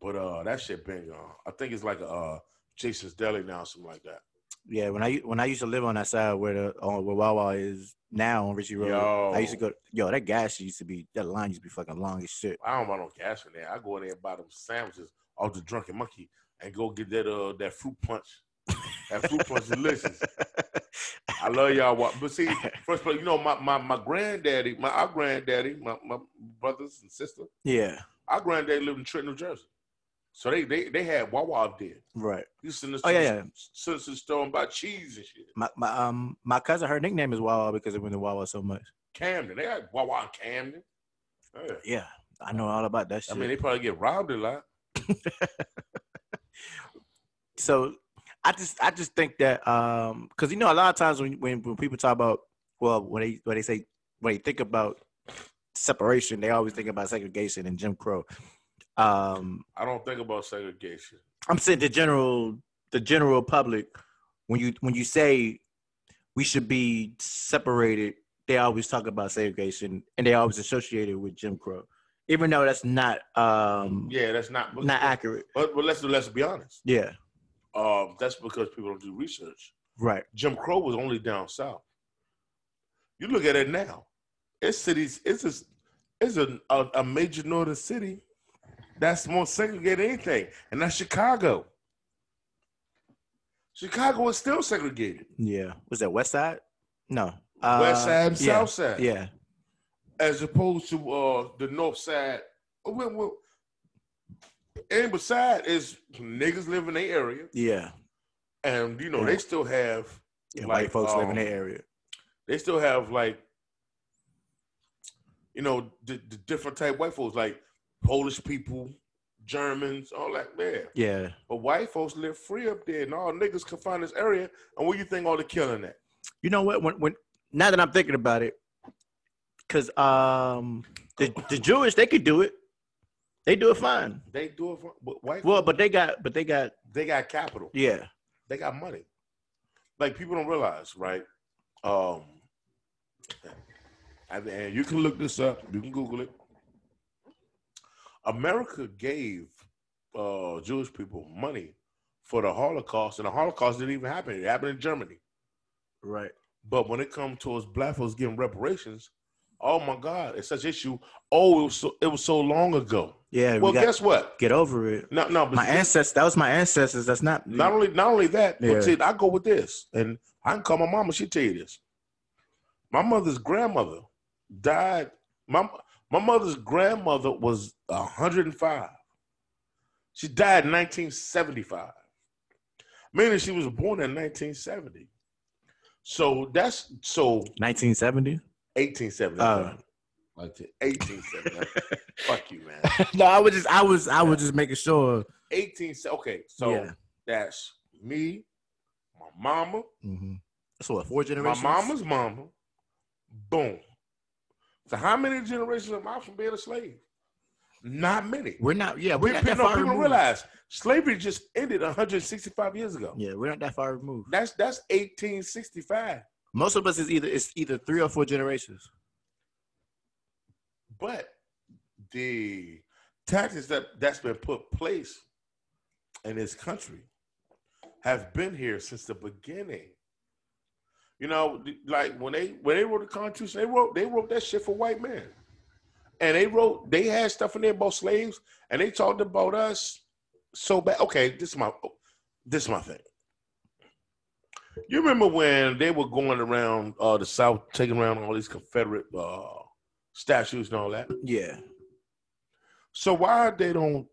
but uh, that shit been gone. I think it's like a uh, Jason's Deli now, something like that.
Yeah. When I when I used to live on that side where the on where Wawa is now on Richie Road, I used to
Yo.
go. Yo, that gas used to be that line used to be fucking long as shit.
I don't buy no gas from there. I go in there and buy them sandwiches off the Drunken Monkey and go get that uh that fruit punch. that fruit punch delicious. I love y'all. Wa- But see, first place, you know my my my granddaddy, my our granddaddy, my my brothers and sister,
Yeah.
our granddaddy lived in Trenton, New Jersey, so they they they had Wawa up there.
Right.
You send us
Oh, yeah, yeah.
send us to the store and buy cheese and shit.
My my um my cousin her nickname is Wawa because they went to Wawa so much.
Camden. They got Wawa in Camden. Yeah.
Yeah, I know all about that
I
shit.
mean, they probably get robbed a lot.
so I just I just think that um because you know a lot of times when, when when people talk about well when they when they say when they think about separation they always think about segregation and Jim Crow. Um,
I don't think about segregation.
I'm saying the general the general public when you when you say we should be separated, they always talk about segregation and they always associate it with Jim Crow, even though that's not um
Yeah, that's not
not accurate.
But, but let's let's be honest.
Yeah,
Um, that's because people don't do research.
right.
Jim Crow was only down south. You look at it now. It's cities. It's a it's a, a, a major northern city that's more segregated than anything, and that's Chicago. Chicago is still segregated.
Yeah, was that West Side? No, uh,
West side, and
yeah.
south side.
Yeah,
as opposed to uh the north side. Oh, Well, well, and beside is niggas live in their area,
yeah,
and you know they still have
yeah.
Like,
white folks live in
um,
that area.
they still have like you know the, the different type white folks like Polish people, Germans, all that there.
Yeah,
But white folks live free up there, and all niggas can find this area. And where you think all the killing at?
you know what? When when now that I'm thinking about it, because um the the Jewish they could do it, they do it fine.
They do it. For, but white
Well, but they got but they got
they got capital.
yeah
they got money. Like people don't realize, right? Um, and- and you can look this up. You can Google it. America gave uh, Jewish people money for the Holocaust, and the Holocaust didn't even happen. It happened in Germany.
right
But when it comes towards black folks getting reparations, oh my God, it's such an issue. Oh, it was so, it was so long ago.
yeah. we
well,
got,
guess what?
get over it.
No, no, but
My ancestors that was my ancestors. That's not
Not only not only that,
Yeah.
but see, I go with this, and I can call my mama. She tell you this. My mother's grandmother died. My my mother's grandmother was 105. She died in 1975, meaning she was born in 1970. So that's so
1970.
1870.
Oh.
like to 1870. Fuck you, man.
no, I was just, I was, I was just making sure.
18. se- Okay, so
Yeah.
that's me, my mama,
Mm-hmm. So what? Four
my
generations.
mama's mama. Boom. So how many generations am I from being a slave? Not many.
We're not. Yeah, we're not
people
that
no,
far
people don't
removed.
realize slavery just ended 165 years ago.
Yeah, we're not that far removed.
That's that's 1865.
Most of us is either it's either three or four generations.
But the tactics that that's been put place in this country have been here since the beginning. You know, like when they when they wrote the Constitution, they wrote they wrote that shit for white men, and they wrote they had stuff in there about slaves, and they talked about us so bad. Okay, this is my this is my thing. You remember when they were going around uh, the South, taking around all these Confederate uh, statues and all that?
Yeah.
So why they don't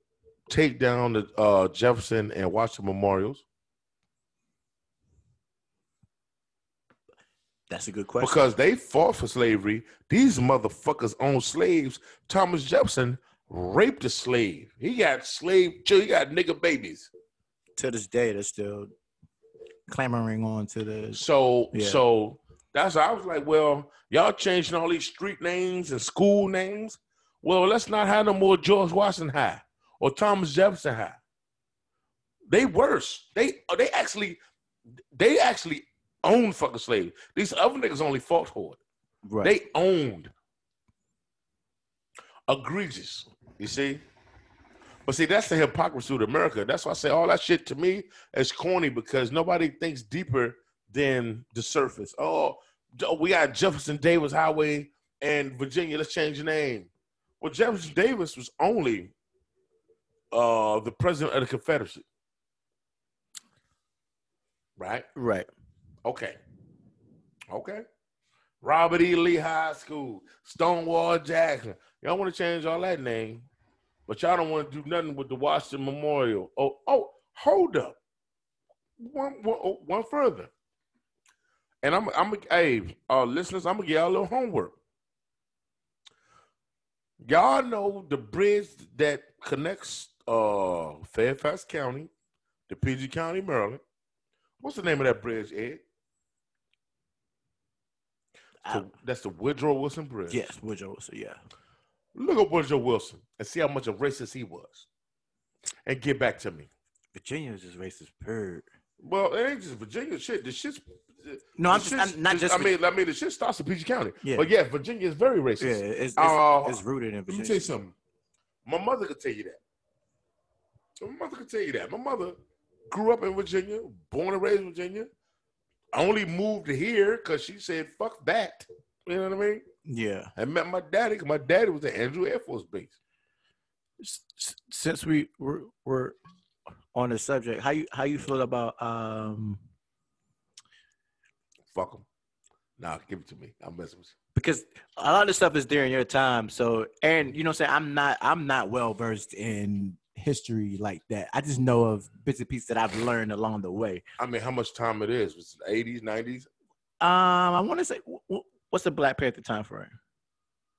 take down the uh, Jefferson and Washington memorials?
That's a good question.
Because they fought for slavery. These motherfuckers owned slaves. Thomas Jefferson raped a slave. He got slave children. He got nigga babies.
to this day, they're still clamoring on to the.
So
Yeah.
so that's I was like, well, y'all changing all these street names and school names. Well, let's not have no more George Washington High or Thomas Jefferson High. They worse. They they actually they actually own fucking slaves. These other niggas only fought for it.
Right.
They owned. Egregious. You see? But see, that's the hypocrisy of America. That's why I say all that shit to me is corny because nobody thinks deeper than the surface. Oh, d- we got Jefferson Davis Highway and Virginia. Let's change the name. Well, Jefferson Davis was only uh, the president of the Confederacy. Right?
right.
Okay. Okay. Robert E. Lee High School, Stonewall Jackson. Y'all want to change all that name, but y'all don't want to do nothing with the Washington Memorial. Oh, oh, hold up. One, one, oh, one further. And I'm, I'm, hey, uh, listeners, I'm gonna give y'all a little homework. Y'all know the bridge that connects uh Fairfax County to PG County, Maryland. What's the name of that bridge, Ed?
Uh,
So that's the Woodrow Wilson Bridge.
yes, Woodrow Wilson. Yeah.
Look at Woodrow Wilson and see how much of a racist he was. And get back to me.
Virginia is just racist. Purr.
Well, it ain't just Virginia shit. The shit's
No, I'm
the
just
shit's-
I'm not
the-
just.
I mean, I mean, the shit starts in PG County.
Yeah.
But yeah, Virginia is very
yeah,
racist.
it's, Oh, it's,
Uh,
it's rooted in
Let me tell you
Virginia.
something. My mother could tell you that. My mother could tell you that. My mother grew up in Virginia, born and raised in Virginia. Only moved here because she said, fuck that. You know what I mean?
Yeah.
I met my daddy 'cause my daddy was at Andrew Air Force Base.
S- s- Since we were, were on the subject, how you how you feel about um
Fuck them. Nah, give it to me. I'm messing with
because a lot of this stuff is during your time. So, and you know, what I'm saying I'm not, I'm not well versed in history like that. I just know of bits and pieces that I've learned along the way.
you. I mean, how much time it is? Was it 80s, 90s?
Um, I want to say, wh- wh- what's the Black Panther time frame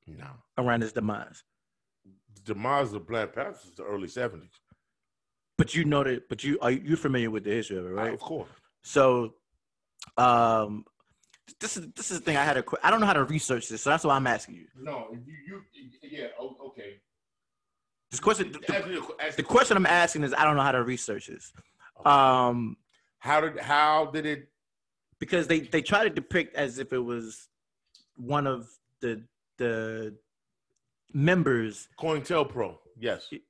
No.
around his demise?
The demise of Black Panthers is the early 70s.
But you know that, but you are you familiar with the history of it, right?
Of course.
So, um, this is this is the thing I had a que- I don't know how to research this, so that's why I'm asking you.
No, you, you yeah, okay.
This question, the- the, the question I'm asking is I don't know how to research this. Um,
How did how did it?
because they they try to depict as if it was one of the the members
COINTELPRO. Yes.
It-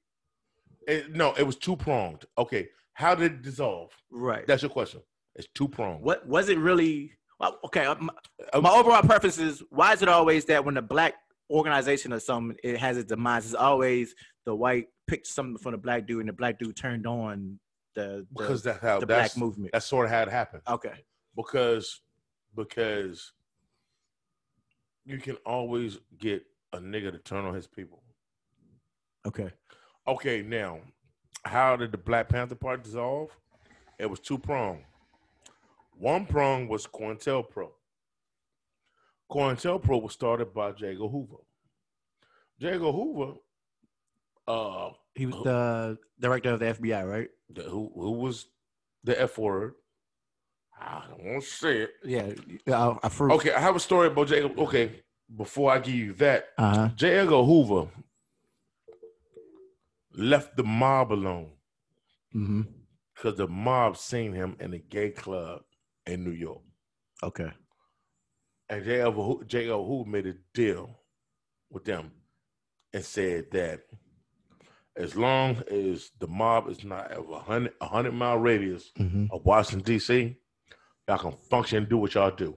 It- no, it was two pronged. Okay. How did it dissolve?
right
That's your question. It's two pronged.
what was it really well, okay my, my overall purpose is why is it always that when a black organization or something it has its demise it's always the white picked something from the black dude and the black dude turned on the the,
Because that's how
the
that's,
black movement
that's sort of how it happened.
okay
because because you can always get a nigga to turn on his people.
Okay.
Okay, now, how did the Black Panther Party dissolve? It was two prong. One prong was COINTELPRO. COINTELPRO was started by Jago Hoover. Jago Hoover, uh,
He was the director of the FBI, right?
the, who who was the F word? I don't want to say it.
Yeah. I, I fruit.
Okay, I have a story about Jago. Okay, before I give you that,
Uh huh.
J. Edgar Hoover left the mob alone
Mm-hmm.
because the mob seen him in a gay club in New York.
Okay.
And J. Edgar Hoo- J. Edgar Hoover made a deal with them and said that as long as the mob is not of a 100, a 100 mile radius
Mm-hmm.
of Washington, D.C., y'all can function and do what y'all do.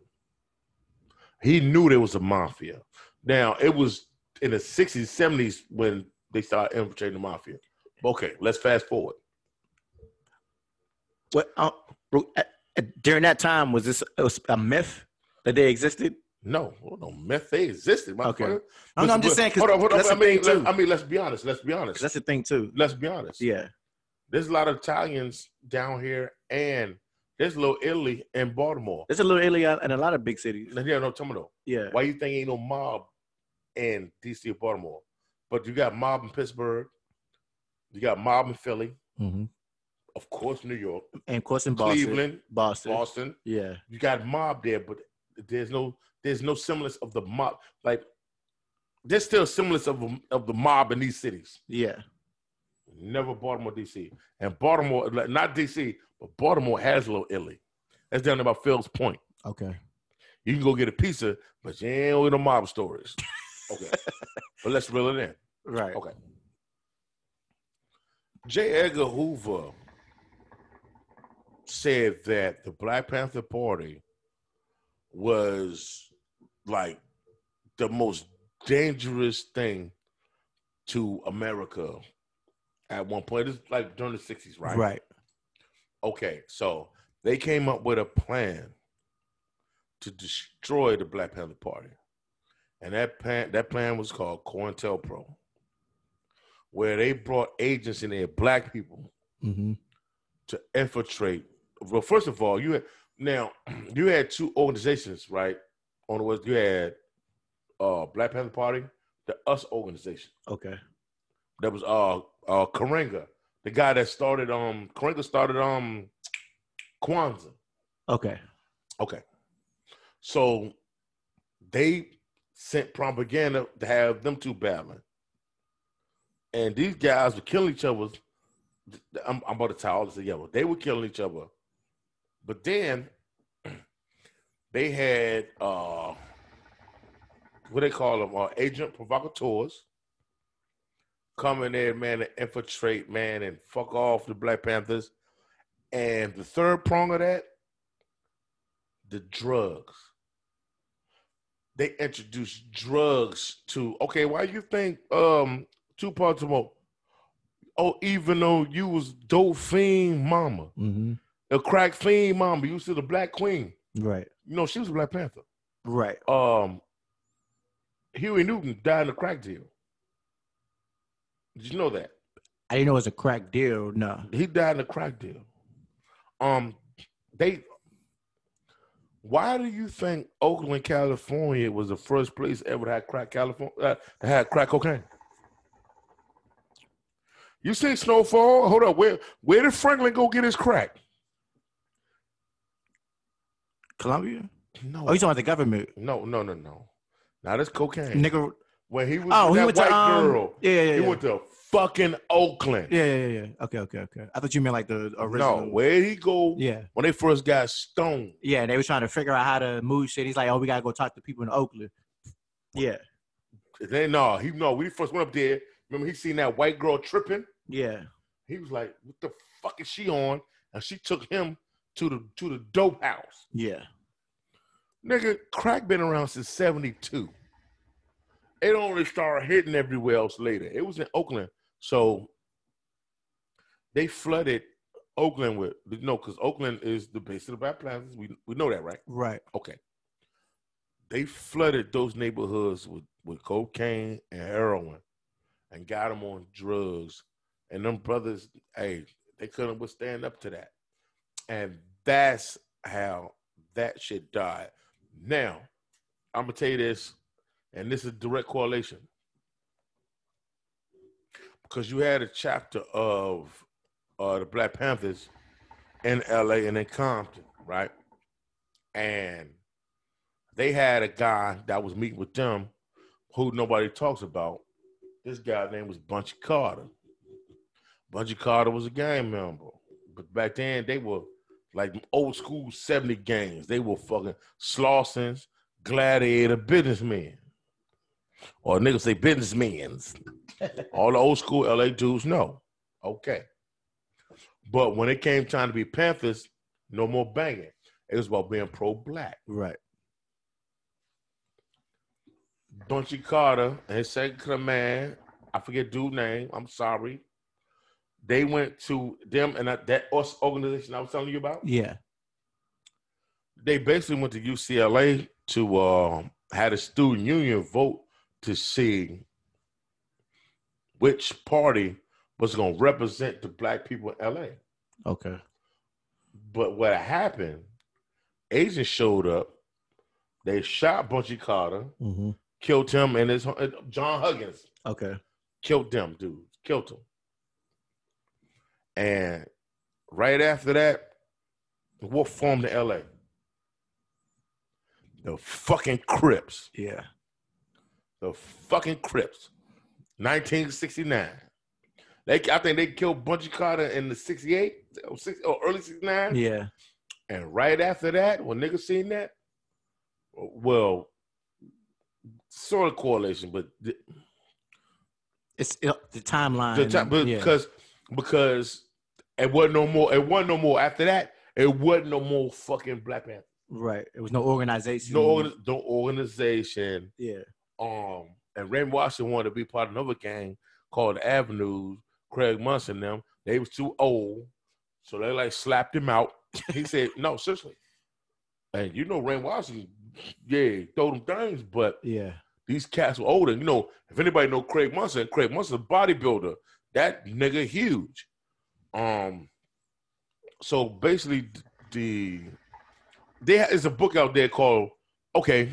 He knew there was a mafia. Now, it was in the 60s, 70s when they started infiltrating the mafia. Okay, let's fast forward.
What uh, bro, at- at- during that time was this a, a myth that they existed?
No, hold on, meth, they existed. My
Okay.
friend.
No, no, I'm just saying 'cause
hold on, hold on.
that's
I
the
mean,
thing,
let-
too.
I mean, let's be honest. Let's be honest.
'Cause that's the thing too.
let's be honest.
Yeah.
There's a lot of Italians down here, and there's little Italy in Baltimore.
There's a little illegal in a lot of big cities.
Now, Yeah, no, tell me though.
Yeah.
Why you think ain't no mob in DC or Baltimore? But you got mob in Pittsburgh, you got mob in Philly,
Mm-hmm.
of course New York,
And of course in Boston.
Cleveland,
Boston.
Boston.
Yeah.
You got mob there, but there's no there's no semblance of the mob. Like there's still semblance of of the mob in these cities.
Yeah.
Never Baltimore, DC, and Baltimore, like, not DC, but Baltimore has a little Italy. That's down about Phil's Point.
Okay.
You can go get a pizza, but you ain't with no mob stories. Okay, but let's reel it in.
Right.
Okay. J. Edgar Hoover said that the Black Panther Party was like the most dangerous thing to America at one point. It's like during the 60s, right?
Right.
Okay, so they came up with a plan to destroy the Black Panther Party. And that plan, that plan was called COINTELPRO, where they brought agents in there, black people,
Mm-hmm.
to infiltrate. Well, first of all, you had, now you had two organizations, right? On the West, you had uh, Black Panther Party, the US organization.
Okay.
That was uh uh Karenga, the guy that started um Karenga started um Kwanzaa.
Okay.
Okay. So they sent propaganda to have them two battling. And these guys were killing each other. I'm, I'm about to tie all this together. They were killing each other. But then they had uh what they call them, uh, agent provocateurs come in there, man, and infiltrate, man, and fuck off the Black Panthers. And the third prong of that the drugs. They introduced drugs to okay, why you think um Tupac Tamo? Oh, even though you was dope fiend mama,
Mm-hmm.
a crack fiend mama, you see the black queen.
Right.
You know, she was a black panther.
Right.
Um Huey Newton died in a crack deal. Did you know that?
I didn't know it was a crack deal. No.
He died in a crack deal. Um, they. Why do you think Oakland, California, was the first place ever to have crack California uh, to have crack cocaine? You see Snowfall? Hold up, where where did Franklin go get his crack?
Columbia?
No,
Oh, you talking about the government?
no, no, no, no. Not his cocaine.
Nigga.
When he was
Oh,
with
he
that
went
white
to um,
girl,
Yeah, yeah, yeah.
he went to fucking Oakland.
yeah, yeah, yeah, yeah. Okay, okay, okay. I thought you meant like the original.
no, where he go
Yeah,
when they first got stoned?
yeah. They were trying to figure out how to move shit. He's like, oh, we gotta go talk to people in Oakland. Yeah,
Then no, he no. We first went up there. Remember, he seen that white girl tripping.
yeah.
He was like, "What the fuck is she on?" And she took him to the to the dope house.
Yeah.
Nigga, crack been around since '72. It only started hitting everywhere else later. It was in Oakland, so they flooded Oakland with no, because Oakland is the base of the Black Panthers. We we know that, right?
Right.
Okay. they flooded those neighborhoods with, with cocaine and heroin and got them on drugs. And them brothers, hey, they couldn't withstand up to that. And that's how that shit died. Now, I'm going to tell you this, and this is direct correlation. Because you had a chapter of uh, the Black Panthers in LA and in Compton, right? And they had a guy that was meeting with them who nobody talks about. This guy's name was Bunchy Carter. Bunchy Carter was a gang member. But back then they were like old school 70 gangs. They were fucking Slausons, Gladiator, businessmen. Or niggas say businessmen. All the old school LA dudes know. Okay. But when it came time to be Panthers, no more banging. It was about being pro black.
Right.
Bunchy Carter and his second command, I forget dude name, I'm sorry. They went to them and that, that us organization I was telling you about.
Yeah.
They basically went to UCLA to um, had a student union vote to see which party was going to represent the black people in LA.
Okay.
But what happened, agents showed up, they shot Bunchy Carter,
Mm-hmm.
killed him, and his and John Huggins
Okay.
killed them dudes, killed him. And right after that, what formed the LA? The fucking Crips.
Yeah.
The fucking Crips. 1969. They, I think they killed Bunchy Carter in the 68 or, six, or early 69.
Yeah.
And right after that, when niggas seen that, well, sort of correlation, but the,
It's it, the timeline.
the time, but
yeah.
because because it wasn't no more. It wasn't no more after that. It wasn't no more fucking Black Panther.
Right. It was no organization.
No, organ- no organization.
Yeah.
Um, and Ray Washington wanted to be part of another gang called the Avenues. Craig Munson them. They was too old, so they like slapped him out. He said, "No, seriously." And you know, Ray Washington, yeah, throw them things, but
Yeah.
these cats were older. You know, if anybody know Craig Munson, Craig Munson's a bodybuilder. That nigga huge. Um, so basically, the there is a book out there called "Okay,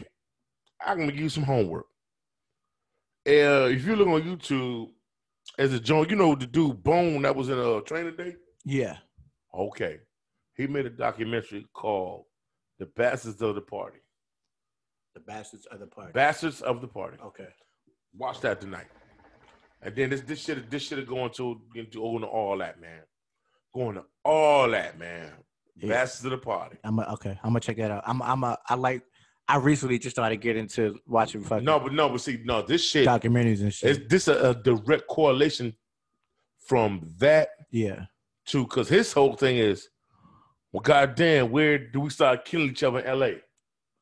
I'm gonna give you some homework." Uh, if you look on YouTube, as a joint, you know the dude Bone that was in a training day.
Yeah.
Okay, he made a documentary called "The Bastards of the Party."
The bastards of the party.
Bastards of the Party.
okay.
Watch that tonight. And then this this shit this shit going to into going to all that man, going to all that man.
Yeah.
That's to the party.
I'm a, okay. I'm gonna check that out. I'm I'm a I like I recently just started getting into watching fucking
No, but no, but see, no, this shit
documentaries and shit.
is this a, a direct correlation from that
yeah.
to because his whole thing is, well, goddamn, where do we start killing each other in L.A.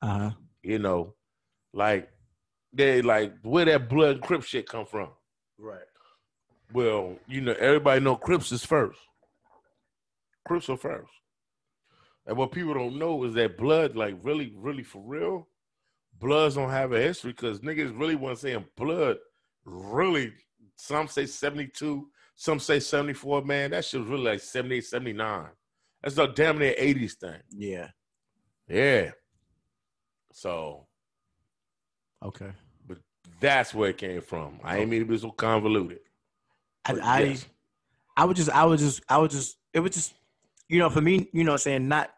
Uh huh.
You know, like they like where that blood and crip shit come from?
Right.
Well, you know, everybody know Crips is first. Crips are first. And what people don't know is that blood, like really, really for real, bloods don't have a history because niggas really want to saying blood. Really, some say 72, some say 74. Man, that shit was really like 78, 79. That's the damn near 80s thing.
Yeah.
Yeah. So
Okay.
that's where it came from. I ain't mean to be so convoluted.
Oh. I
but
I,
yes.
I would just I would just I would just it was just you know for me you know what I'm saying not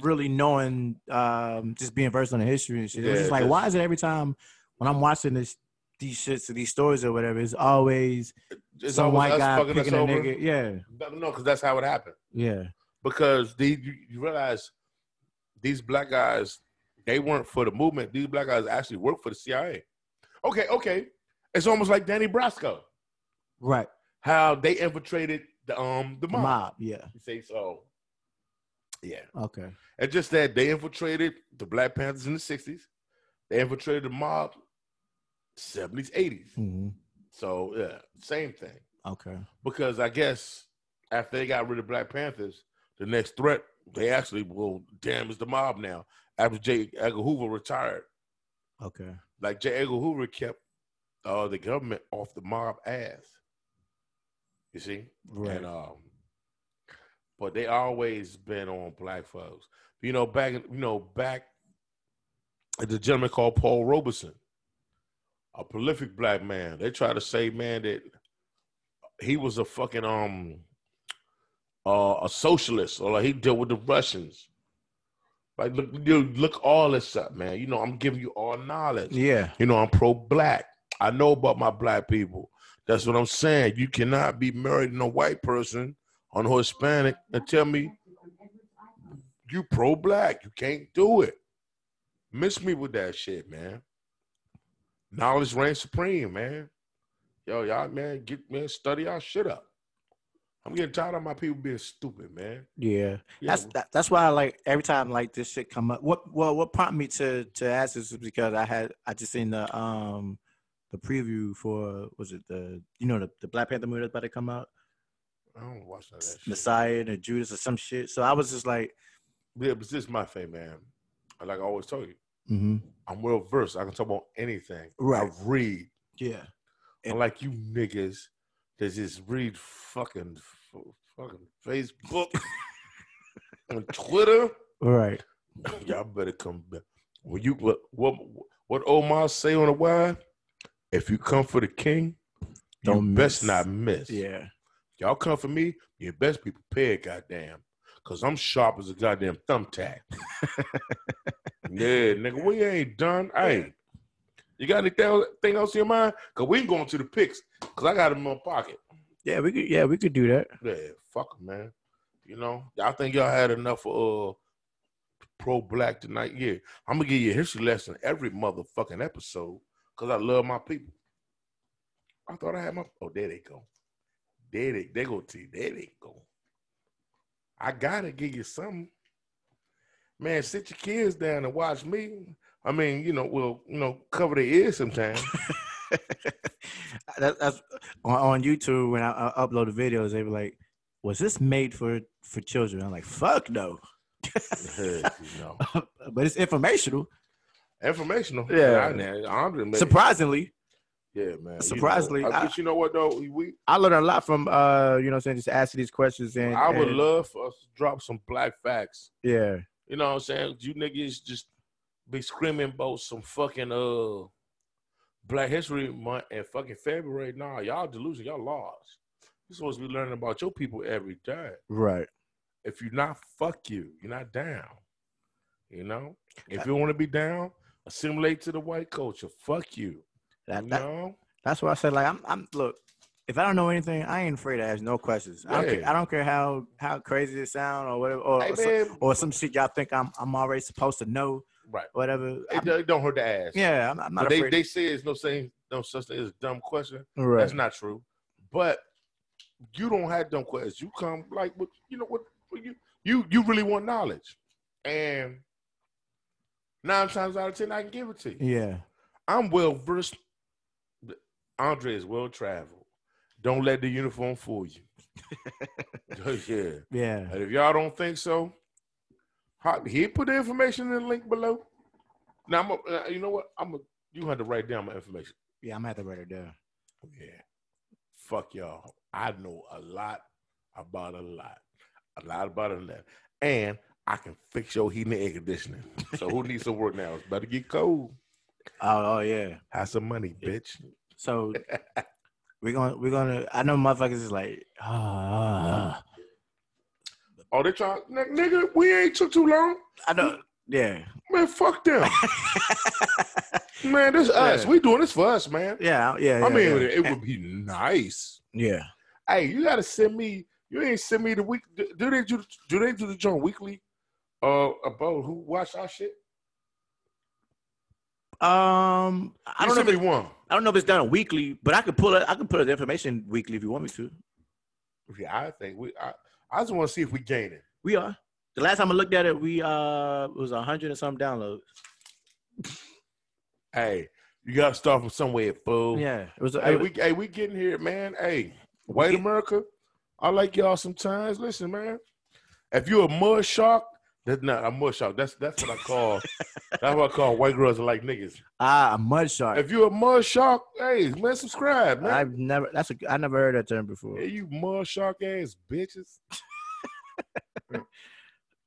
really knowing um just being versed on the history and shit. it was
Yeah,
just like
just-
why is it every time when I'm watching this these shits or these stories or whatever it's always
It's
some
always
white
us
guy
fucking us
picking a
over.
nigga. Yeah.
No, because that's how it happened.
Yeah.
because the you, you realize these black guys they weren't for the movement. These black guys actually worked for the CIA. Okay, okay, it's almost like Danny Brasco,
Right.
how they infiltrated the um the
The
mob.
mob. Yeah.
You say so? Yeah,
Okay.
it's just that they infiltrated the Black Panthers in the '60s. They infiltrated the mob '70s, '80s.
hmm
So yeah, same thing.
Okay.
because I guess after they got rid of Black Panthers, the next threat they actually will damn is the mob now. After J. Edgar Hoover retired,
Okay.
Like J. Edgar Hoover kept uh, the government off the mob ass. You see?
Right.
And um, but they always been on black folks. You know, back you know back, there's a gentleman called Paul Robeson, a prolific black man. They try to say, man, that he was a fucking um, uh, a socialist or like he dealt with the Russians. Like look, dude, look all this up, man. You know, I'm giving you all knowledge.
yeah.
You know, I'm pro black. I know about my black people. That's what I'm saying. You cannot be married to a white person or no Hispanic and tell me you pro black. You can't do it. Miss me with that shit, man. Knowledge reigns supreme, man. Yo, y'all, man, get man, study our shit up. I'm getting tired of my people being stupid, man.
Yeah.
Yeah,
That's that, that's why I like every time like this shit come up. What well what prompted me to to ask this is because I had I just seen the um the preview for was it the you know the, the Black Panther movie that's about to come out
I don't watch none of that shit.
Messiah and Judas or some shit. So I was just like,
Yeah, but this is my thing, man. Like I always tell you,
mm-hmm.
I'm well versed. I can talk about anything.
Right.
I read.
yeah,
And like you niggas that just read fucking f- fucking Facebook and Twitter.
right,
Y'all better come back. When you what what what Omar say on the wire? If you come for the king,
Don't
you best
miss.
not miss.
yeah,
Y'all come for me, you best be prepared, goddamn. Cause I'm sharp as a goddamn thumbtack. yeah, nigga, we ain't done. I ain't. You got anything else- thing else in your mind? Cause we ain't going to the picks. Cause I got them in my pocket.
yeah. We could yeah we could do that.
Yeah, fuck 'em, man. You know, I think y'all had enough uh pro black tonight. Yeah, I'm gonna give you a history lesson every motherfucking episode because I love my people. I thought I had my oh there they go. There they they go T there they go. I gotta give you something. Man, sit your kids down and watch me. I mean, you know, we'll you know, cover their ears sometimes.
that, that's on, on YouTube when I, I upload the videos. They were like, was this made for for children? I'm like, fuck no.
you know.
but it's informational.
Informational.
Yeah.
I, I, I,
Surprisingly,
Yeah, man.
Surprisingly,
you know, I,
I-
but you know what though, we
I learned a lot from uh, you know, what I'm saying just asking these questions and
I would
and-
love for us to drop some black facts.
yeah,
You know what I'm saying? You niggas just be screaming about some fucking uh Black History Month and fucking February. Nah, y'all delusion, y'all lost. You're supposed to be learning about your people every day.
right,
If you're not, fuck you. You're not down. You know? If you want to be down, assimilate to the white culture. Fuck you. You
that, that,
know?
that's why I said like I'm I'm look. If I don't know anything, I ain't afraid to ask no questions. I, don't care,
Yeah.
I don't care how how crazy it sound or whatever, or,
Hey,
or, some,
man.
or some shit y'all think I'm I'm already supposed to know,
Right.
whatever.
It,
I'm-
don't- it don't hurt to ask.
yeah, I'm, I'm not
But they,
afraid.
they say it's no saying no such thing as a dumb question.
right.
That's not true. But you don't have dumb questions. You come like what you know what, what you you you really want knowledge. And nine times out of ten I can give it to you.
yeah,
I'm well versed. Andre is well traveled. Don't let the uniform fool you. yeah.
yeah,
And if y'all don't think so, hot- he put the information in the link below. Now I'm a, uh, you know what? I'm a, you had to write down my information.
yeah. I'm gonna have to write it down.
Yeah. Fuck y'all. I know a lot about a lot. A lot about a lot. And I can fix your heating and air conditioning. So who needs to work now? It's better get cold.
Oh, oh yeah.
Have some money, bitch.
So we're gonna we're gonna. I know motherfuckers is like, ah,
Oh, they trying N- nigga, we ain't took too long.
I know. Yeah,
Man, fuck them. Man, this us.
Yeah.
We doing this for us, man.
yeah, yeah. yeah,
I mean,
yeah.
it would be nice.
yeah.
Hey, you gotta send me. You ain't send me the week. Do do they do? Do they do the joint weekly? Uh, about who watch our shit?
Um, I
You
don't know.
send
If it,
me one.
I don't know if it's done weekly, but I could pull it. I could put the information weekly if you want me to.
Yeah, I think we. I, I just want to see if we gain it.
We are. The last time I looked at it, we uh it was a hundred and some downloads.
Hey, you gotta start from somewhere, fool.
Yeah, it was.
Hey, we. Hey, we getting here, man. Hey, white
get-
America. I like y'all sometimes. Listen, man. If you're a mud shark, that's not a mud shark. That's that's what I call That's why I call white girls are like niggas.
Ah, a mud shark.
If you a mud shark, hey man, subscribe, man.
I've never. That's a. I never heard that term before.
Yeah, you mud shark ass bitches.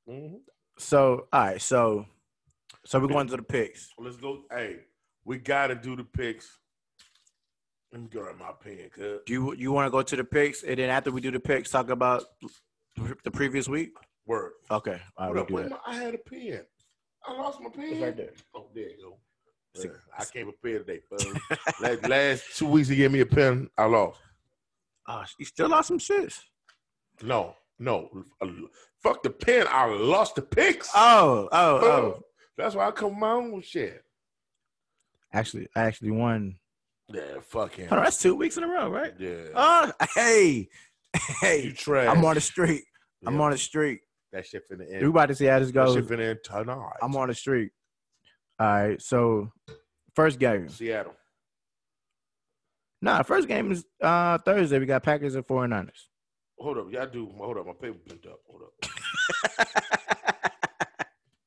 Mhm.
So all right. So, so we're going to the picks.
Let's go. Hey, we gotta do the picks. Let me go in my pen, cuz.
Do you you want to go to the picks and then after we do the picks, talk about the previous week?
Word.
Okay. All
What
right.
up?
We'll do
Where
that.
my, I had a pen. I lost my pen.
there.
Oh, there you go.
It's a-
Man, I can't prepare today, fella. last, last two weeks he gave me a pen. I lost.
Oh, you still lost some shits.
No, no. Uh, Fuck the pen. I lost the picks.
Oh, oh,
Fella,
oh.
That's why I come with my own shit.
Actually, I actually won.
Yeah, fuck him.
Hold on, that's two weeks in a row, right?
Yeah.
Oh, hey,
you
hey.
trash.
I'm on the street. I'm
Yeah,
on the street.
that shit finna
We
end.
about to see how this
That
goes.
shit finna end tonight.
I'm on the street. All right. So, first game.
Seattle.
Nah, first game is uh Thursday. We got Packers and 49ers.
Hold up, y'all do. Hold up, my paper picked up. Hold up.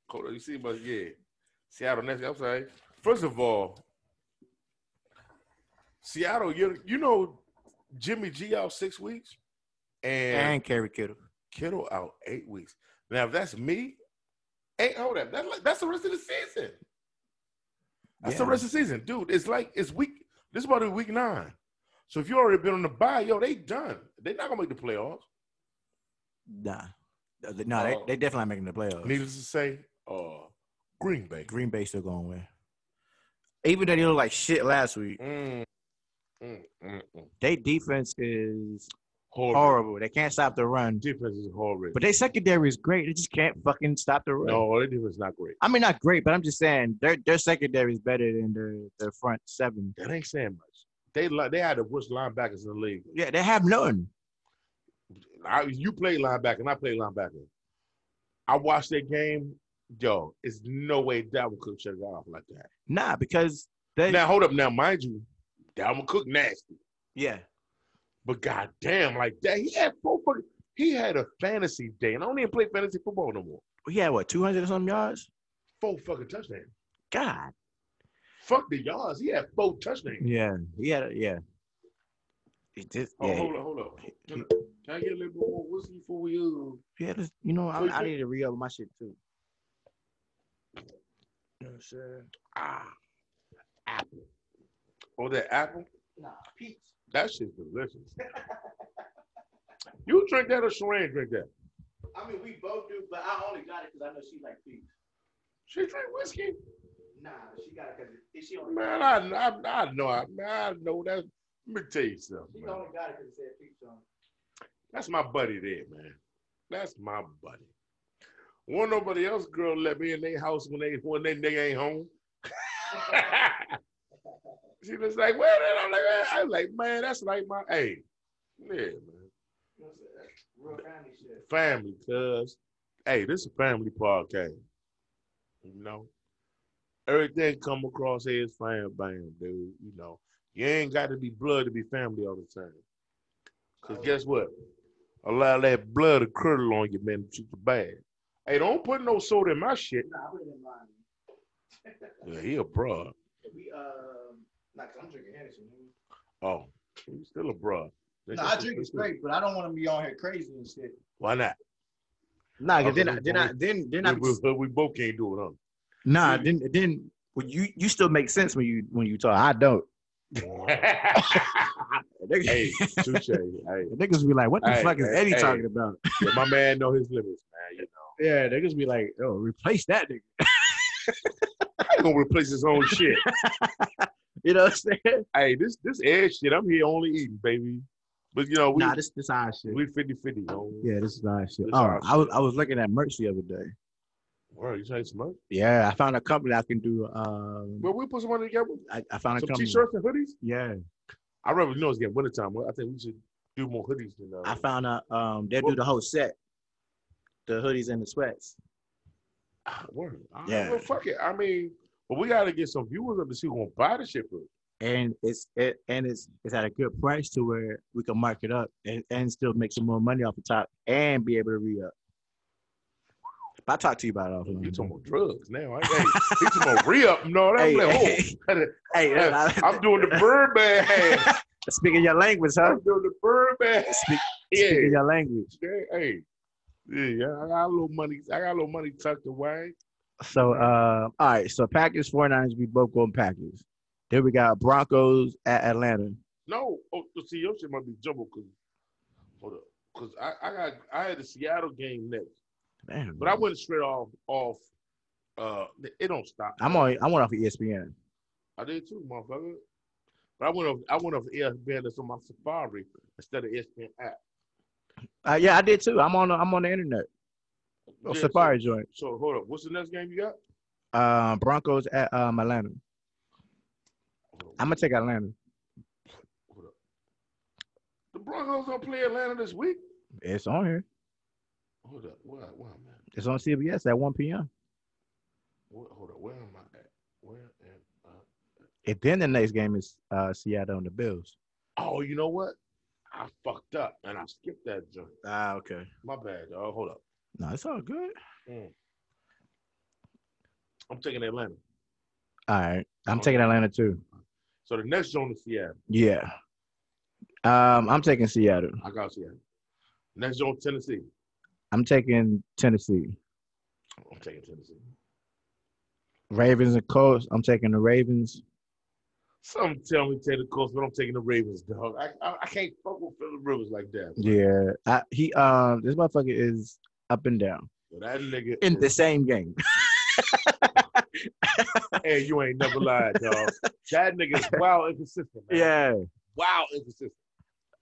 Hold up. You see, but yeah, Seattle next. I'm sorry. First of all, Seattle, you you know, Jimmy G out six weeks, and
and Kerry Kittle.
Kittle out eight weeks. Now, if that's me, ain't hold up. That's like, that's the rest of the season. That's the
Yeah.
rest of the season, dude. It's like it's week. This is about to be week nine. So if you already been on the bye, yo, they done. They not gonna make the playoffs.
Nah. No, they, no, they,
Oh.
they definitely making the playoffs.
Needless to say, uh, Green Bay.
Green Bay still going to win. Even though they look like shit last week,
Mm, mm, mm, mm.
their defense is
Horrible.
horrible. They can't stop the run.
Defense is horrible.
But their secondary is great. They just can't fucking stop the run.
no, their defense is not great.
I mean, not great, but I'm just saying their their secondary is better than their, their front seven.
That ain't saying much. They li- they had the worst linebackers in the league.
Yeah, they have none.
I, you play linebacker, and I play linebacker. I watched that game. Yo, it's no way Dalvin Cook shut it off like that.
Nah, because they.
Now hold up, now mind you, Dalvin Cook nasty,
Yeah.
but goddamn, like that, he had four fucking, he had a fantasy day, and I don't even play fantasy football no more.
He had, what, 200 or something yards?
Four fucking touchdowns.
God.
Fuck the yards. He had four touchdowns.
Yeah. He had, a- yeah. He did,
Oh,
yeah.
hold up, hold up. Can I get a little bit more whiskey before we uh,
Yeah, this, you know, I,
Who you
I
think?
need to re up my shit too. You know what I'm saying?
Ah, apple. Oh, that apple?
Nah, peach.
That shit's delicious. you drink that or Sharon drink that?
I mean, we both do, but I only got it because I know she like peach.
She drink whiskey?
Nah, she got it because she only
Man, I, I, I know. I, man, I know that. Let me tell you something,
she
man.
only got it because it said peach on. it.
That's my buddy there, man. That's my buddy. Won't nobody else girl let me in their house when they when they nigga ain't home. she was like, well, then I'm like, man. I'm like, man, that's like my hey. Yeah, man.
You know what I'm saying? That's real family shit.
Family, cuz. Hey, this is a family podcast. You know? Everything come across here is fam bam, dude. You know. You ain't got to be blood to be family all the time. Cause guess what? Allow that blood to curdle on you, man, to the bad. Hey, don't put no soda in my shit.
Nah, I put it in mine.
Yeah, he abroad.
We um, nah, i I'm drinking Hennessy. nigga.
Oh, he's still abroad.
No, I drink it straight, but I don't want to be on here crazy and shit.
Why not?
Nah, 'cause
Okay,
then, I- then, I, then, then, I,
We, we, we both can't do it, huh?
nah, then, then, well, you, you still make sense when you, when you talk. I don't. Niggas,
hey, touche. Hey,
niggas be like, what the
Hey,
fuck is
hey,
Eddie
hey.
talking about?
yeah, my man know his limits, man. You know,
Yeah, niggas be like, oh, replace that nigga.
I ain't gonna replace his own shit.
You know what I'm saying?
hey, this this edge shit. I'm here only eating, baby. But you know, we
nah, this, this our shit.
we 50 50 on.
yeah, this is our shit.
This
Oh,
our
I was, I was looking at merch the other day.
Word, you trying to smoke?
Yeah, I found a company I can do. Um,
Well, we put some money together.
I, I found a
Some
company.
t-shirts and hoodies.
Yeah,
I rather you know it's getting wintertime. Well, I think we should do more hoodies than uh,
I found out um they do the whole set, the hoodies and the sweats.
ah, word. Ah,
Yeah.
well, fuck it. I mean, but we gotta get some viewers up to see who gonna buy the shit for. us.
And it's it and it's it's at a good price to where we can mark it up and, and still make some more money off the top and be able to re up. But I talk to you about it offline.
You talking about drugs now? I ain't, hey, you talking about re up? No, that's
Hey,
like, oh,
hey, hey, that-
I'm doing the Birdman.
that- speaking your language, huh?
I'm doing the Birdman.
Speak,
Yeah,
Speaking your language.
yeah, hey, yeah, I got a little money. I got a little money tucked away.
So, uh, all right. So, Packers, 49ers, we both going Packers. Then we got Broncos at Atlanta.
No, oh, see, your shit might be jumbled because hold up, because I, I got I had a Seattle game next,
Damn,
but I
man.
went straight off off. Uh, it don't stop.
I'm on. I went off of E ESPN.
I did too, motherfucker. But I went off. I went off E ESPN that's on my Safari instead of E ESPN app.
Uh, yeah, I did too. I'm on. I'm on the internet. Oh,
Yeah, so-
Safari joint.
So, hold up, what's the next game you got?
Uh, Broncos at um, Atlanta. I'm gonna take Atlanta.
Hold up. The Broncos gonna play Atlanta this week.
It's on here.
Hold up, where, where am I?
It's on CBS at 1 p.m.
Where, hold up, where am I at? Where am I?
And then the next game is uh, Seattle and the Bills.
Oh, you know what? I fucked up and I skipped that joint.
Ah, okay.
My bad, dog. Hold up.
No, it's all good.
I'm taking Atlanta.
All right, I'm
Okay.
taking Atlanta too.
So the next joint is Seattle.
Yeah. Um, I'm taking Seattle.
I got Seattle. Next joint, Tennessee.
I'm taking Tennessee.
I'm taking Tennessee.
Ravens and Colts. I'm taking the Ravens.
Some tell me take the Colts, but I'm taking the Ravens, dog. I, I, I can't fuck with Philip Rivers like that.
Yeah. I, he um this motherfucker is up and down
But that nigga.
in the
is-
same game.
Hey, you ain't never lied, dog. That nigga is wow inconsistent. Man.
yeah.
Wow inconsistent.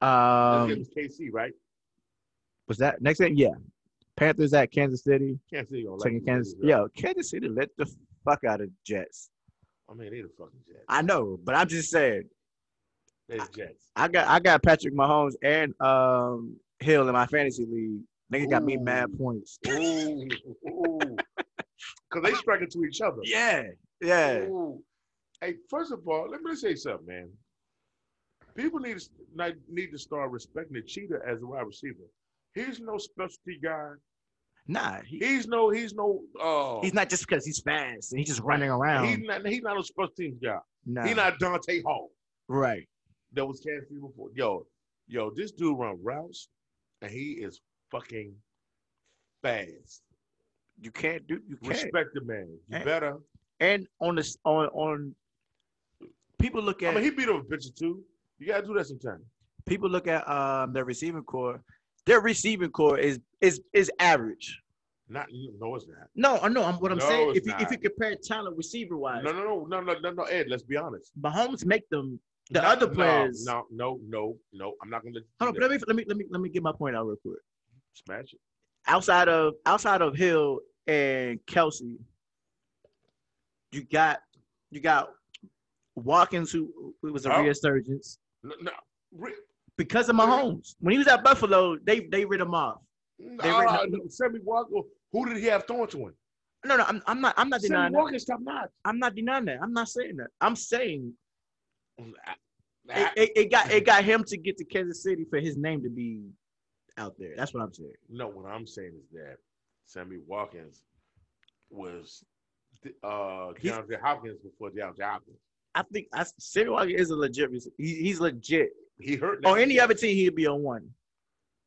Let's
Um,
get this KC, right?
was that next game? Yeah. Panthers at Kansas City.
Kansas City gonna
Taking
like
Kansas.
these niggas, right?
Yo, Kansas City let the fuck out of Jets.
I mean, Oh, they the fucking Jets.
I know, but I'm just saying.
They the Jets.
I got I got Patrick Mahomes and um Hill in my fantasy league. Nigga got me mad
Ooh.
points.
Ooh, ooh. Because they strike into each other.
Yeah. Yeah.
Ooh. Hey, first of all, let me say something, man. People need to like, need to start respecting the cheetah as a wide receiver. He's no specialty guy.
Nah. He,
He's no. He's no. Uh,
he's not just because he's fast and he's just running around.
He's not. He's not a special teams guy.
nah.
He's not Dante Hall.
right.
That was Kansas City before. Yo, yo, this dude run routes, and he is fucking fast.
You can't do you can't
Respect the man. You
Hey.
better.
and on this on on people look at
I mean, he beat up a bitch or two. You gotta do that sometime.
people look at um their receiving core. Their receiving core is is is average.
Not no, it's not.
No, I know. I'm what I'm
No,
saying.
it's
If you, if
not.
you compare talent receiver wise,
No, no, no, no, no, no, no. Ed, let's be honest.
Mahomes make them the
No,
other
no,
players.
No, no, no, no. I'm not gonna let you
Hold on,
do
let
that.
me let me let me let me get my point out real quick.
smash it.
Outside of outside of Hill and Kelsey, you got you got Watkins who, who was a
Oh.
resurgence
No, no. Re-
because of Mahomes. When he was at Buffalo, they they rid him off.
nah, no, Sammy Walker. Who did he have throwing to him?
No, no, I'm, I'm not. I'm not
Sammy
denying that.
Walker's top notch.
I'm not denying that. I'm not saying that. I'm saying it,
I-
it, it got it got him to get to Kansas City for his name to be out there. That's what I'm saying.
No, what I'm saying is that Sammy Watkins was th- uh
He's-
DeAndre Hopkins before DeAndre Hopkins.
I think I Sammy Watkins is a legit. rece- He, he's legit.
He hurt.
On any other team, he'd be on one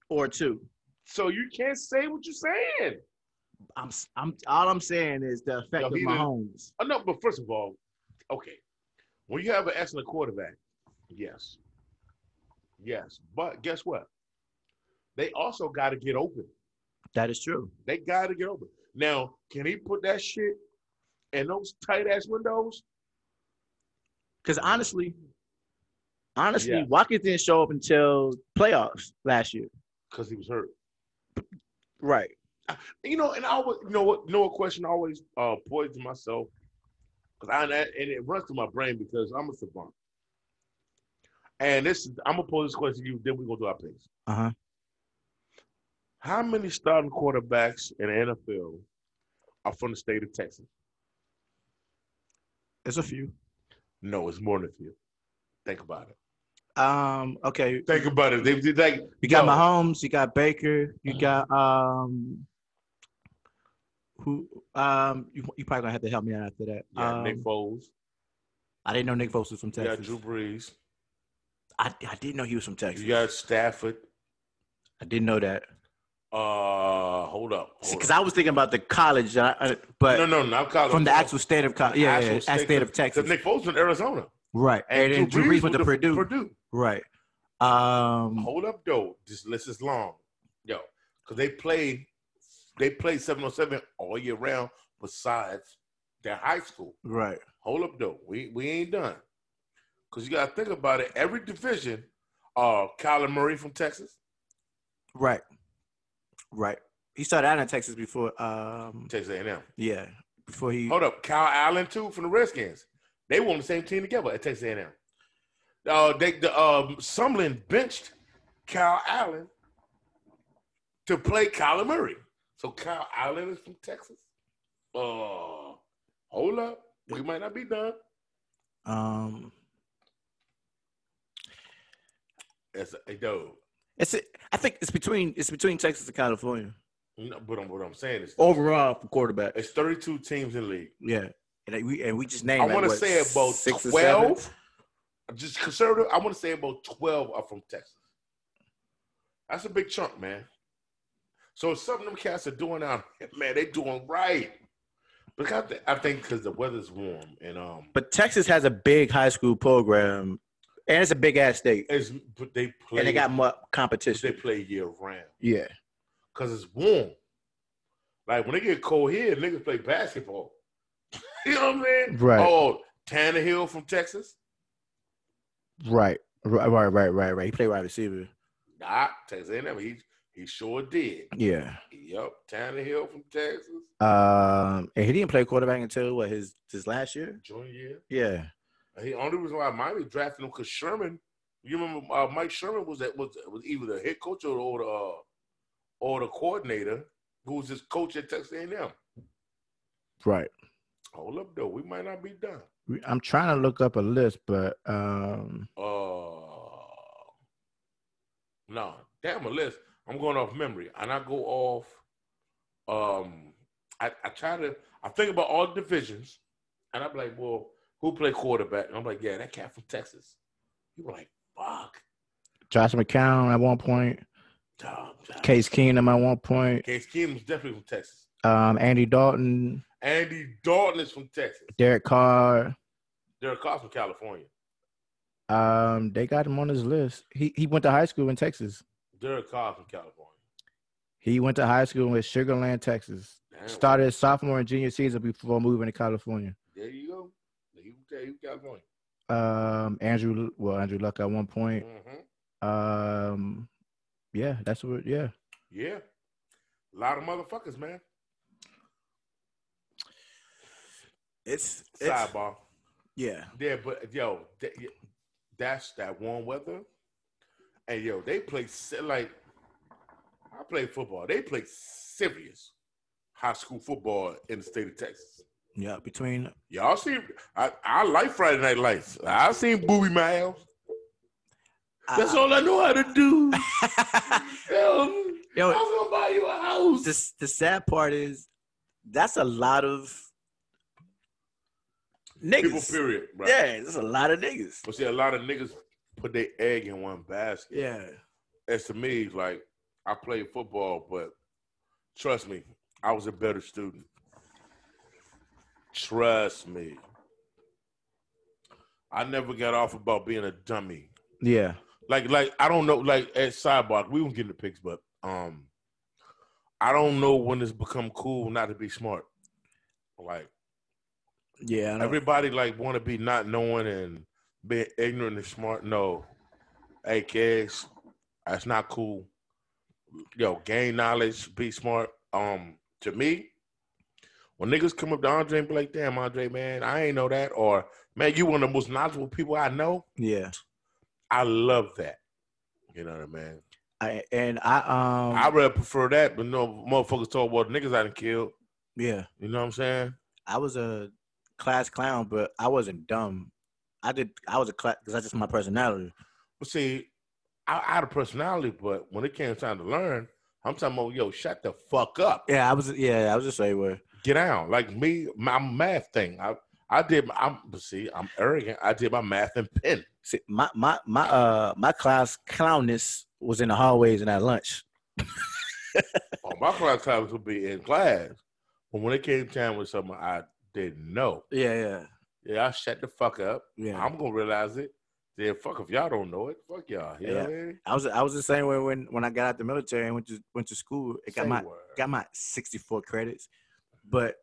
or two.
So you can't say what you're saying.
I'm s- I'm all I'm saying is the effect
No,
of
he didn't-
Mahomes.
Oh, no, but first of all, okay, when you have an excellent quarterback, yes, yes, but guess what? They also got to get open.
That is true.
They got to get open. Now, can he put that shit in those tight ass windows?
Because honestly, honestly,
Yeah.
Watkins didn't show up until playoffs last year.
Because he was hurt.
Right.
You know, and I always, you know what, you know what question I always uh, poised to myself, because I and that- and it runs through my brain because I'm a savant. And this, is I'm gonna pose this question to you. Then we're gonna do our picks.
Uh huh.
How many starting quarterbacks in the NFL are from the state of Texas?
There's a few.
No, it's more than a few. Think about it.
Um. Okay.
Think about it. They, they like
You got
yo, Mm-hmm.
Mahomes, you got Baker, you got um who um you, you probably gonna have to help me out after that.
You got Nick
Um,
Foles.
I didn't know Nick Foles was from
You got
Texas.
Drew Brees.
I, I didn't know he was from Texas.
You got Stafford.
I didn't know that
Uh, hold up. hold
because
up.
I was thinking about the college, that I, I- but
no, no, not college.
from the actual state of college, yeah, yeah,
Actual
yeah,
state
state of
Because
Texas,
Nick Foles in Arizona.
right? And, then Drew Brees went to
the
Purdue,
Purdue.
right? Um,
Hold up, though. This list is long, yo, because they play, they play seven on seven all year round. Besides their high school,
right,
hold up, though. We we ain't done, because you gotta think about it. Every division, uh, Kyler Murray from Texas,
right, right. He started out in Texas before, um,
Texas A&M.
yeah, before he
Hold up, Kyle Allen too from the Redskins. They were on the same team together at Texas A&M. Uh, they the um, Sumlin benched Kyle Allen to play Kyler Murray. So Kyle Allen is from Texas. Uh, hold up, we might not be done.
um.
That's a dog.
It's a, I think it's between it's between Texas and California
No, but I'm, what I'm saying is,
overall for quarterback.
it's 32 teams in the league.
Yeah, and like, we and we just named.
I
like,
wanna
what,
say about
six or
12?
seven?
Just conservative. I want to say about 12 are from Texas. That's a big chunk, man. So some of them cats are doing out, man. They doing right. Because I, thi- I think because the weather's warm and um,
But Texas has a big high school program, and it's a big ass state,
it's, but they play.
and they got more
but they
competition.
play year round
Yeah,
because it's warm. Like when they get cold here, niggas play basketball. you know what I'm saying?
Right.
Oh, Tanner Hill from Texas.
right, right, right, right, right. right. He played wide receiver.
Nah, Texas A&M. He he sure did.
Yeah,
Yep, Tanner Hill from Texas.
um, and he didn't play quarterback until what his his last year.
Junior year.
Yeah,
He only reason why Miami drafted him because Sherman. You remember uh, Mike Sherman was that was, was either the head coach or the or the, uh, or the coordinator who was his coach at Texas A&M.
right.
Hold up though, we might not be done.
We- I'm trying to look up a list, but um,
Uh, no, damn a list. I'm going off memory, and I go off. Um, I, I try to I think about all the divisions, and I'm like, well, who played quarterback? And I'm like, yeah, that cat from Texas. You were like, fuck,
Josh McCown at one point,
dog, dog.
Case Keenum at one point,
Case Keenum's definitely from Texas.
um, Andy Dalton,
Andy Dalton is from Texas.
Derek Carr.
Derek Carr's from California.
Um, they got him on his list. He he went to high school in Texas.
Derek Carr's from California.
He went to high school in Sugarland, Texas.
Damn,
Started his sophomore and junior season before moving to California.
There you go. There you there you California.
Um, Andrew, well, Andrew Luck at one point.
Mhm.
Um, yeah, that's what. Yeah,
Yeah, a lot of motherfuckers, man.
it's,
Sidebar.
yeah,
Yeah, but yo, th- y- that's that warm weather, and yo, they play se- like I play football. They play serious high school football in the state of Texas.
yeah. Between
Y'all see, I, I like Friday Night Lights. I seen Booby Miles. That's all I know how to do. Yo, I
yo,
was gonna buy you a house.
this the sad part is that's a lot of
People, period. Right.
there's a lot of niggas.
But see, a lot of niggas put their egg in one basket.
Yeah,
as to me, like I played football, but trust me, I was a better student. Trust me. I never got off about being a dummy.
yeah.
Like, like I don't know. Like at sidebar, we won't get into picks, but um, I don't know when it's become cool not to be smart. Like
Yeah, I know.
everybody, like want to be not knowing and being ignorant and smart. No, hey kids, that's not cool. Yo, gain knowledge, be smart. Um, to me, when niggas come up to Andre and be like, "Damn, Andre, man, I ain't know that," or "Man, you one of the most knowledgeable people I know,"
yeah.
I love that. You know what I mean?
I, and I um
I would prefer that, but no motherfuckers talk about niggas I done killed.
yeah,
You know what I'm saying?
I was a class clown, but I wasn't dumb. I did I was a class because that's just my personality.
But see, I, I had a personality, but when it came time to learn, I'm talking about, yo, shut the fuck up.
Yeah, I was yeah, I was just say where
get down. Like me, my math thing. I I did. I'm see. I'm arrogant. I did my math in pen.
See, my my my uh my class clownness was in the hallways and at lunch.
Well, my class times would be in class, but when it came time with something I didn't know,
Yeah, yeah,
yeah, I shut the fuck up.
yeah.
I'm gonna realize it. Then fuck if y'all don't know it. Fuck y'all. You know
Yeah.
what I mean?
I was I was the same way when when I got out the military and went to went to school. It got
Say
my
word.
got my 64 credits, but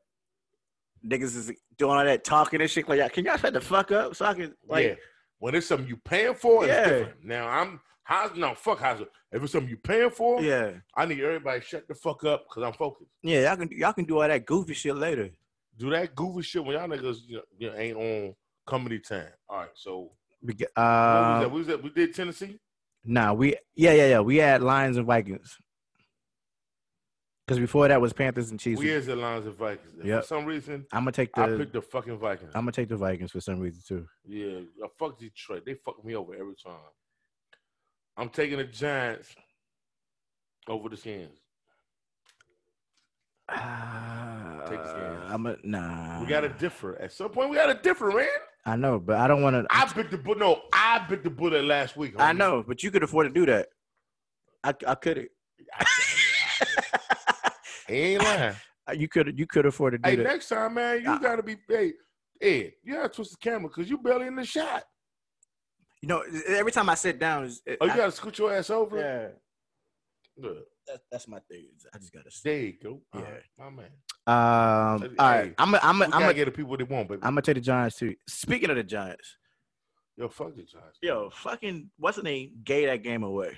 niggas is doing all that talking and shit. Like, y'all- can y'all shut the fuck up so I can like
yeah. When it's something you paying for,
Yeah.
it's different. Now I'm how's no fuck how's if it's something you paying for,
yeah.
I need everybody to shut the fuck up because I'm focused.
Yeah, y'all can y'all can do all that goofy shit later.
Do that goofy shit when y'all niggas you know, you know, ain't on comedy time. All right, so
We get-
what
Uh,
was that? We was at, we did Tennessee.
nah, we yeah yeah yeah we had Lions and Vikings. Because before that was Panthers and Chiefs.
We is the Lions and Vikings. And
Yep.
For some reason,
I'm gonna take
I
the
picked the fucking Vikings.
I'm gonna take the Vikings for some reason too.
yeah, I fuck Detroit. They fuck me over every time. I'm taking the Giants over the Skins. Take the Skins.
I'm a, Uh, nah.
We gotta differ. At some point, we gotta differ, man.
I know, but I don't want to.
I bit the bullet. No, I bit the bullet last week.
I
homie.
know, but you could afford to do that. I I couldn't.
I- he ain't lying.
you could you could afford to do
hey,
that.
next time, man, you
I-
gotta be. Hey, Ed, you gotta twist the camera because you barely in the shot.
You know, every time I sit down, it's, it,
Oh, you
I-
gotta scoot your ass over.
yeah,
Look,
that, that's my thing. I just gotta.
there you go.
Yeah.
All right, my man.
Um, all right,
Hey,
I'm a, I'm a,
We
I'm
gotta
a,
get the people what they want, baby.
I'm gonna take the Giants too. Speaking of the Giants,
Yo, fuck the Giants.
yo, fucking what's the name? Gay that game away.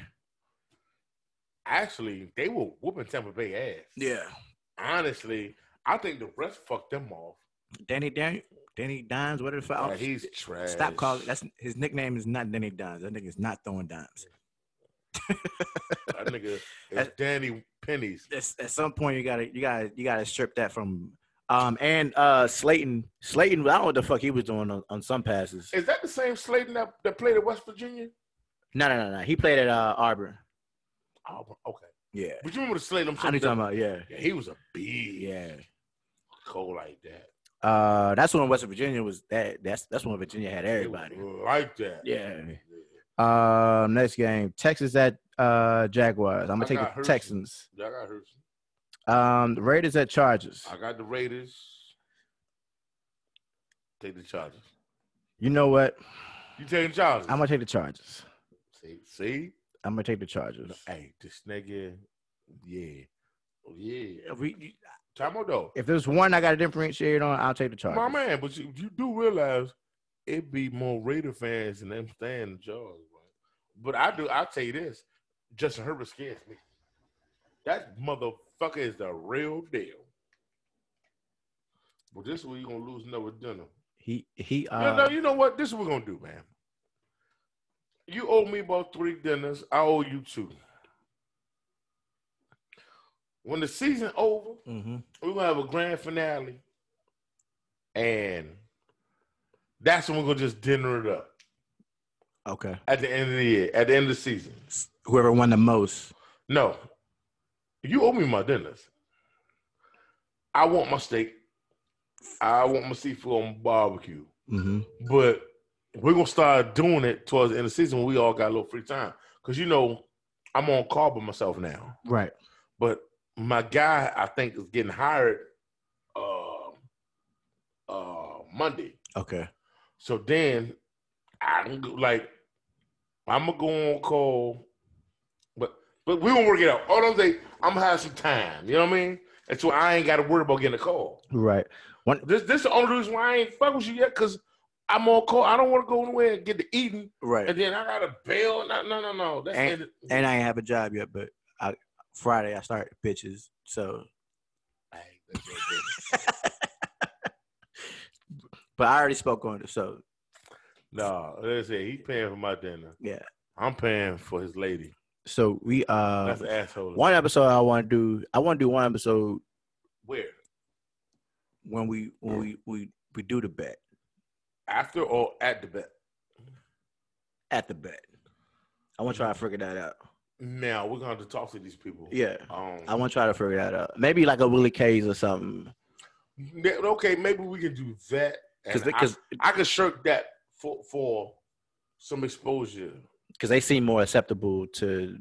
Actually, they were whooping Tampa Bay ass.
Yeah,
Honestly, I think the refs fucked them off.
Danny Daniel, Danny Dimes, whatever the fuck.
Like, he's trash.
Oh, Stop calling. That's his nickname is not Danny Dimes. That nigga's not throwing dimes.
that nigga. It's
That's-
Danny Pennies.
At, at some point, you gotta, you gotta, you gotta strip that from. Um, and uh, Slayton, Slayton, I don't know what the fuck he was doing on, on some passes.
Is that the same Slayton that, that played at West Virginia?
No, no, no, no. He played at uh, Auburn.
Oh, okay.
Yeah,
But you remember the Slayton? I'm
I know
talking
you're talking
about.
about. Yeah,
Yeah, he was a big
yeah.
cold like that.
Uh, that's when West Virginia was that. That's that's when Virginia had
They
everybody.
was Like that.
Yeah. Um, next game, Texas at uh Jaguars. I'm gonna
I
take
got
the
Hershey.
Texans.
I got Hurts.
Um, Raiders at Chargers.
I got the Raiders. Take the Chargers.
You know what?
You taking the Chargers?
I'm gonna take the Chargers.
see, see.
I'm gonna take the Chargers.
Hey, this nigga. Yeah. Oh, yeah.
If, we,
Time out though.
if there's one I gotta differentiate on, I'll take the Chargers.
My man, but you, you do realize it be more Raider fans than them stand jaws, right? But I do. I tell you this: Justin Herbert scares me. That motherfucker is the real deal. But this is where you gonna lose another dinner.
He he. Uh,
no, no, you know what? This is what we're gonna do, man. You owe me about three dinners. I owe you two. When the season over,
mhm.
we're gonna have a grand finale, and that's when we're gonna just dinner it up
Okay.
at the end of the year, at the end of the season.
Whoever won the most.
No, you owe me my dinners. I want my steak. I want my seafood on barbecue.
hmm
But we're gonna start doing it towards the end of the season when we all got a little free time. Cause you know, I'm on call by myself now.
Right.
But my guy, I think, is getting hired uh, uh, Monday.
Okay.
So then I'm go- like, I'm gonna go on call, but but we gonna work it out. All I'm saying, I'm gonna have some time. You know what I mean? That's why I ain't got to worry about getting a call.
Right.
This this the only reason why I ain't fuck with you yet, cause I'm on call. I don't want to go nowhere and get to eating,
Right.
and then I got to bail. No, no, no, no. That's
And-
it.
And I ain't have a job yet, but I, Friday I start bitches. So,
Hey, that's what it is.
but I already spoke on it. So
no, let's say he paying for my dinner.
Yeah.
I'm paying for his lady.
so we uh
That's an asshole.
one episode I want to do. I want to do one episode
where
when we when we we we do the bet
after or at the bed.
at the bet. I want to try to figure that out.
Now we're gonna have to talk to these people.
Yeah,
Um,
I want to try to figure that out. Maybe like a Willie K's or something.
Ne- Okay, maybe we can do that.
because
And I-
because
I could shirk that for for some exposure.
because they seem more acceptable to.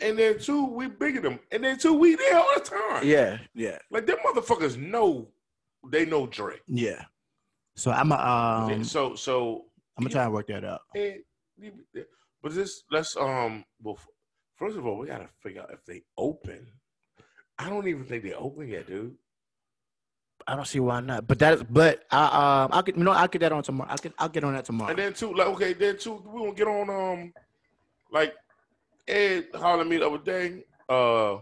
And then two, we bigger them. And then two, we there all the time.
Yeah,
Yeah,
Like them motherfuckers know they know Drake.
yeah. So I'm a, um,
so so
I'm gonna try and work that out.
eh, but this let's um well f- first of all we gotta figure out if they open. I don't even think they open yet, dude.
I don't see why not. But that is, but I um, I'll get you know I'll get that on tomorrow. I can I'll get on that tomorrow.
And then two, like okay, then two, we gonna get on um like Ed hollered at me the other day. Uh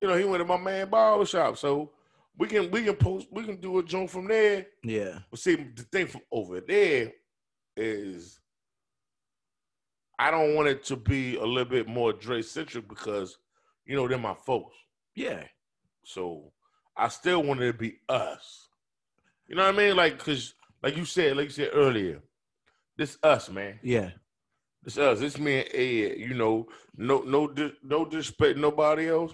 you know, he went to my man barber shop. So we can we can post we can do a joint from there.
yeah,
But see the thing from over there is I don't want it to be a little bit more Dre centric because you know they're my folks.
yeah,
So I still wanted to be us. You know what I mean? Like, cause like you said, like you said earlier, this us, man.
yeah,
This us. This me and Ed. You know, no, no, dis- no disrespect nobody else.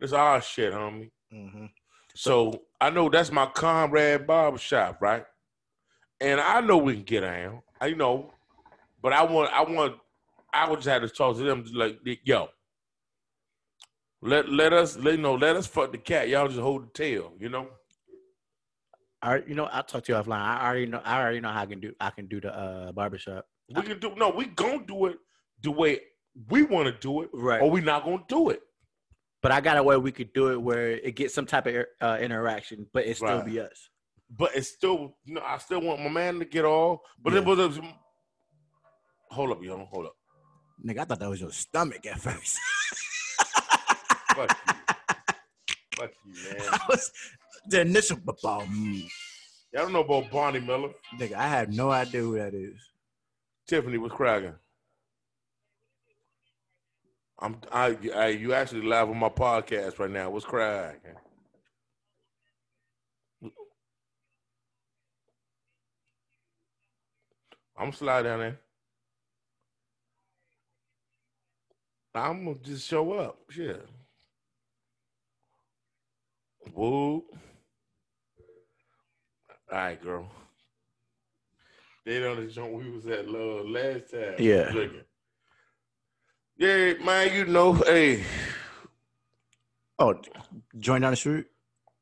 This our shit, homie.
hmm
So I know that's my comrade barbershop, right? And I know we can get down. I know, but I want, I want, I would just have to talk to them like, yo, let let us, let, you know, let us fuck the cat. Y'all just hold the tail, you know.
I you know I'll talk to you offline. I already know I already know how I can do I can do the uh, barbershop.
We can do no, we gonna do it the way we want to do it,
Right.
or we not gonna do it.
Oh, but I got a way we could do it where it gets some type of uh, interaction, but it still
Right.
be us.
But it's still, you know, I still want my man to get all. But it
Yeah.
was, hold up, yo, hold up.
Nigga, I thought that was your stomach at first.
Fuck you. Fuck you, man.
I was the initial football. Mm.
Y'all don't know about Bonnie Miller.
Nigga, I have no idea who that is.
Tiffany was cracking. I'm I, I you actually live on my podcast right now. What's cracking? I'm slide down there. I'm gonna just show up. Yeah. Woo. All right, girl. They done the joint we was at love last time.
Yeah.
Drinking. Yeah, man, you know, hey.
Oh, join down the street.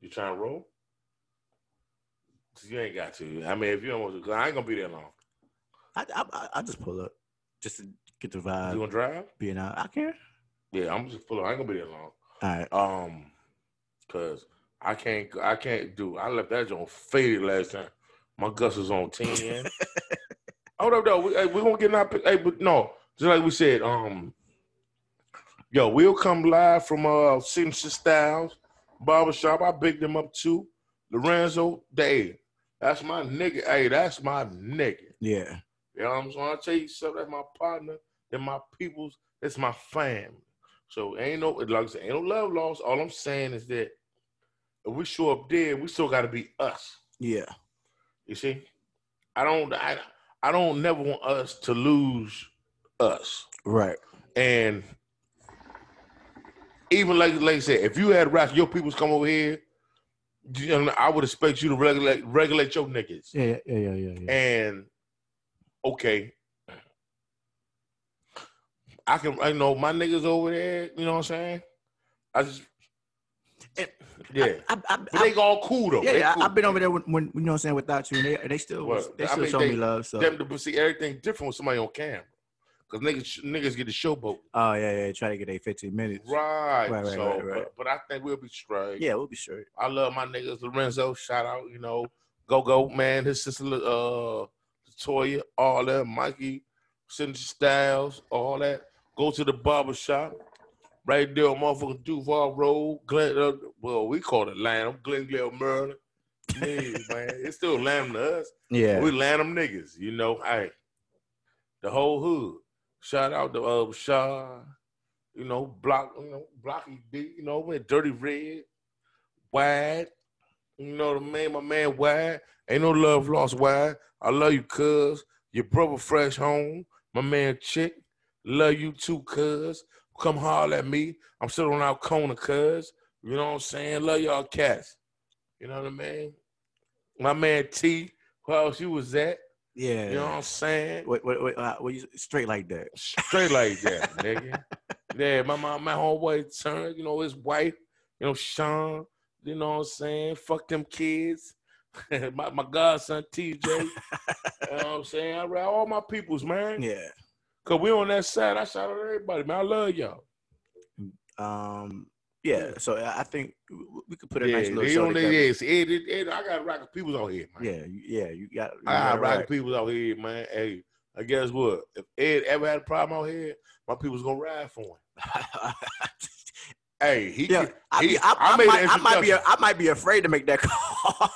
You trying to roll? You ain't got to. I mean, if you don't want to, 'cause I ain't gonna be there long.
I I, I- I just pull up just to get the
you
vibe.
gonna drive?
Being out, I care.
Yeah, I'm just full of. I ain't gonna be there long.
All right.
Um, cause I can't, I can't do. I left that joint faded last time. My guts was on ten. Hold up, though. We, hey, we gonna get not. Hey, but no, just like we said. Um, yo, we'll come live from uh Signature Styles Barbershop. I big them up too. Lorenzo, Dave. That's my nigga. Hey, that's my nigga.
Yeah.
You know what I'm saying? I tell you something, that's my partner, that my peoples, that's my fam. So ain't no like I said, ain't no love lost. All I'm saying is that if we show up there, we still gotta be us.
Yeah.
You see? I don't I I don't never want us to lose us.
Right.
And even like like I said, if you had rap, your peoples come over here, you know, I would expect you to regulate regulate your niggas.
Yeah. Yeah. Yeah. Yeah. Yeah.
And okay, I can I know my niggas over there. You know what I'm saying? I just
And
yeah,
I, I, I,
but they all cool though.
yeah,
They
yeah,
cool.
I've been over there when, when you know what I'm saying without you, and they, they still was-
Well,
they
I
still
mean,
show
they-
me love. So
Them to see everything different with somebody on camera, cause niggas niggas get the showboat.
oh yeah, yeah, try to get a 15 minutes.
Right.
Right, right,
so,
right, right.
But, but I think we'll be straight.
Yeah, we'll be sure.
I love my niggas. Lorenzo, shout out. You know, go go man. His sister uh Latoya, all that. Mikey, Cindy Styles, all that. Go to the barber shop. Right there on motherfucking Duval Road, Glen. Uh, well, we call it Lanham, Glendale, Maryland. Yeah, man, it's still Lanham to us.
Yeah,
We Lanham niggas, you know. Hey, the whole hood. Shout out to uh, Shaw, you know, Block, you know, Blocky D, you know, with Dirty Red, Wide, you know what I mean? My man Wide. Ain't no love lost, Wide. I love you, cuz. Your brother Fresh Home, my man Chick. Love you too, cuz. Come holler at me. I'm still on our corner, cuz. You know what I'm saying? Love y'all cats. You know what I mean? My man T, who else you was at?
Yeah.
You know what I'm saying?
Wait, wait, wait, uh, what you straight like that?
Straight like that, nigga. Yeah, my my my homeboy turned, you know, his wife, you know, Sean, you know what I'm saying? Fuck them kids. my my godson TJ. you know what I'm saying? I rap all my peoples, man.
Yeah.
Cause we on that side. I shout out to everybody, man. I love y'all.
Um. Yeah. So I I think w- we could put a
yeah,
nice little
they
show
on
together.
their ass. It, it, it, I got rocking peoples out here, man.
Yeah. you- Yeah. You got. you
I got
got it
rocking
right.
peoples out here, man. Hey, I guess what? If Ed ever had a problem out here, my people's gonna ride for him. Hey, he
yeah.
can-
I,
he-
be, I, I,
made
might,
an
I might be.
introduction.
I might be afraid to make that call.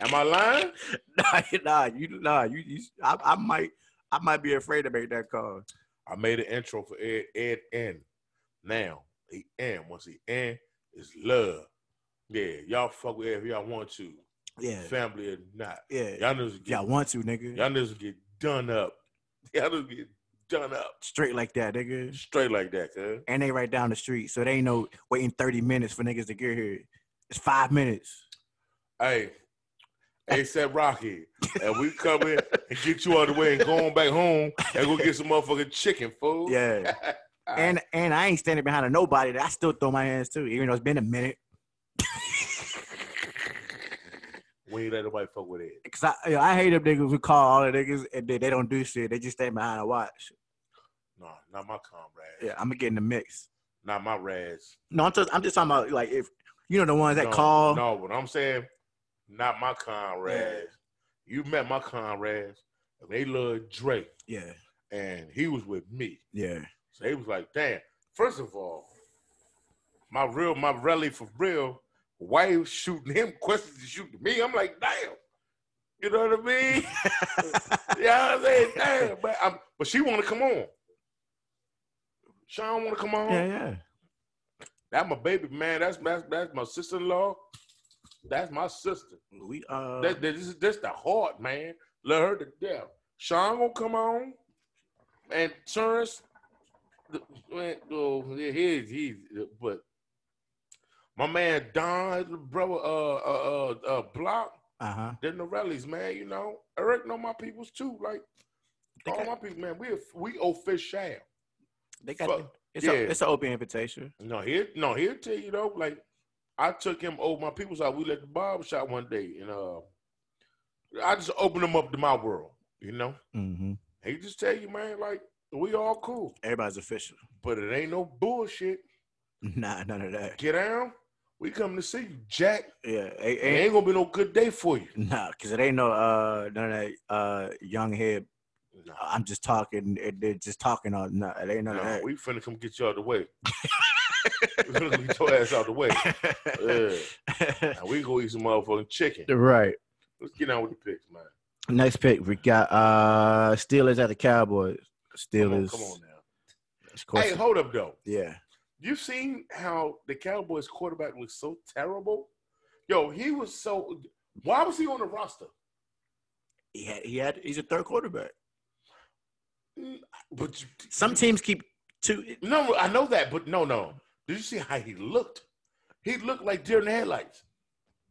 Am I lying?
nah, you- nah. You. Nah. You. you I, I might. I might be afraid to make that call.
I made an intro for Ed Ed N. Now he N. Once he N is love. Yeah, y'all fuck with Ed if y'all want to.
Yeah.
Family or not.
Yeah.
Y'all just get
Y'all want to, nigga?
y'all just get done up. Y'all just get done up.
Straight like that, nigga.
Straight like that, cuz.
and they right down the street. So they ain't no waiting 30 minutes for niggas to get here. It's five minutes.
Hey. ASAP Rocky, and we come in and get you out of the way and go on back home and go get some motherfucking chicken, fool. Ah,
Yeah. And and I ain't standing behind a nobody that I still throw my hands to, even though it's been a minute.
we ain't let nobody fuck with it.
Cause I you know, I hate them niggas who call all the niggas and they, they don't do shit. They just stand behind and watch.
Nah, not my comrades.
Yeah, I'm gonna get in the mix.
Not my rads.
No, I'm just I'm just talking about like if you know the ones that
no,
call.
No, what I'm saying, not my Conrads. You met my Conrads, and they loved Drake,
Yeah,
and he was with me.
yeah.
So they was like, damn, first of all, my real, my really for real, why you shooting him questions to shoot to me? I'm like, damn. You know what I mean? yeah, I'm saying, damn. But, I'm, but she want to come on. Sean want to come on.
Yeah, yeah.
That's my baby, man. That's that's, that's my sister-in-law. That's my sister.
We uh
That, that- this is that's the heart, man. Love her to death. Sean gonna come on, and Terrence, the- man, oh, yeah, he, he, but my man Don, the brother, uh, uh, uh, uh Block,
uh-huh.
the Norellis, man. You know, Eric know my peoples too. Like
They
all
got,
my people, man. We we official.
they got
Fuck.
it's
yeah.
a it's an open invitation.
No, he'll no, he'll tell you though, like I took him over my people's house. We let the barber shop one day and uh I just opened him up to my world, you know.
Mm-hmm.
He just tell you, man, like we all cool.
Everybody's official.
But it ain't no bullshit.
Nah, none of that.
Get down. We coming to see you, Jack.
Yeah. Ain't-
It ain't gonna be no good day for you.
Nah, cause it ain't no uh none of that uh young head.
No,
I'm just talking. and They're just talking all. No, it ain't none of
no
that.
we finna come get you out the way. we finna get your ass out the way. Yeah. Now we go eat some motherfucking chicken.
Right.
Let's get down with the picks, man.
Next pick, we got uh Steelers at the Cowboys.
Come on,
Steelers,
come on now.
of course.
Hey, hold up though.
yeah,
You seen how the Cowboys quarterback was so terrible? Yo, he was so. Why was he on the roster?
he had, he had. He's a third quarterback.
But you,
Some teams keep two.
no, I know that, but no, no. Did you see how he looked? He looked like deer in the headlights.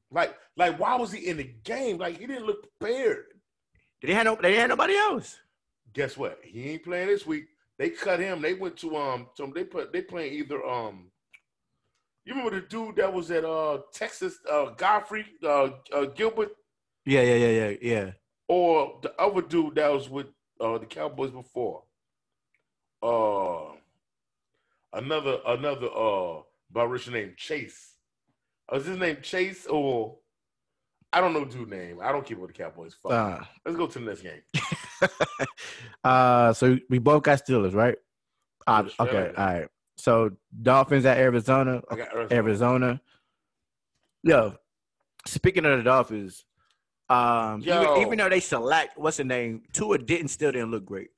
Like, like, why was he in the game? Like, he didn't look prepared.
They had no. They had nobody else.
Guess what? He ain't playing this week. They cut him. They went to um. So they put they playing either um. You remember the dude that was at uh Texas uh Godfrey uh, uh Gilbert
Yeah, yeah, yeah, yeah, yeah.
or the other dude that was with uh, the Cowboys before. Uh, another another uh by Richard named Chase. Was his name Chase or I don't know dude name. I don't keep with the Cowboys. Fuck.
Uh,
Let's go to the next game.
uh, so we both got Steelers, right? Uh,
Yeah, sure.
okay, all right. So Dolphins at Arizona.
I got Arizona.
Arizona. Yo, speaking of the Dolphins,
Um, even,
Yo.
even though they select what's the name, Tua didn't still didn't look great.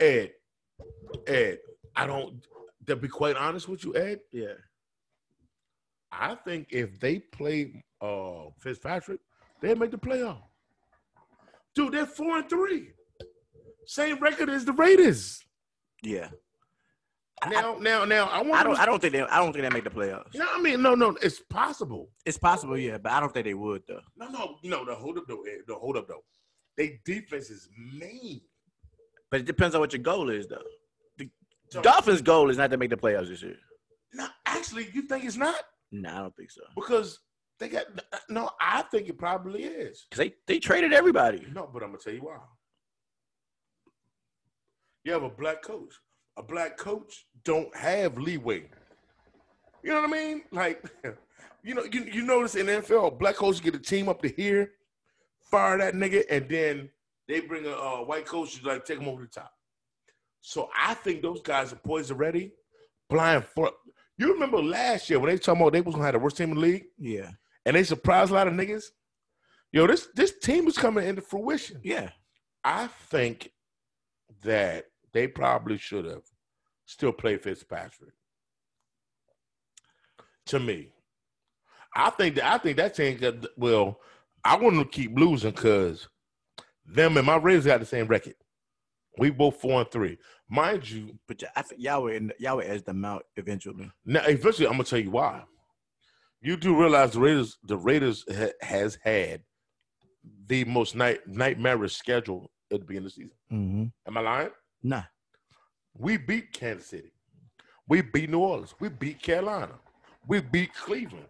Ed. Ed. I don't to be quite honest with you, Ed,
Yeah,
I think if they play uh Fitzpatrick, they make the playoff. Dude, they're four and three. Same record as the Raiders.
yeah.
Now, now, now, I want.
I don't. I don't think they. I don't think they make the playoffs.
No, I mean, no, no, it's possible.
It's possible, yeah, but I don't think they would though.
No, no, no, no. Hold up, though. eh, No, hold up, though. They defense is mean.
But it depends on what your goal is, though.
So-
Dolphins' goal is not to make the playoffs this year.
No, actually, you think it's not
No, I don't think so.
because they got uh, no. I think it probably is.
Cause they they traded everybody.
No, but I'm gonna tell you why. You have a black coach. A black coach don't have leeway. You know what I mean? Like, you know, you, you notice in NFL, a black coach get a team up to here, fire that nigga, and then they bring a uh, white coach to like take them over the top. So I think those guys are poised already. Blind for you remember last year when they talking about they was gonna have the worst team in the league
Yeah,
and they surprised a lot of niggas. Yo, this this team is coming into fruition.
yeah.
I think that they probably should have still played Fitzpatrick. To me, I think that I think that team. Got, well, I want them to keep losing because them and my Ravens got the same record. We both four and three, mind you.
But y- I think y'all were in, y'all would edge them out eventually.
Now, eventually, I'm gonna tell you why. You do realize the Raiders, the Raiders ha- has had the most night nightmarish schedule at the beginning of the season.
Mm-hmm.
Am I lying?
Nah,
We beat Kansas City. We beat New Orleans. We beat Carolina. We beat Cleveland.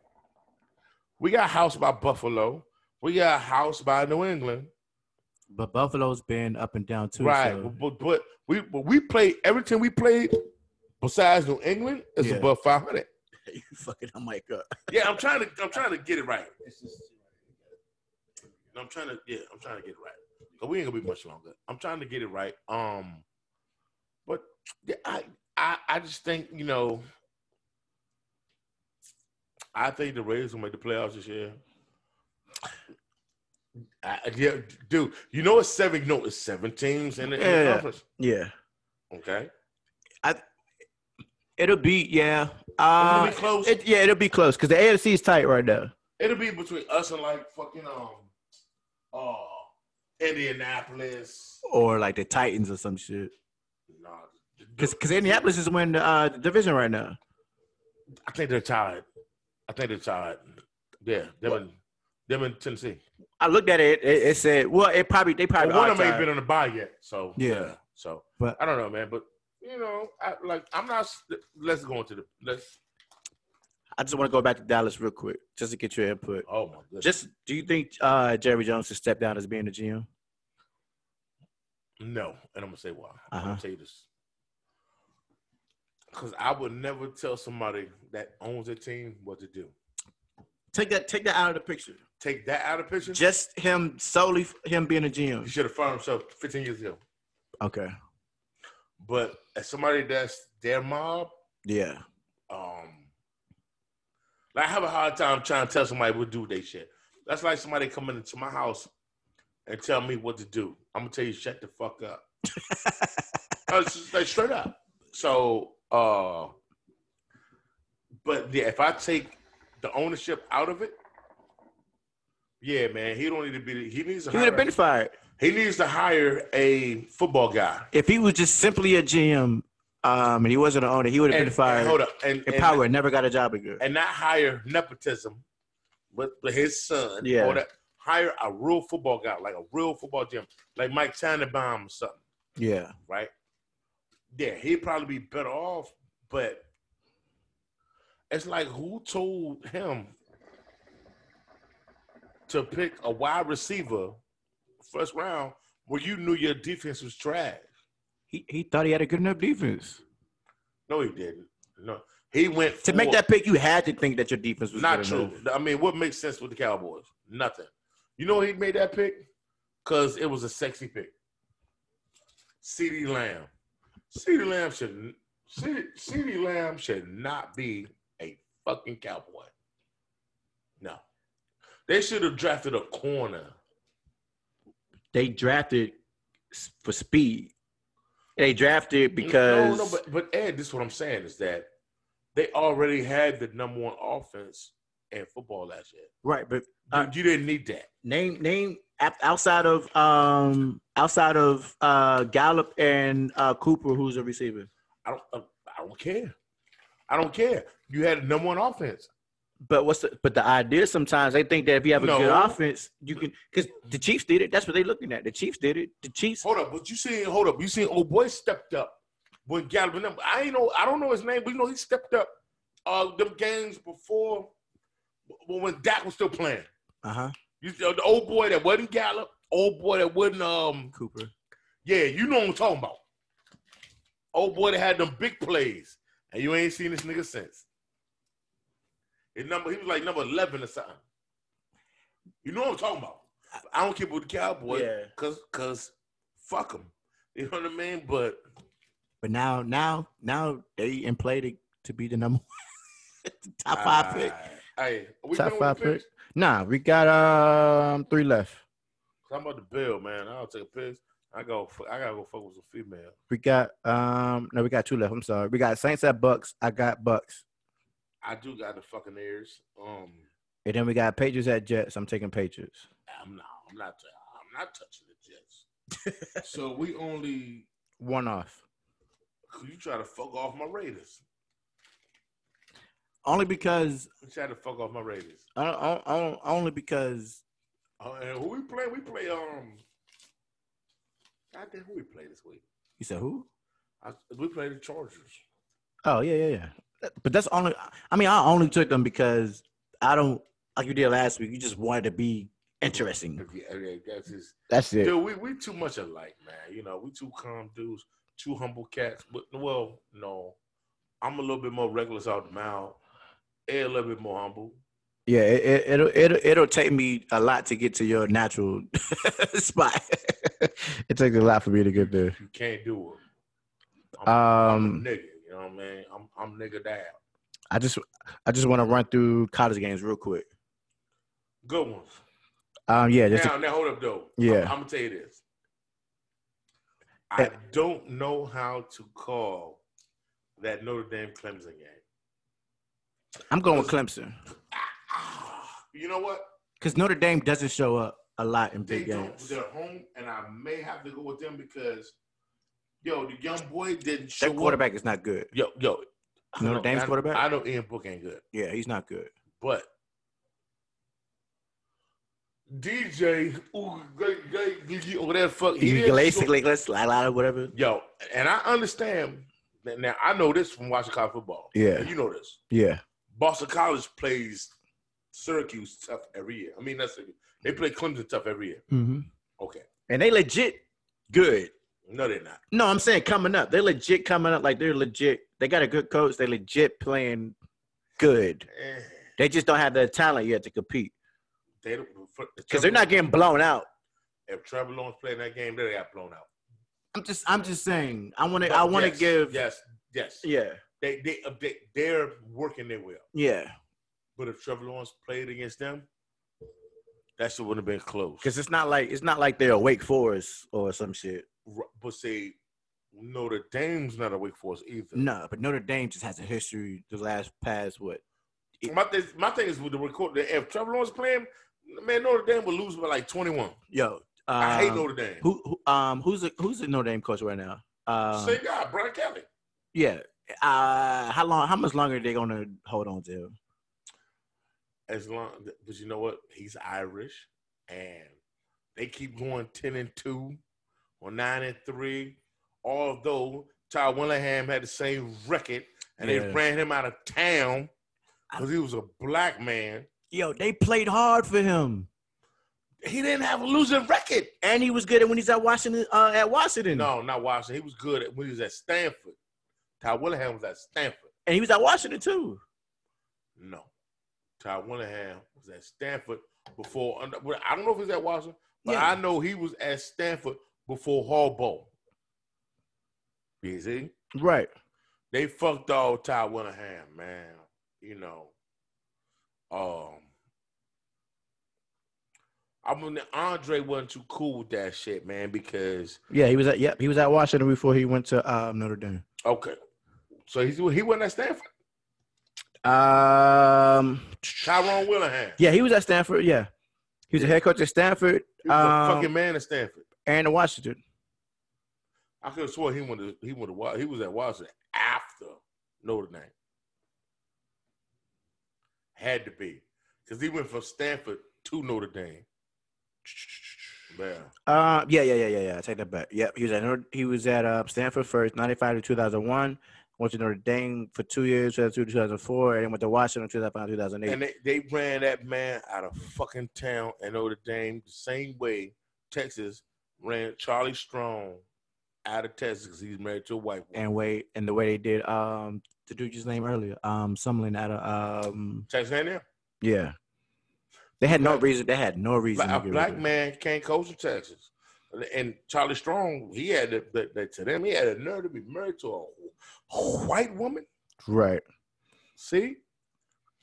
We got housed by Buffalo. We got housed by New England.
but Buffalo's been up and down too.
right.
so-
But, but we but we played everything we played besides New England is
Yeah.
above 500.
you fucking, I'm like, uh,
Yeah, I'm trying to I'm trying to get it right. I'm trying to yeah, I'm trying to get it right. 'Cause we ain't gonna be much longer. I'm trying to get it right. Um, but yeah, I I I just think you know, I think the Raiders will make the playoffs this year. I, I- yeah, dude, you know it's seven. You know it's seven teams in the, in the
Yeah, yeah.
conference.
yeah,
Okay,
it'll be, yeah,
It'll
uh,
be close.
It, yeah, it'll be close because the AFC is tight right now.
It'll be between us and like fucking um, uh, Indianapolis.
or like the Titans or some shit.
Nah,
Because Indianapolis is winning the, uh, the division right now.
I think they're tired. I think they're tired. Yeah, them in, them in Tennessee.
I looked at it. It, it said, well, it probably they
But
probably
one
are
of them ain't
tied.
been on the bye yet. So
Yeah.
So
But-
I don't know, man. But you know, I, like I'm not. s- Let's go into the. Let's.
I just want to go back to Dallas real quick just to get your input.
Oh my goodness.
Just do you think uh, Jerry Jones should step down as being the GM?
no, and I'm gonna say why. I'm
Uh-huh.
gonna tell you this. Because I would never tell somebody that owns a team what to do.
Take that, take that out of the picture.
Take that out of the picture.
Just him solely, f- him being a
You
GM.
should have fired himself 15 years ago.
Okay.
But as somebody that's their mob,
Yeah.
um like I have a hard time trying to tell somebody what to do with they shit. That's like somebody coming into my house and tell me what to do. I'm gonna tell you shut the fuck up. That's just, like straight up. So uh but yeah, if I take the ownership out of it, yeah, man, he don't need to be the- he needs to
He would
hire,
have been fired
he needs to hire a football guy.
If he was just simply a GM, um, and he wasn't an owner, he would have
And,
been fired.
and hold up and,
and
and-
Power never got a job again.
and not hire nepotism with, with his son.
Yeah.
Or that, hire a real football guy, like a real football GM, like Mike Tannenbaum or something,
yeah.
right? Yeah, he'd probably be better off, but it's like who told him to pick a wide receiver first round where you knew your defense was trash?
He, he thought he had a good enough defense.
No, he didn't. No, he went
to make
for-
that pick. You had to think that your defense was
Not
good
true.
enough.
I mean, what makes sense with the Cowboys? Nothing. You know he made that pick? Because it was a sexy pick. CeeDee Lamb. CeeDee Lamb should CeeDee CeeDee Lamb should not be a fucking cowboy. No. They should have drafted a corner.
They drafted s- for speed. They drafted because
no, no, but, but Ed, this is what I'm saying is that they already had the number one offense in football last year.
Right, but
You- you didn't need that.
name name out- outside of um outside of uh Gallup and uh Cooper, who's a receiver.
I don't. uh, I don't care. I don't care. You had number one offense.
But what's the, but the idea? Sometimes they think that if you have a good
No.
offense, you can because the Chiefs did it. That's what they're looking at. The Chiefs did it. The Chiefs.
Hold up, but you seen? Hold up, you seen? Old boy stepped up when Galvin. I ain't know. I don't know his name, but you know he stepped up. Uh, them games before, when when Dak was still playing.
Uh huh.
You the the old boy that wasn't Gallup, old boy that wasn't um
Cooper.
yeah, you know what I'm talking about. Old boy that had them big plays, and you ain't seen this nigga since. His number, he was like number eleven or something. You know what I'm talking about. I don't care about the Cowboys,
Yeah.
cause cause fuck them. You know what I mean? But
But now, now, now they in play to, to be the number the top five pick.
Hey, are we
Top
done with the
five pick.
picks?
Nah, we got um three left.
I'm about to bill, man. I'll take a piss. I go. fu- I gotta go fuck with some female.
We got um no, we got two left. I'm sorry. We got Saints at Bucks. I got Bucks,
I do got the fucking ears. Um.
and then we got Patriots at Jets. I'm taking Patriots.
I'm not. I'm not. I'm not touching the Jets. so we only.
One off.
You try to fuck off my Raiders.
Only because,
You try to fuck off my Raiders.
on- on- on- only because
Uh, and who we play? We play. Um. Goddamn, who we play this week?
you said who?
I, we play the Chargers.
Oh yeah, yeah, yeah.
But that's only. I mean, I only took them because I don't like you did last week. You just wanted to be interesting.
If you- I mean, that's just,
That's it.
dude, we we too much alike, man. You know, we two calm dudes, two humble cats. But well, no, I'm a little bit more reckless out the mouth. Ed a little bit more humble.
Yeah, it, it, it'll it'll it'll take me a lot to get to your natural spot.
It takes a lot for me to get there.
You can't do it. I'm
Um,
a nigga. You know what I mean? I'm I'm nigga down.
I just I just want to run through college games real quick.
Good ones.
Um, yeah, just
now, now hold up though.
Yeah.
I'm, gonna tell you this. I don't know how to call that Notre Dame Clemson game.
I'm going with Clemson
You know what?
because Notre Dame doesn't show up a lot in
They
big
don't.
games.
They're home, and I may have to go with them because, yo, the young boy didn't show
Their
up.
quarterback is not good.
Yo, yo. I
Notre
know-
Dame's
I-
quarterback?
I know Ian Book ain't good,
Yeah, he's not good.
but DJ ooh, great, great, Gigi, or whatever the fuck he didn't show-
Basically, let's slide out of whatever.
Yo, and I understand that now. I know this from watching college football.
Yeah.
you know this.
yeah,
Boston College plays Syracuse tough every year. I mean, that's they play Clemson tough every year.
Mm-hmm.
Okay,
and they legit good.
no, they're not.
No, I'm saying coming up, they're legit coming up. Like they're legit. They got a good coach. They legit playing good.
Eh,
They just don't have the talent yet to compete
They don't- for-
because they're not getting blown out.
If Trevor Lawrence played that game, they got blown out.
I'm just I'm just saying. I want to I want to
Yes,
give.
Yes, yes.
Yeah,
They they uh, they they're working their way up.
yeah.
But if Trevor Lawrence played against them, that shit wouldn't have been close.
because it's not like it's not like they're a Wake Forest or some shit.
Ru- but say Notre Dame's not a Wake Forest either.
No, but Notre Dame just has a history. The last past what?
My, thing, my thing is with the record. If Trevor Lawrence playing, man, Notre Dame will lose by like twenty one.
Yo, um,
I hate Notre Dame.
Who, who um who's the who's the Notre Dame coach right now? Um,
Same guy, Brian Kelly.
yeah. Uh, how long? How much longer are they gonna hold on to? him?
As long, but you know what? He's Irish, and they keep going ten and two, or nine and three. Although Ty Willingham had the same record, and they
Yeah.
ran him out of town because he was a black man.
Yo, they played hard for him,
He didn't have a losing record.
and he was good when he's at Washington. Uh, at Washington,
No, not Washington. He was good at, when he was at Stanford. Ty Willingham was at Stanford.
and he was at Washington too.
No. Ty Willingham was at Stanford before. well, I don't know if he's at Washington, but
Yeah.
I know he was at Stanford before Harbaugh. You see,
Right.
they fucked all Ty Willingham, man. You know, um, I mean Andre wasn't too cool with that shit, man, because
Yeah, he was at yep, he was at Washington before he went to
uh,
um, Notre Dame.
okay, so he's he wasn't at Stanford.
Um,
Tyrone Willingham,
yeah, he was at Stanford. Yeah, he was a head coach at Stanford
he was a
um,
fucking man at Stanford.
and at Washington.
I could have swore he went to he went to Wa- he was at Washington after Notre Dame. Had to be. Because he went from Stanford to Notre Dame. Man.
Uh, yeah, yeah, yeah, yeah, yeah. I take that back. Yep, he was at Notre- he was at uh, Stanford first, ninety five to two thousand one. Went to Notre Dame for two years, two thousand two, two thousand four, and then went to Washington two thousand five, two thousand eight.
And they, they ran that man out of fucking town in Notre Dame the same way Texas ran Charlie Strong out of Texas 'cause he's married to a white woman.
And wait, and the way they did um the dude's name earlier, um, Sumlin out of um,
Texas ain't there.
yeah. They had no
Black-
reason. They had no reason.
Black,
to
a
get rid
black
of him.
man can't coach in Texas. And Charlie Strong, he had the, the, the- to them, he had a nerve to be married to a white woman.
right?
See,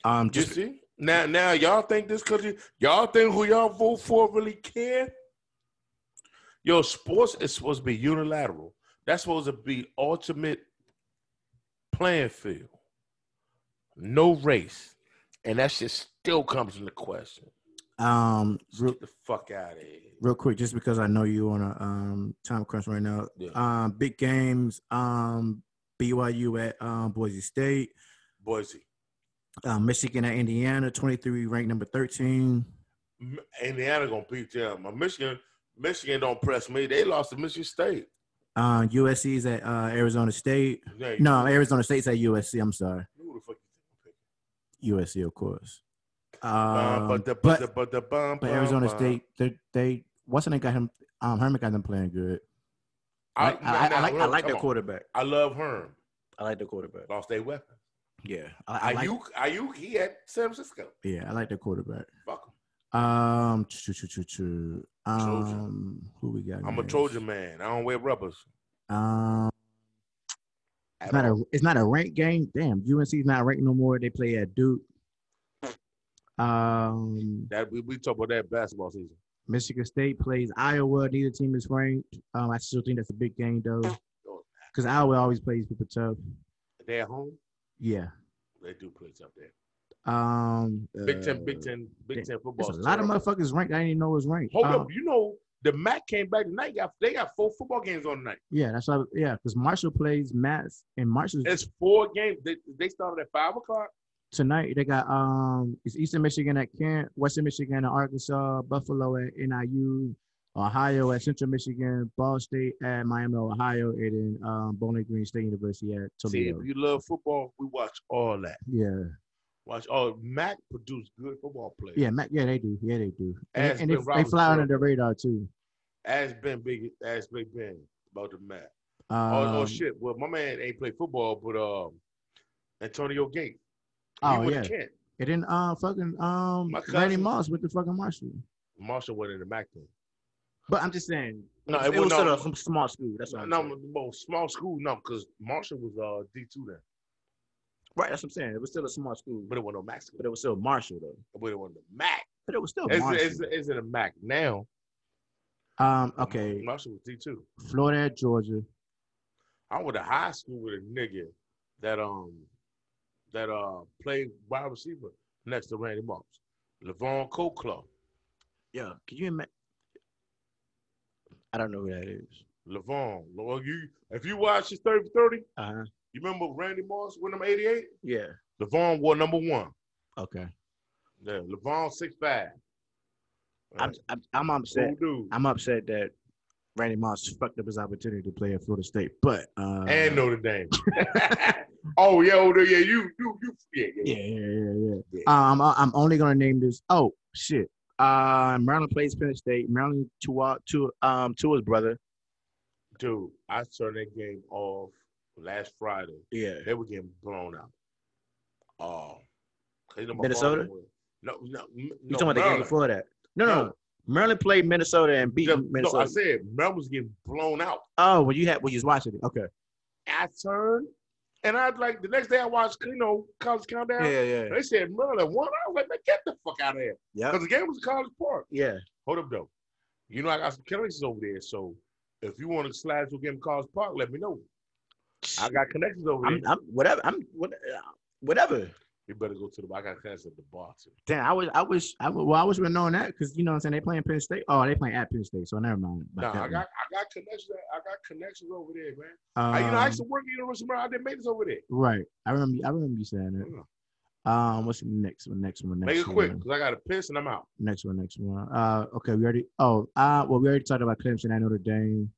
Um,
you
just
see. Now, now, y'all think this country, y'all think who y'all vote for really care? Yo, sports is supposed to be unilateral. That's supposed to be ultimate playing field. No race, and that shit still comes into question.
um,
Just
real,
Get the fuck out of here.
real quick, just because I know you on a um time crunch right now.
Yeah.
Um, big games. Um, BYU at um Boise State.
Boise.
Uh, Michigan at Indiana, 23 ranked number 13.
M- Indiana gonna beat them. Uh, Michigan, Michigan don't press me. They lost to Michigan State.
Uh, USC's at uh, Arizona State.
Yeah, you-
No, Arizona State's at USC. I'm sorry.
Who the fuck you think
USC, of course.
I'm
Um,
picking? Bum,
but,
ba-da, ba-da, ba-da, bum,
but
bum,
Arizona
bum.
State, they, they what's the name got him? Um, Herman got them playing good. I,
I,
I, I,
nah,
like I
look,
like
come
the
on.
quarterback.
I love Herm.
I like the quarterback.
Lost their weapon.
Yeah, I, I like,
Ayuk, Ayuk, he at San Francisco.
yeah, I like the quarterback.
Fuck him.
Um, choo, choo, choo, choo. um, who we got?
I'm a
next?
Trojan man. I don't wear rubbers.
Um,
at
it's not
all.
a it's not a ranked game. Damn, UNC's not ranked no more. They play at Duke. Um,
That we, we talk about that basketball season.
Michigan State plays Iowa. Neither team is ranked. Um, I still think that's a big game though, because Iowa always plays people tough.
They at home.
Yeah.
They do plays up there.
Um,
Big Ten,
uh,
Big Ten, Big
damn.
Ten
There's
football.
a lot of
terrible.
motherfuckers ranked. I didn't even know was ranked.
Hold
Um,
up, you know the MAC came back tonight. Got they got four football games on tonight.
Yeah, that's why. Yeah, because Marshall plays Matt's and Marshall's
It's four games. They, they started at five o'clock.
tonight. They got um, it's Eastern Michigan at Kent, Western Michigan at Arkansas, Buffalo at NIU, Ohio at Central Michigan, Ball State at Miami, Ohio, and then um, Bowling Green State University at
See,
Toledo.
if you love football, we watch all that.
yeah,
Watch all. Mac produced good football players.
yeah, Matt, yeah, they do. Yeah, they do. And,
Ask
and they,
Ben
they fly
Roethlisberger.
under the radar too.
Ask Ben Big. Ask Big Ben about the Mac.
Um,
oh, oh shit. Well, my man ain't play football, but um, Antonio Gates.
Oh,
went
yeah.
To Kent.
And then uh, fucking um,
My
Randy
cousin-
Moss with the fucking Marshall.
Marshall went in the Mac thing.
But I'm just saying,
No,
it,
it,
was
was
still
no,
a some small school. That's what I'm
no,
saying.
well, small school. No, because Marshall was uh D two then,
Right, that's what I'm saying. It was still a small school,
but it wasn't no Mac school.
but it was still Marshall though.
But it wasn't the Mac.
But it was still
It's,
Oh, Marshall.
it's, it's in the Mac now.
um, okay,
Marshall was D two.
Florida at Georgia.
I went to high school with a nigga that um that uh played wide receiver next to Randy Moss, Levon Coaklaw.
Yeah, can you imagine? I don't know who that is.
Levon, Lord, you if you watch his 30 for 30,
Uh huh.
you remember Randy Moss with him 88?
Yeah.
Levon wore number one.
Okay.
Yeah, Levon six five.
I'm I'm, I'm upset.
dude.
I'm upset that Randy Moss fucked up his opportunity to play at Florida State, but uh,
and Notre Dame. oh yeah, oh, yeah, you you you yeah, yeah.
Yeah, yeah, yeah, yeah. Um, I- I'm only gonna name this. Oh shit. Uh, Maryland plays Penn State. Maryland Tua, Tua, um, Tua's brother.
Dude, I turned that game off last Friday.
Yeah.
They were getting blown out. Oh, 'Cause you know my
Minnesota?
father was- No, no, m- no.
You talking about the game
Maryland.
before that? No, no,
No.
Maryland played Minnesota and beat
Yeah, No,
Minnesota.
I said Maryland was getting blown out.
oh, when you had when you was watching it. Okay.
I turned, and I like the next day I watched you know college countdown.
yeah.
They said Maryland won. I was like, man, get the fuck out of here.
Yeah.
Because the game was in College Park.
Yeah.
Hold up though. You know I got some connections over there, so if you want to slide to a game in College Park, let me know. I got connections over there.
I'm, I'm whatever. I'm what, uh, whatever.
You better go to the. I got class at the bar too.
Damn, I was, I was, I was, well, I was knowing that because you know what I'm saying. They playing Penn State. Oh, they playing at Penn State, so never mind.
Nah,
about that
I
one.
got I got connections. I got connections over there, man. I, you know, I
Um,
used to work at University of Maryland. I did maintenance over there.
Right. I remember. I remember you saying it. Um, what's the next one? Next one. Next
Make it
one.
quick, cause I got to piss and I'm out.
Next one. Next one. Uh, okay. We already. Oh, uh, well, we already talked about Clemson and Notre Dame.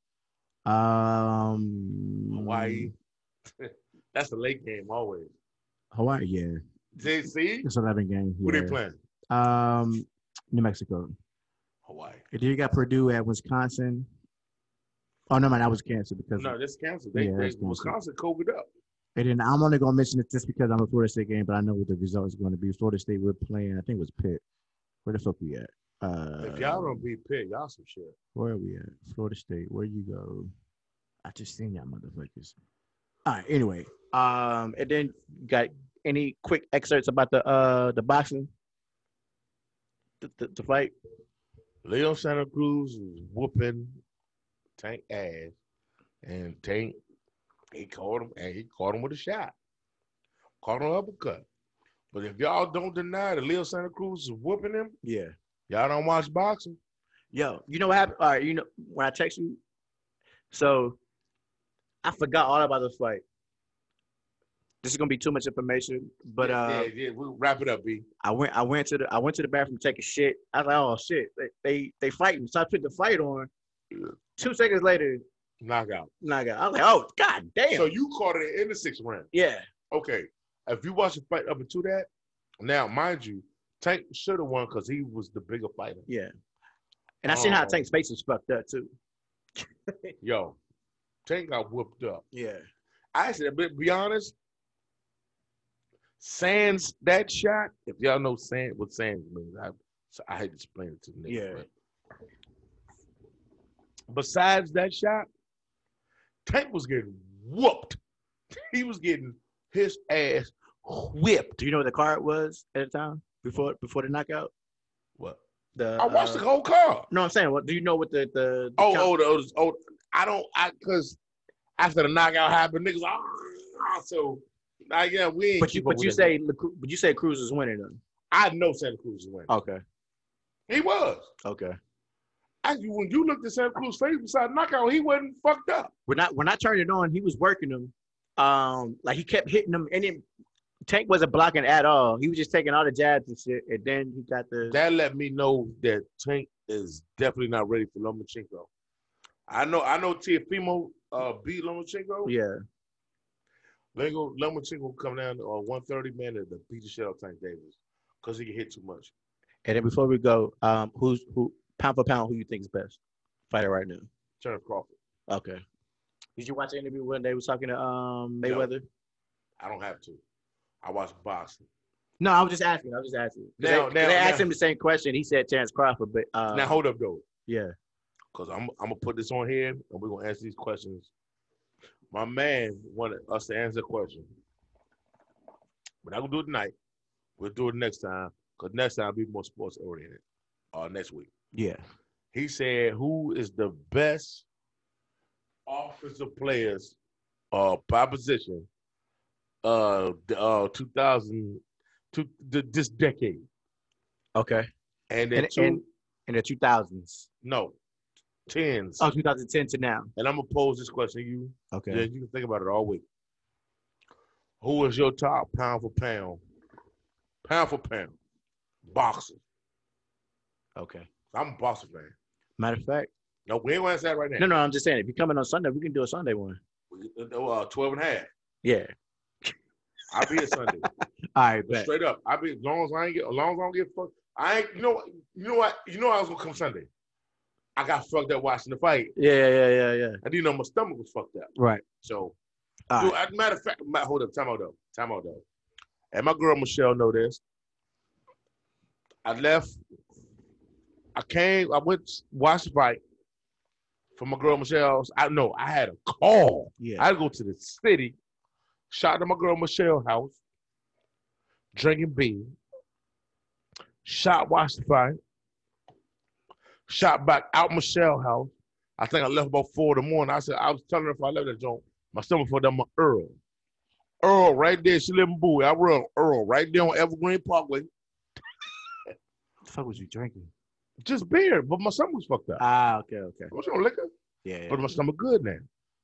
Um,
Hawaii.
Mm-hmm.
That's the late game always.
Hawaii. Yeah,
JC,
it's eleven game.
who
yeah.
they playing?
Um, New Mexico.
Hawaii.
And then you got Purdue at Wisconsin. Oh no, man, that was canceled because.
No, that's canceled. They,
Yeah,
they
that's canceled.
Wisconsin COVID up.
And then I'm only gonna mention it just because I'm a Florida State game, but I know what the result is going to be. Florida State we're playing. I think it was Pitt. Where the fuck we at? Uh,
if y'all don't be picked, y'all some shit.
Where are we at? Florida State. Where you go? I just seen y'all motherfuckers. All right. Anyway, um, and then got any quick excerpts about the uh the boxing, the, the, the fight?
Leo Santa Cruz was whooping Tank ass, and Tank he caught him and he caught him with a shot, caught him uppercut. But if y'all don't deny that Leo Santa Cruz is whooping him,
Yeah.
y'all don't watch boxing.
Yo, you know what happened? All right. You know when I text you, so I forgot all about the fight. This is gonna be too much information, but
yeah,
uh,
yeah, yeah, we'll wrap it up, B.
I went I went to the I went to the bathroom to take a shit. I was like, oh shit, they they, they fighting. So I put the fight on. Two seconds later,
Knockout.
knock out. I was like, oh god damn.
So you caught it in the sixth round.
yeah.
Okay. If you watch the fight up until that, now mind you, Tank should have won because he was the bigger fighter.
Yeah. And I seen how
Oh.
Tank's face was fucked up too.
Yo, Tank got whooped up.
Yeah.
I said, but be honest, Sands that shot. If y'all know Sands, what Sands means, I so I hate to explain it to the niggas.
Yeah.
but besides that shot, Tank was getting whooped. He was getting his ass whipped.
Do you know what the card was at the time before before the knockout?
What?
The
I watched
uh,
the whole car.
No, I'm saying, what do you know what the the, the
Oh,
count-
oh, the- oh, oh, I don't, I because after the knockout happened, niggas, ah, so I yeah, we. Ain't
but you
keep up
but
with
you
that.
say Lacru- but you say Cruz is winning them.
I know Santa Cruz is winning.
Okay.
He was.
Okay.
I, when you looked at Santa Cruz's face beside knockout, he wasn't fucked up.
when I when I turned it on, he was working them. Um, like he kept hitting them, and then Tank wasn't blocking at all. He was just taking all the jabs and shit, and then he got the.
That let me know that Tank is definitely not ready for Lomachenko. I know, I know Tiafimo uh, beat Lomachenko.
yeah,
Lingo, Lomachenko come down on 130 man and to beat the shit out of Tank Davis because he can hit too much.
and then before we go, um, who's who pound for pound? Who you think is best fighter right now?
Turner Crawford.
Okay. Did you watch the interview when they was talking to um Mayweather?
I don't have to. I watch boxing.
No, I was just asking. I was just asking. 'Cause
Now-
they,
now-
they asked
now-
him the same question. He said Terrence Crawford, but uh,
now hold up though,
yeah,
because I'm I'm gonna put this on here and we're gonna answer these questions. My man wanted us to answer the question. We're not gonna do it tonight. We'll do it next time. Cause next time will be more sports oriented. Uh, next week.
yeah.
He said, "Who is the best offensive players, uh, by position, uh, the, uh, 2000, to, th- this decade?"
Okay.
And then
And
two,
in in the two thousands,
no, tens.
oh, 2010 to now.
And I'm gonna pose this question to you.
Okay.
Yeah, you can think about it all week. Who is your top pound for pound, pound for pound boxer?
Okay.
I'm a boxer fan.
Matter of fact.
No, we ain't gonna answer that right
No,
now.
no, I'm just saying if you're coming on Sunday, we can do a Sunday one.
We- Uh, 12 and a half.
Yeah.
I'll be here Sunday.
All right, bet.
Straight up. I be as long as I ain't get as long as I don't get fucked. I ain't you know what- you know what you know I was gonna come Sunday. I got fucked up watching the fight.
Yeah, yeah, yeah, yeah.
I didn't know my stomach was fucked up.
Right.
So
All
Dude, as a matter of fact, ma- hold up, time out though, time out though. And my girl Michelle know this. I left. I came. I went watched the fight for my girl Michelle's. I know I had a call.
Yeah.
I had to go to the city, shot to my girl Michelle's house, drinking beer. Shot watched the fight. Shot back out Michelle's house. I think I left about four in the morning. I said I was telling her if I left that joint, my stomach felt that my Earl. Earl right there. She live in Bowie. I run Earl right there on Evergreen Parkway.
the fuck was you drinking?
Just beer, but my stomach was fucked up.
Ah, okay, okay.
I was on liquor,
Yeah.
but my stomach good now.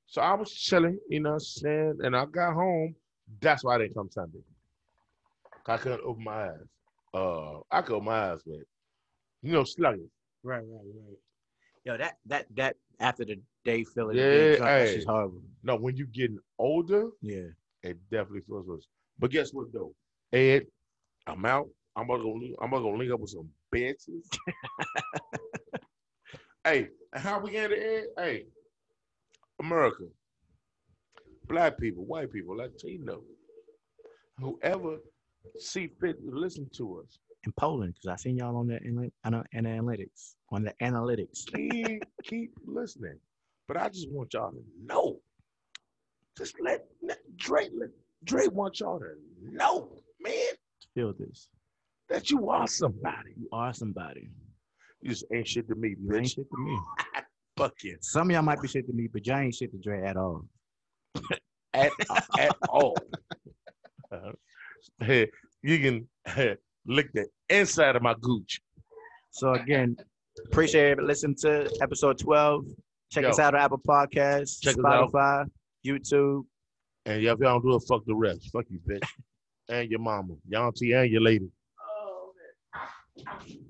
So I was chilling, you know what I'm saying? And I got home. That's why I didn't come Sunday. I couldn't open my eyes. Uh, I could open my eyes, but you know, slugging.
Right, right, right. Yo, that that that after the day feeling,
Yeah,
yeah, that's
hey.
just horrible.
No, when you getting older,
Yeah,
It definitely feels worse. But guess what though? Ed, I'm out. I'm gonna go link- I'm gonna go link up with some bitches. hey, and how we end it, Ed? Hey, America, black people, white people, Latino, whoever see fit to listen to us.
in Poland because I seen y'all on the inla- on the on the analytics on the analytics.
Keep keep listening. But I just want y'all to know. Just let let Drake let Drake want y'all to know, man,
Feel this.
that you are somebody.
You are somebody.
You just ain't shit to me,
You ain't
bitch.
shit to me.
Fuck you.
Some of y'all might be shit to me, but y'all ain't shit to Dre at all.
At, at all. Hey, you can hey, lick the inside of my gooch.
So again, appreciate it. Listen to episode twelve. Check
Yo.
us out on Apple Podcasts,
Check us out.
Spotify, YouTube.
And if y'all don't do it, fuck the rest. Fuck you, bitch. and your mama, your auntie, and your lady.
Oh, man.